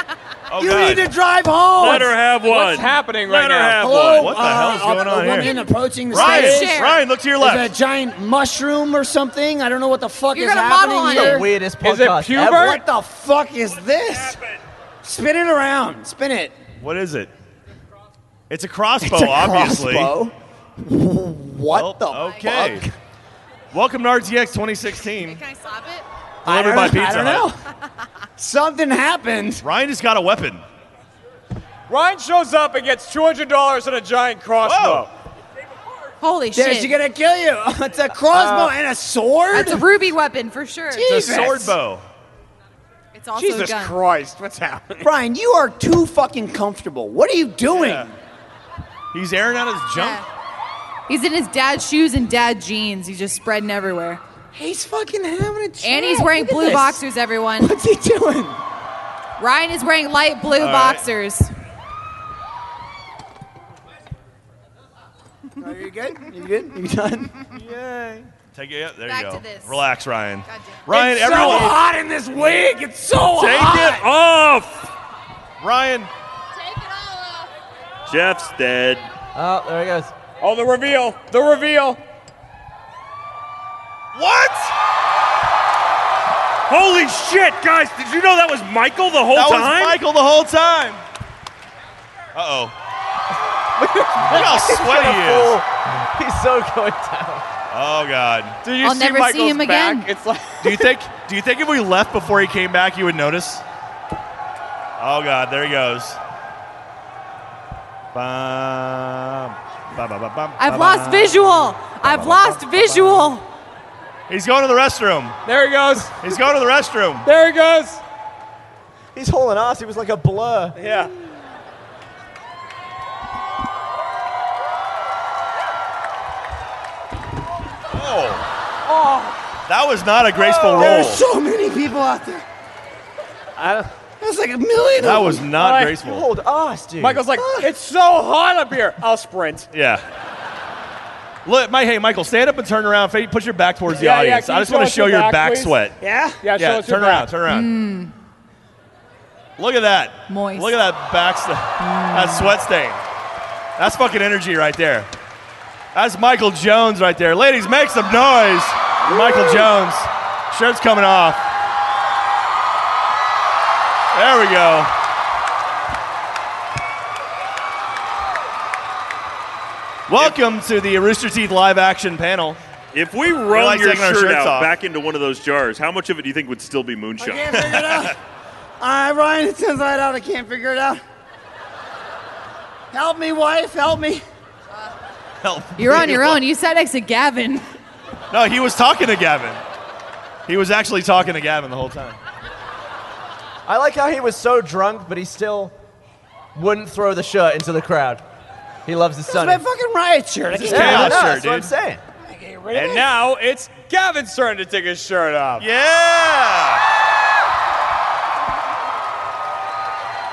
Oh
you
god.
need to drive home.
Let her have one.
What's happening right
Let her
now?
have
Hello,
one.
What the
uh,
hell's going
a,
on
a
here?
woman approaching the
Ryan,
stage.
Share.
Ryan, look to your
There's a
left.
giant mushroom or something. I don't know what the fuck
You're
is
gonna model
happening
on
here.
it.
the weirdest
Is it
podcast
puberty?
ever.
What the fuck is this? Spin it around. Spin it.
What is it? It's a crossbow,
It's a
obviously.
crossbow. what
Oh,
the
okay.
fuck?
Welcome to RTX 2016.
Can I slap it?
Delivered by Pizza
I don't
Hut.
know. <laughs> Something happened.
Ryan just got a weapon.
Ryan shows up and gets two hundred dollars and a giant crossbow.
Holy
There's
shit.
you're gonna kill you. <laughs> It's a crossbow and a sword.
That's a ruby weapon for sure.
Uh, It's a sword bow.
It's also
Jesus
a gun.
Christ, what's happening?
Brian, you are too fucking comfortable. What are you doing?
Yeah. He's airing out his junk.
Yeah. He's in his dad's shoes and dad jeans. He's just spreading everywhere.
He's fucking having a
And he's wearing blue boxers, everyone.
What's he doing?
Ryan is wearing light blue
right.
boxers.
Are you good? You good? You <laughs> done?
Take it. Yeah, there
Back
you go.
to this.
Relax, Ryan.
Goddamn.
Ryan, everyone,
hot in this wig. It's so
take it off. Ryan,
Take it all off.
Jeff's dead.
Oh, there he goes.
Oh, the reveal! The reveal!
what?
Holy shit, guys! Did you know that was Michael the whole
that
time?
was Michael the whole time. Uh <laughs> oh. Look how sweaty
<laughs>
he is.
He's so going down.
Oh God.
Do you
I'll
see
never see
Michael's
him again.
back? It's like
Do you think? Do you think if we left before he came back, you would notice? Oh God, there he goes. Bum, bum, bum, bum, bum,
I've
bum.
lost visual. I've lost visual.
He's going to the restroom.
there he goes.
He's going to the restroom.
There he goes.
He's hauling ass. He was like a blur.
Yeah.
Oh.
Oh.
That was not a graceful
There are
roll.
so many people out there. That's like a million.
that
of
was
them.
not
All right,
You
graceful.
hauled ass, dude.
Michael's like, it's so hot up here. I'll sprint.
Yeah. Look, my hey, Michael, stand up and turn around. Fa- Put your back towards the
Yeah, yeah,
audience.
can
I
you
just want
show us
to show
your
your
back,
back,
please?
sweat.
Yeah.
Yeah, show
Yeah,
us your Hmm.
turn
back.
around, turn around. Look at that.
Moist.
Look at that back, st-
Hmm.
that sweat stain. That's fucking energy right there. That's Michael Jones right there. Ladies, make some noise. for Michael Jones. Shirt's coming off. There we go. Welcome to the Rooster Teeth live action panel.
If we roll
like
your
taking our
shirt
shirts
out
off.
back into one of those jars, how much of it do you think would still be
I
moonshine?
can't figure it out. Uh, Ryan, it says light out. I can't figure it out. Help me, wife. Help me.
Help.
You're on your own. You sat next to Gavin.
No, he was talking to Gavin. He was actually talking to Gavin the whole time.
I like how he was so drunk, but he still wouldn't throw the shirt into the crowd. He loves his
It's
son.
my fucking riot shirt. I can't
chaos
I know,
shirt,
That's what I'm
dude.
saying.
get rid of
And
it.
now it's Gavin's turn to take his shirt off.
Yeah.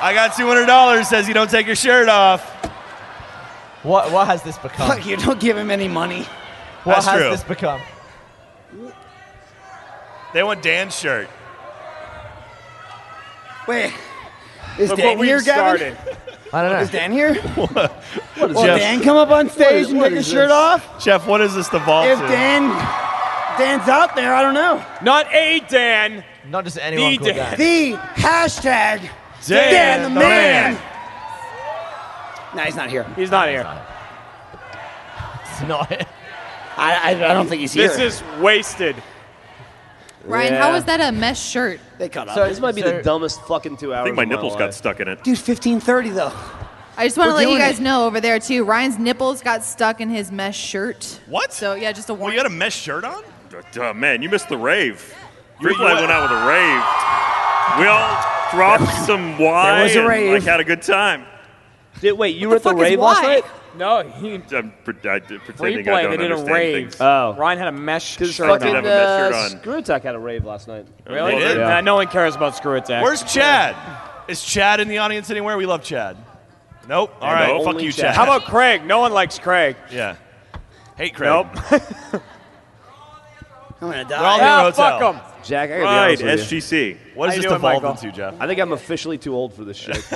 I got $200 says you don't take your shirt off.
What, what has this become?
Fuck you. Don't give him any money.
what
That's
has
true.
this become?
They want Dan's shirt.
Wait. Is
Look
Dan
what
here,
we've
Gavin?
started.
I don't know.
Is Dan here? Will
Jeff,
Dan come up on stage and
what
take his
is
shirt
this?
off?
Jeff, what is this devolved
If
to?
Dan Dan's out there, I don't know.
Not a Dan.
Not just anyone
The
called Dan.
Dan.
The hashtag
Dan
Dan
the
the
Man.
Man. Nah, he's not here.
He's not here.
It's not it.
I, I, I don't think he's here.
This is wasted.
Ryan, how was that a mesh shirt?
they cut up.
So-
This might be
so-
the dumbest fucking two hours.
<laughs> I think my
of
nipples got stuck in it.
Dude, 1530 though.
I just want to
We're
let you
doing
guys
it.
know over there too. Ryan's nipples got stuck in his mesh shirt.
What?
So yeah, just a
well,
warning.
you had a mesh shirt on?
Uh, man, you missed the rave.
You-
Fruit Fly
you-
went out with a rave. We all dropped some wine.
was a
and,
rave.
Like had a good time.
Did, wait, you were at the
fuck is
rave last
why?
night?
No, he
I'm pre- I, did- pretending I
replayed.
don't
They did a
understand
rave.
things.
Uh,
Oh.
Ryan had a mesh shirt
fucking-
Fucking
have a
on.
mesh shirt on.
Screw Attack had a rave last night.
Really?
Well, they-
Nah, no one cares about Screw Attack.
Where's Chad? Is Chad in the audience anywhere? We love Chad. Nope. All right.
Nope.
Fuck
Only
you,
Chad.
Chad.
How about Craig? No one likes Craig.
Yeah. Hate Craig.
<laughs> Nope.
I'm gonna
They're all
die.
Ah,
leaving
Yeah,
the hotel.
fuck him.
Jack, I gotta
Right,
be honest with you.
<laughs> SGC.
What
How
does
you
this
doing,
devolve
Michael?
into, Jeff?
I think I'm officially too old for this shit.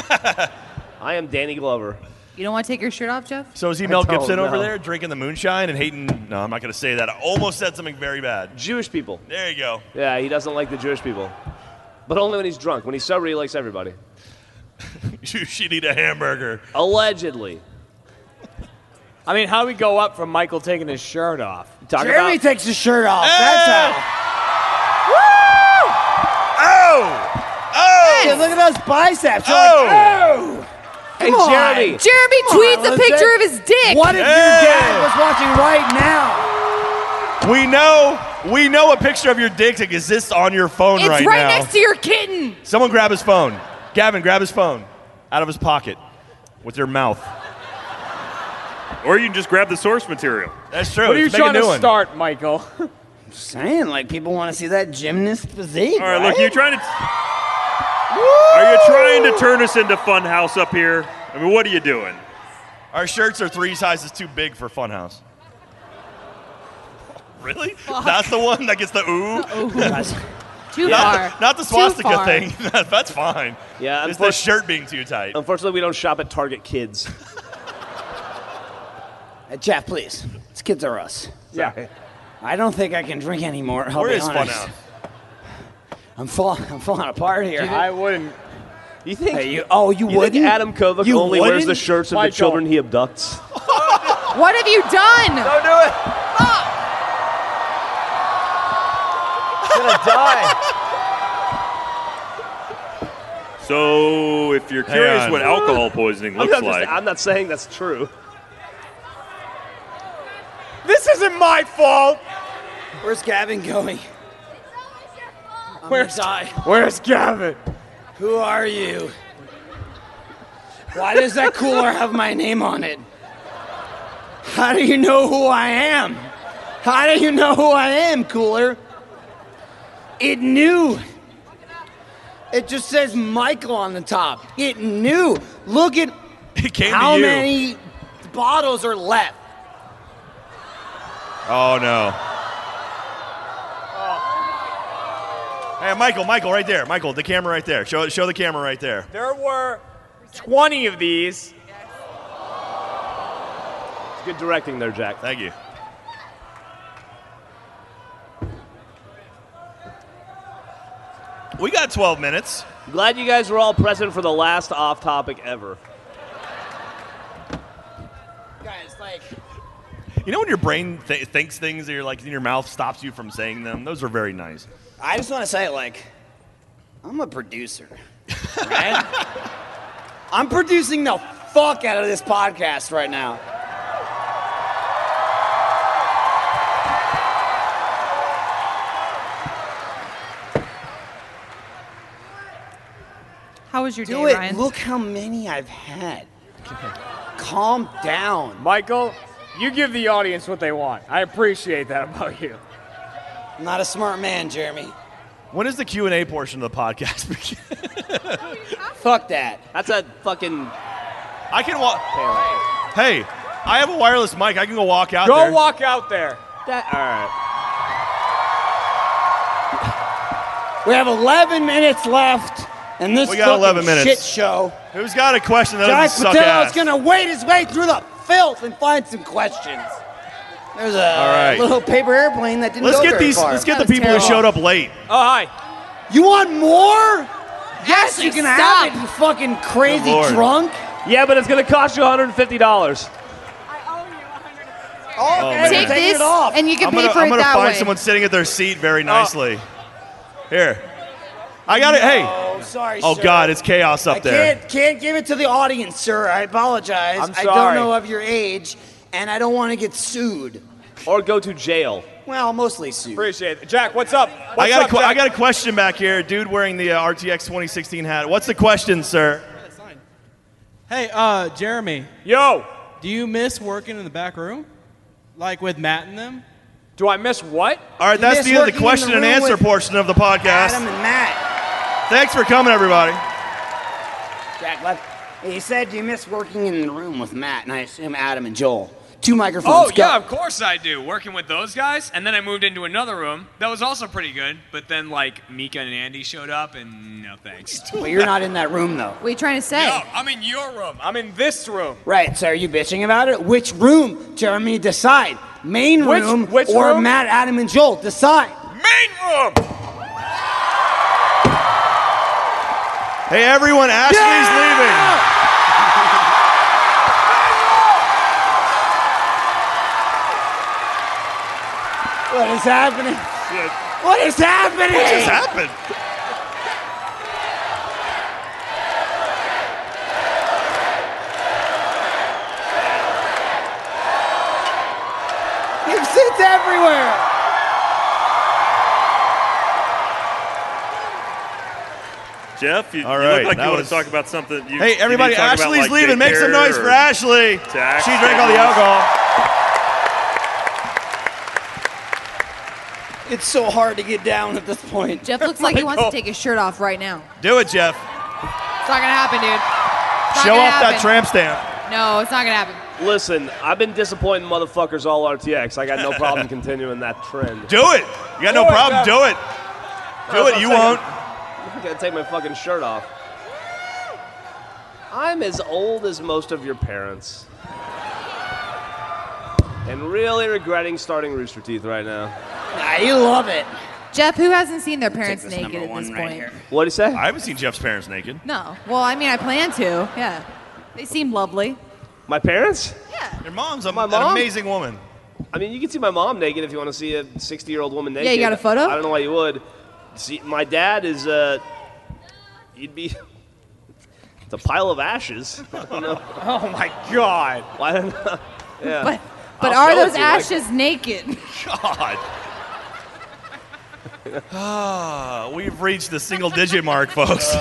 I am Danny Glover.
You don't want to take your shirt off, Jeff?
So is he Mel
don't
Gibson over
know.
there drinking the moonshine and hating? No, I'm not going to say that. I almost said something very bad.
Jewish people.
There you go.
Yeah, he doesn't like the Jewish people. But only when he's drunk. When he's sober, he likes everybody.
You should eat a hamburger.
Allegedly.
I mean, how do we go up from Michael taking his shirt off?
Talk
Jeremy
about
takes his shirt off. That's how.
Oh!
Hey, look at those biceps. You're
Oh!
like, oh!
Hey,
Come on.
Jeremy.
Jeremy
Come
tweets
on,
a
Lizette.
picture of his dick.
What if your dad was watching right now?
We know, we know a picture of your dick that exists on your phone
It's right,
right, now.
next to your kitten.
Someone grab his phone. Gavin, grab his phone out of his pocket with your mouth.
Or you can just grab the source material.
That's true.
What are you
Let's make a
trying
new
to
one.
start, Michael?
Saying like people want to see that gymnast physique.
All right, look, you're trying to. Are you trying to turn us into Funhouse up here? I mean, what are you doing?
Our shirts are three sizes too big for Funhouse. Really? That's the one that gets the ooh.
Too far.
Not, the, not the
Too
swastika
far.
thing. <laughs> That's fine.
Yeah,
It's the
unfortunately-
shirt being too tight.
Unfortunately, we don't shop at Target Kids.
Uh, Jeff, please. These kids are us.
yeah.
I don't think I can drink anymore. I'll
Where
be
is
honest.
Funhouse?
I'm falling. I'm falling apart here.
I wouldn't.
You think?
Hey, you- oh, you,
you think
wouldn't.
Adam Kovac
You
only wears the
wouldn't?
shirts of
Michael.
the children he abducts?
What have you done?
Don't do it. I'm gonna die.
So, if you're curious
on.
what alcohol poisoning
I'm
looks
not, just-
like,
I'm not saying that's true.
This isn't my fault.
Where's Gavin going? I'm Where's I? <laughs>
Where's Gavin?
Who are you? Why does that cooler have my name on it? How do you know who I am? How do you know who I am, cooler? It knew. It just says Michael on the top. It knew. Look at
It came
how
to you.
many bottles are left.
Oh no. Hey, Michael, Michael, right there, Michael, the camera right there. Show, show the camera right there.
There were 20 of these.
It's good directing there, Jack.
Thank you. We got 12 minutes.
Glad you guys were all present for the last off topic ever.
Guys, like,
You know when your brain th- thinks things, or you're like, your mouth stops you from saying them. Those are very nice.
I just want to say, like, I'm a producer, right? I'm producing the fuck out of this podcast right now.
How was your
Do
day,
it.
Ryan?
Look how many I've had. Calm down.
Michael, you give the audience what they want. I appreciate that about you.
I'm not a smart man, Jeremy.
When is the Q&A portion of the podcast begin?
Fuck that.
That's a fucking.
I can walk. Hey, I have a wireless mic. I can go walk out
Go
there.
walk out there.
That, all right.
We have 11 minutes left, and this
We got
fucking
11 minutes.
shit show.
Who's got a question that
Jack
doesn't suck
Patello's
ass?
gonna wade his way through the filth and find some questions. There's a
right.
little paper airplane that didn't
Let's
go
get
very
these.
far.
Let's get the
That was
people who
terrible.
showed up late.
Oh, hi.
You want more? Yes, you
Ashley,
can
stop.
have it, you fucking crazy
Good Lord.
drunk.
Yeah, but it's going to cost you $150.
I owe you 150
Oh, man.
Oh, Take
Taking
this,
it off.
and you can
I'm
pay
gonna,
for
I'm
it
gonna
that
find
way. Oh.
someone sitting at their seat very nicely. Here, I got it. Hey,
Oh, sorry.
oh
sir.
God, it's chaos up
I
there.
can't can't give it to the audience, sir. I apologize.
I'm
I don't
sorry.
know of your age, and I don't want to get sued.
Or go to jail.
Well, mostly sued.
Appreciate it. Jack, what's up? What's
I got,
up,
a que-
Jack?
I got a question back here, dude wearing the uh, RTX 2016 hat. What's the question, sir?
Hey, uh, Jeremy,
Yo,
do you miss working in the back room? Like with Matt and them?
do I miss what?
All right, that's
miss
the end of the
working in
question
the
and
room
answer
with
portion of the podcast.
Adam and Matt.
Thanks for coming, everybody.
Jack left. He said you miss working in the room with Matt, and I assume Adam and Joel. Two microphones.
Oh,
go.
yeah, of course I do. Working with those guys. And then I moved into another room that was also pretty good. But then, like, Mika and Andy showed up, and no
<laughs>
thanks.
But you're not in that room though.
What are you trying to say?
No, I'm in your room. I'm in this room.
Right, so are you bitching about it? Which room, Jeremy, decide? Main
Which-
room
which
or
room?
Matt, Adam, and Joel, decide.
Main room!
Hey, everyone, Ashley's leaving.
What is happening? What is happening?
What just happened?
There's shit's everywhere.
Jeff, you,
All
you
right,
look like
that
you want
was-
to talk about something. You,
Hey,
you
everybody,
need to talk about,
Ashley's
like,
leaving. Make some
daycare
noise
or
for Ashley.
tax
She drank all the
savings.
alcohol.
It's so hard to get down at this point.
Jeff looks like he wants to take his shirt off right now.
Do it, Jeff.
It's not gonna happen, dude. It's not
Show
gonna
off that
happen.
tramp stamp.
No, it's not gonna happen.
Listen, I've been disappointing motherfuckers all RTX. I got no <laughs> problem continuing that trend.
Do it. You got no
Do it,
problem.
Jeff.
Do it. Do it. You won't.
I'm gonna take my fucking shirt off. I'm as old as most of your parents. And really regretting starting Rooster Teeth right now.
I love it.
Jeff, who hasn't seen their parents
this
naked
number
at
one
this
right
point?
here.
What do you say?
I haven't seen Jeff's parents naked.
No. Well, I mean, I plan to. Yeah. They seem lovely.
My parents?
Your mom's a,
My
an
mom?
amazing woman.
I mean, you can see my mom naked if you want to see a 60 year old woman naked.
Yeah, you got a photo?
I don't know why you would. See, my dad is, uh, you'd be, it's a pile of ashes. <laughs> I don't know.
Oh my God.
I don't know. Yeah.
But but
I'll
are
show it
those
to you, like-
ashes naked?
God. Ah, we've reached the single digit mark, folks.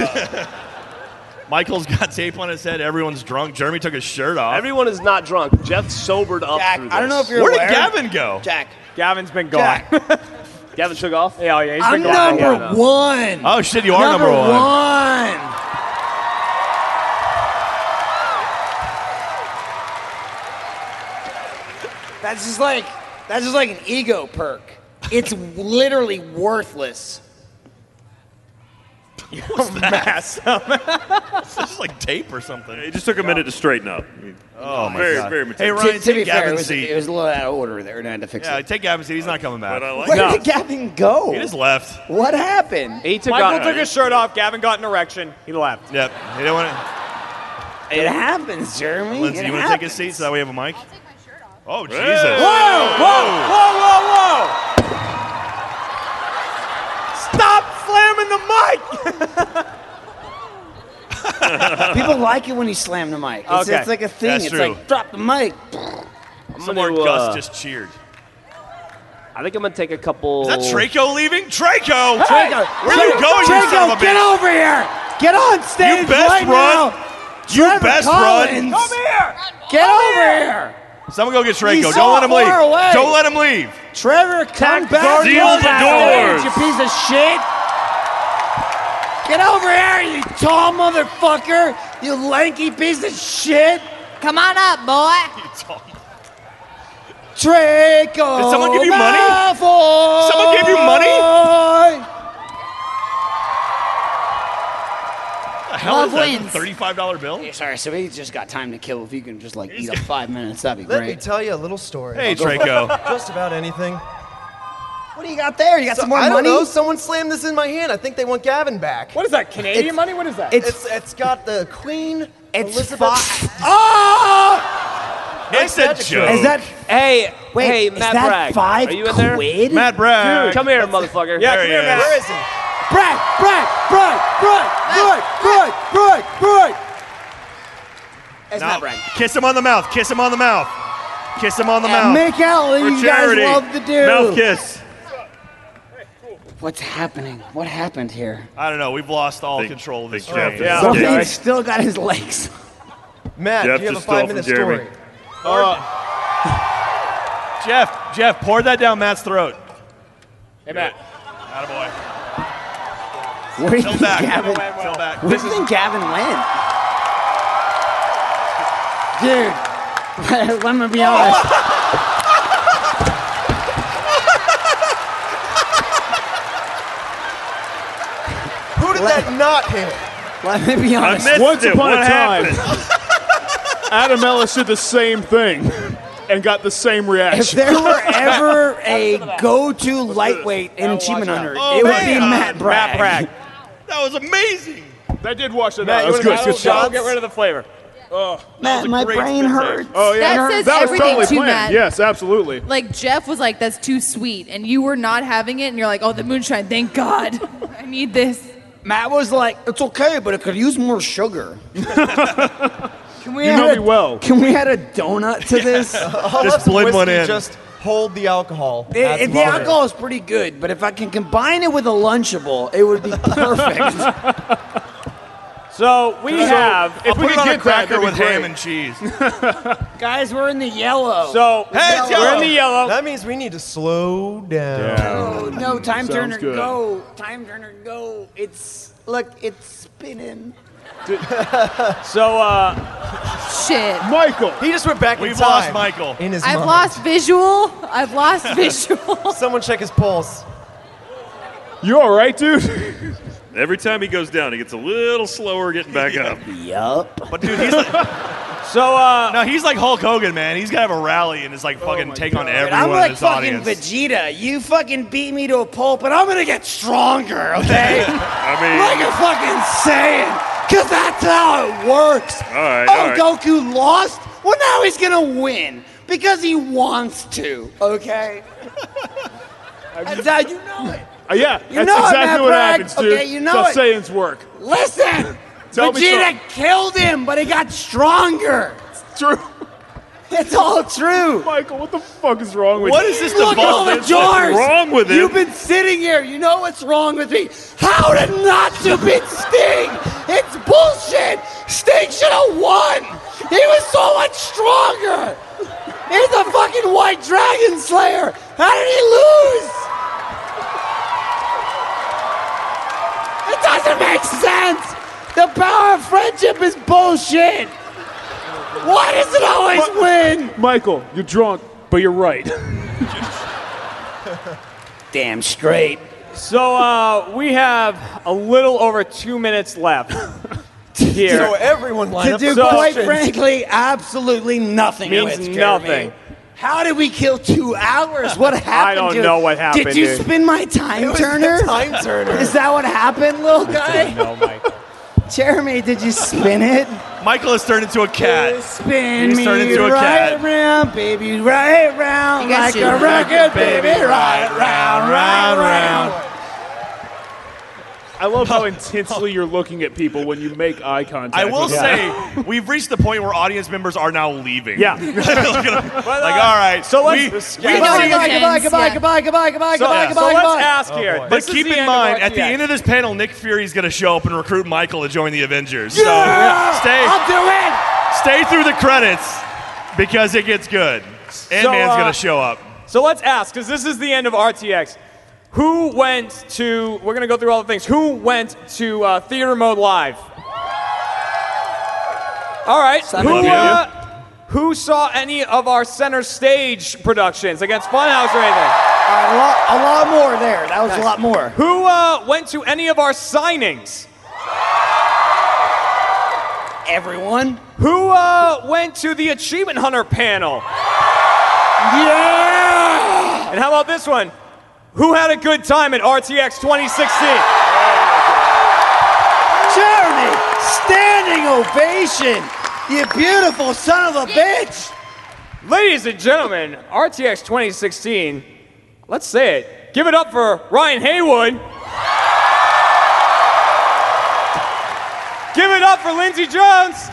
Michael's got tape on his head. Everyone's drunk. Jeremy took his shirt off.
Everyone is not drunk. Jeff sobered up.
Jack,
through
I don't know
this.
if you're
Where did
aware.
Gavin go?
Jack.
Gavin's been gone. <laughs>
Jack.
Gavin took off.
yeah, yeah, he's
I'm
been gone. for a
yeah,
number
no.
one.
Oh shit, you are number, one.
one. That's just like that's just like an ego perk. It's literally worthless.
<laughs>
Mass.
This is like tape or something.
It just took a minute to straighten up.
Oh my
very,
god.
very
hey
mature.
Ryan,
to, to
take
be fair, it
Gavin's
was,
seat.
it was a little out of order there, and I had to fix
yeah,
it.
Uh, take Gavin's seat. He's not coming back.
but I like
Where
No.
did Gavin go?
He just left.
What happened?
He took
Michael
off.
took his shirt off. Gavin got an erection. He left.
Yep. He didn't want to.
It happens, Jeremy.
Lindsay,
it
you want to
happens.
take his seat so that we have a mic?
I'll take my shirt off.
Oh Jesus.
Whoa, whoa, whoa! Stop slamming the mic!
People like it when you slam the mic. It's,
Okay.
it's like a thing.
That's
it's
true.
like drop the mic.
I'm
Somewhere
gonna, uh,
Gus just cheered.
I think I'm gonna take a couple.
Is that Traco leaving? Traco!
Draco,
Where are you going, you son of a
get
bitch?
over here! Get on stage
You best
right
run.
now.
You
Trevor
best
Collins.
run!
Get over here.
Someone go get Traco.
He's
Don't
so
let him
far
leave.
away.
Don't let him leave.
Trevor, come
Come
back.
guard
to
the
stage,
doors.
You piece of shit. Get over here, you tall motherfucker. You lanky piece of shit.
Come on up, boy.
Draco.
Did someone give you money?
Malfoy.
Someone gave you money? What the hell
Love
is that?
wins.
$35 bill?
Sorry, so we just got time to kill. If you can just like eat up five minutes, that'd be
<laughs> Let me
great.
tell you a little story.
Hey,
about <laughs>
Draco.
Just about anything.
what do you got there? You got some more
I don't
money?
know. Someone slammed this in my hand. I think they want Gavin back.
What is that, Canadian
It's-
money? What is that?
It's
It's it's got the Queen
It's
Elizabeth.
fi- Oh!
It's a
magic
joke.
Is that
Hey,
wait?
hey,
is
Matt
that
Bragg.
five
Are you in there?
quid?
Matt Bragg.
Come here, motherfucker.
yeah,
there
come
he
here,
is.
Matt.
Where is he?
Bragg, Bragg, Bragg, Bragg, Bragg, Bragg, Bragg, Bragg. It's
No.
Matt Bragg.
Kiss him on the mouth. Kiss him on the mouth. Kiss him on the mouth.
And make out like
For
you
charity.
guys love to do.
Mouth kiss.
What's happening? What happened here?
I don't know. We've lost all
Think-
control of this
think Jeff
train.
is Yeah.
Well,
Okay.
he's <laughs> still got his legs.
Matt,
Jeff
do you have a
just stole
five minute
from Jeremy.
story?
Jeff, Jeff, pour that down Matt's throat.
hey, Matt.
Attaboy.
Where do you
Tilt
think
back.
Gavin?
Tilt back.
Where do you think Gavin went? Dude, <laughs> let me be honest.
Who did that not hit?
Let me be
I
honest.
missed
Once
it.
upon
what
a time.
happened?
Adam Ellis did the same thing and got the same
If
reaction.
there were ever a go-to lightweight in achievement hunter,
Oh,
it would be
man.
Matt Bragg.
Matt Bragg.
That was amazing.
I did watch that.
Matt,
That was
you wanna-
good. Good
that'll- that'll
shot.
Get rid of the flavor. Oh,
Matt, my brain hurts.
Oh yeah,
That says
was
everything
totally
to
planned.
Matt.
Yes, absolutely.
Like Jeff was like, "That's too sweet," and you were not having it, and you're like, "Oh, the moonshine! Thank God, <laughs> I need this."
Matt was like, "It's okay, but it could use more <laughs> sugar."
Can
we add a- Can we add a donut <laughs> to this?
Just whiskey, Just hold the alcohol.
The-
Add some
the
other-
alcohol is pretty good, but if I can combine it with a Lunchable, it would be perfect.
So we
have-
If we could get that, that'd be great.
cheese.
<laughs> Guys, we're in the yellow.
So we're in the yellow.
That means we need to slow down.
Oh, no, time
Sounds
turner,
good.
go. Time turner, go. It's look, it's spinning.
So uh,
Shit,
Michael,
He just went back in
We've
time.
lost Michael.
In his
I've
mind.
lost visual. I've lost <laughs> visual.
Someone check his pulse.
you all right, dude?
Every time he goes down, he gets a little slower getting back up.
Yup.
But dude, he's like,
So uh,
no, he's like Hulk Hogan, man. He's gonna have a rally and just like fucking take on everyone
I'm
in
like
this
fucking
audience.
Vegeta. You fucking beat me to a pulp, and I'm gonna get stronger,
<laughs>
okay?
I mean,
like a fucking Saiyan, cause that's how it works.
All right,
oh,
all right.
Goku lost. Well, now he's gonna win because he wants to.
<laughs>
Okay. that's how you know it.
Uh, yeah,
You
that's
know it, Matt
exactly what
Bragg.
happens, dude.
Okay, you know
That's how
it.
Saiyans work.
Listen,
Tell me
Vegeta killed him, but he got stronger.
True.
It's all true.
Michael, what the fuck is wrong with
What
you?
is this
Look at all
devolved
the
into?
jars.
wrong with
You've
him?
been sitting here. You know what's wrong with me. How did Natsu beat Sting? It's bullshit. Sting should have won. He was so much stronger. He's a fucking white dragon slayer. How did he lose? It doesn't make sense. The power of friendship is bullshit. Why does it always win?
Michael, you're drunk, but you're right.
Damn straight.
So uh, we have a little over two minutes left
<laughs>
here.
So everyone line
to
up
do,
for
quite
questions.
frankly, absolutely nothing.
Means
with,
nothing.
Jeremy. How did we kill two hours? What happened?
don't
to-
know what happened,
Did you
dude.
spin my time
It was the
turner?
<laughs> time turner.
Is that what happened, little guy?
No, Michael.
Jeremy, did you spin it?
Michael has turned into a cat.
Spin
He's
me
turned into a
right
cat.
round, baby, right round,
You guys
like
should-
a record, baby, right round, right round.
I
<laughs>
love how intensely you're looking at people when you make eye contact.
I will
with them.
say, we've reached the point where audience members are now leaving. <laughs>
Yeah.
like, all right.
so let's-
we-
let's-
we
Yeah,
might-
no, no,
Goodbye, goodbye,
Legends,
goodbye,
yeah.
goodbye, goodbye, goodbye,
So,
goodbye,
so
goodbye,
let's
goodbye.
ask
boy.
here.
Oh, But
this is
keep
the
in
end of
mind,
our
at the
react.
end of this panel, Nick Fury's going to show up and recruit Michael to join the Avengers. So stay,
<laughs> I'll do it.
stay through the credits because it gets good. Ant Man's
uh,
going to show up.
So let's ask, because this is the end of RTX. Who went to? We're gonna go through all the things. Who went to uh, theater mode live? All right.
Love
who,
you.
uh, who saw any of our center stage productions against Funhouse or anything?
A lot, a lot more there. That was a lot more.
Who uh, went to any of our signings?
Everyone.
Who uh, went to the Achievement Hunter panel?
Yeah!
And how about this one? Who had a good time at RTX 2016?
Jeremy, standing ovation. You beautiful son of a bitch.
Ladies and gentlemen, RTX 2016, let's say it. Give it up for Ryan Haywood. Give it up for Lindsey Jones.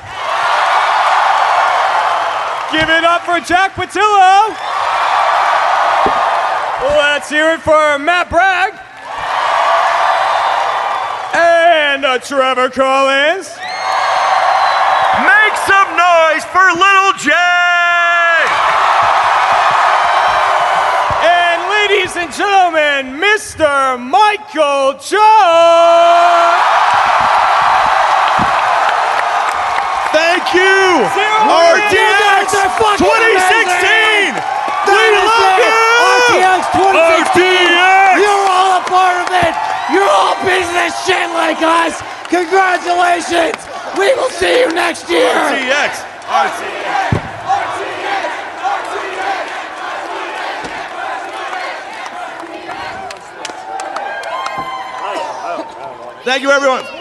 Give it up for Jack Patillo. Let's hear it for Matt Bragg. And uh, Trevor Collins.
Make some noise for Little Jay!
And ladies and gentlemen, Mr. Michael Jones!
Thank you, RTX
guys are fucking
2016! We love you!
RTX 2016.
RTX!
You're all a part of it. You're all pieces of shit like us. Congratulations. We will see you next year.
RTX! RTX! Thank you, everyone.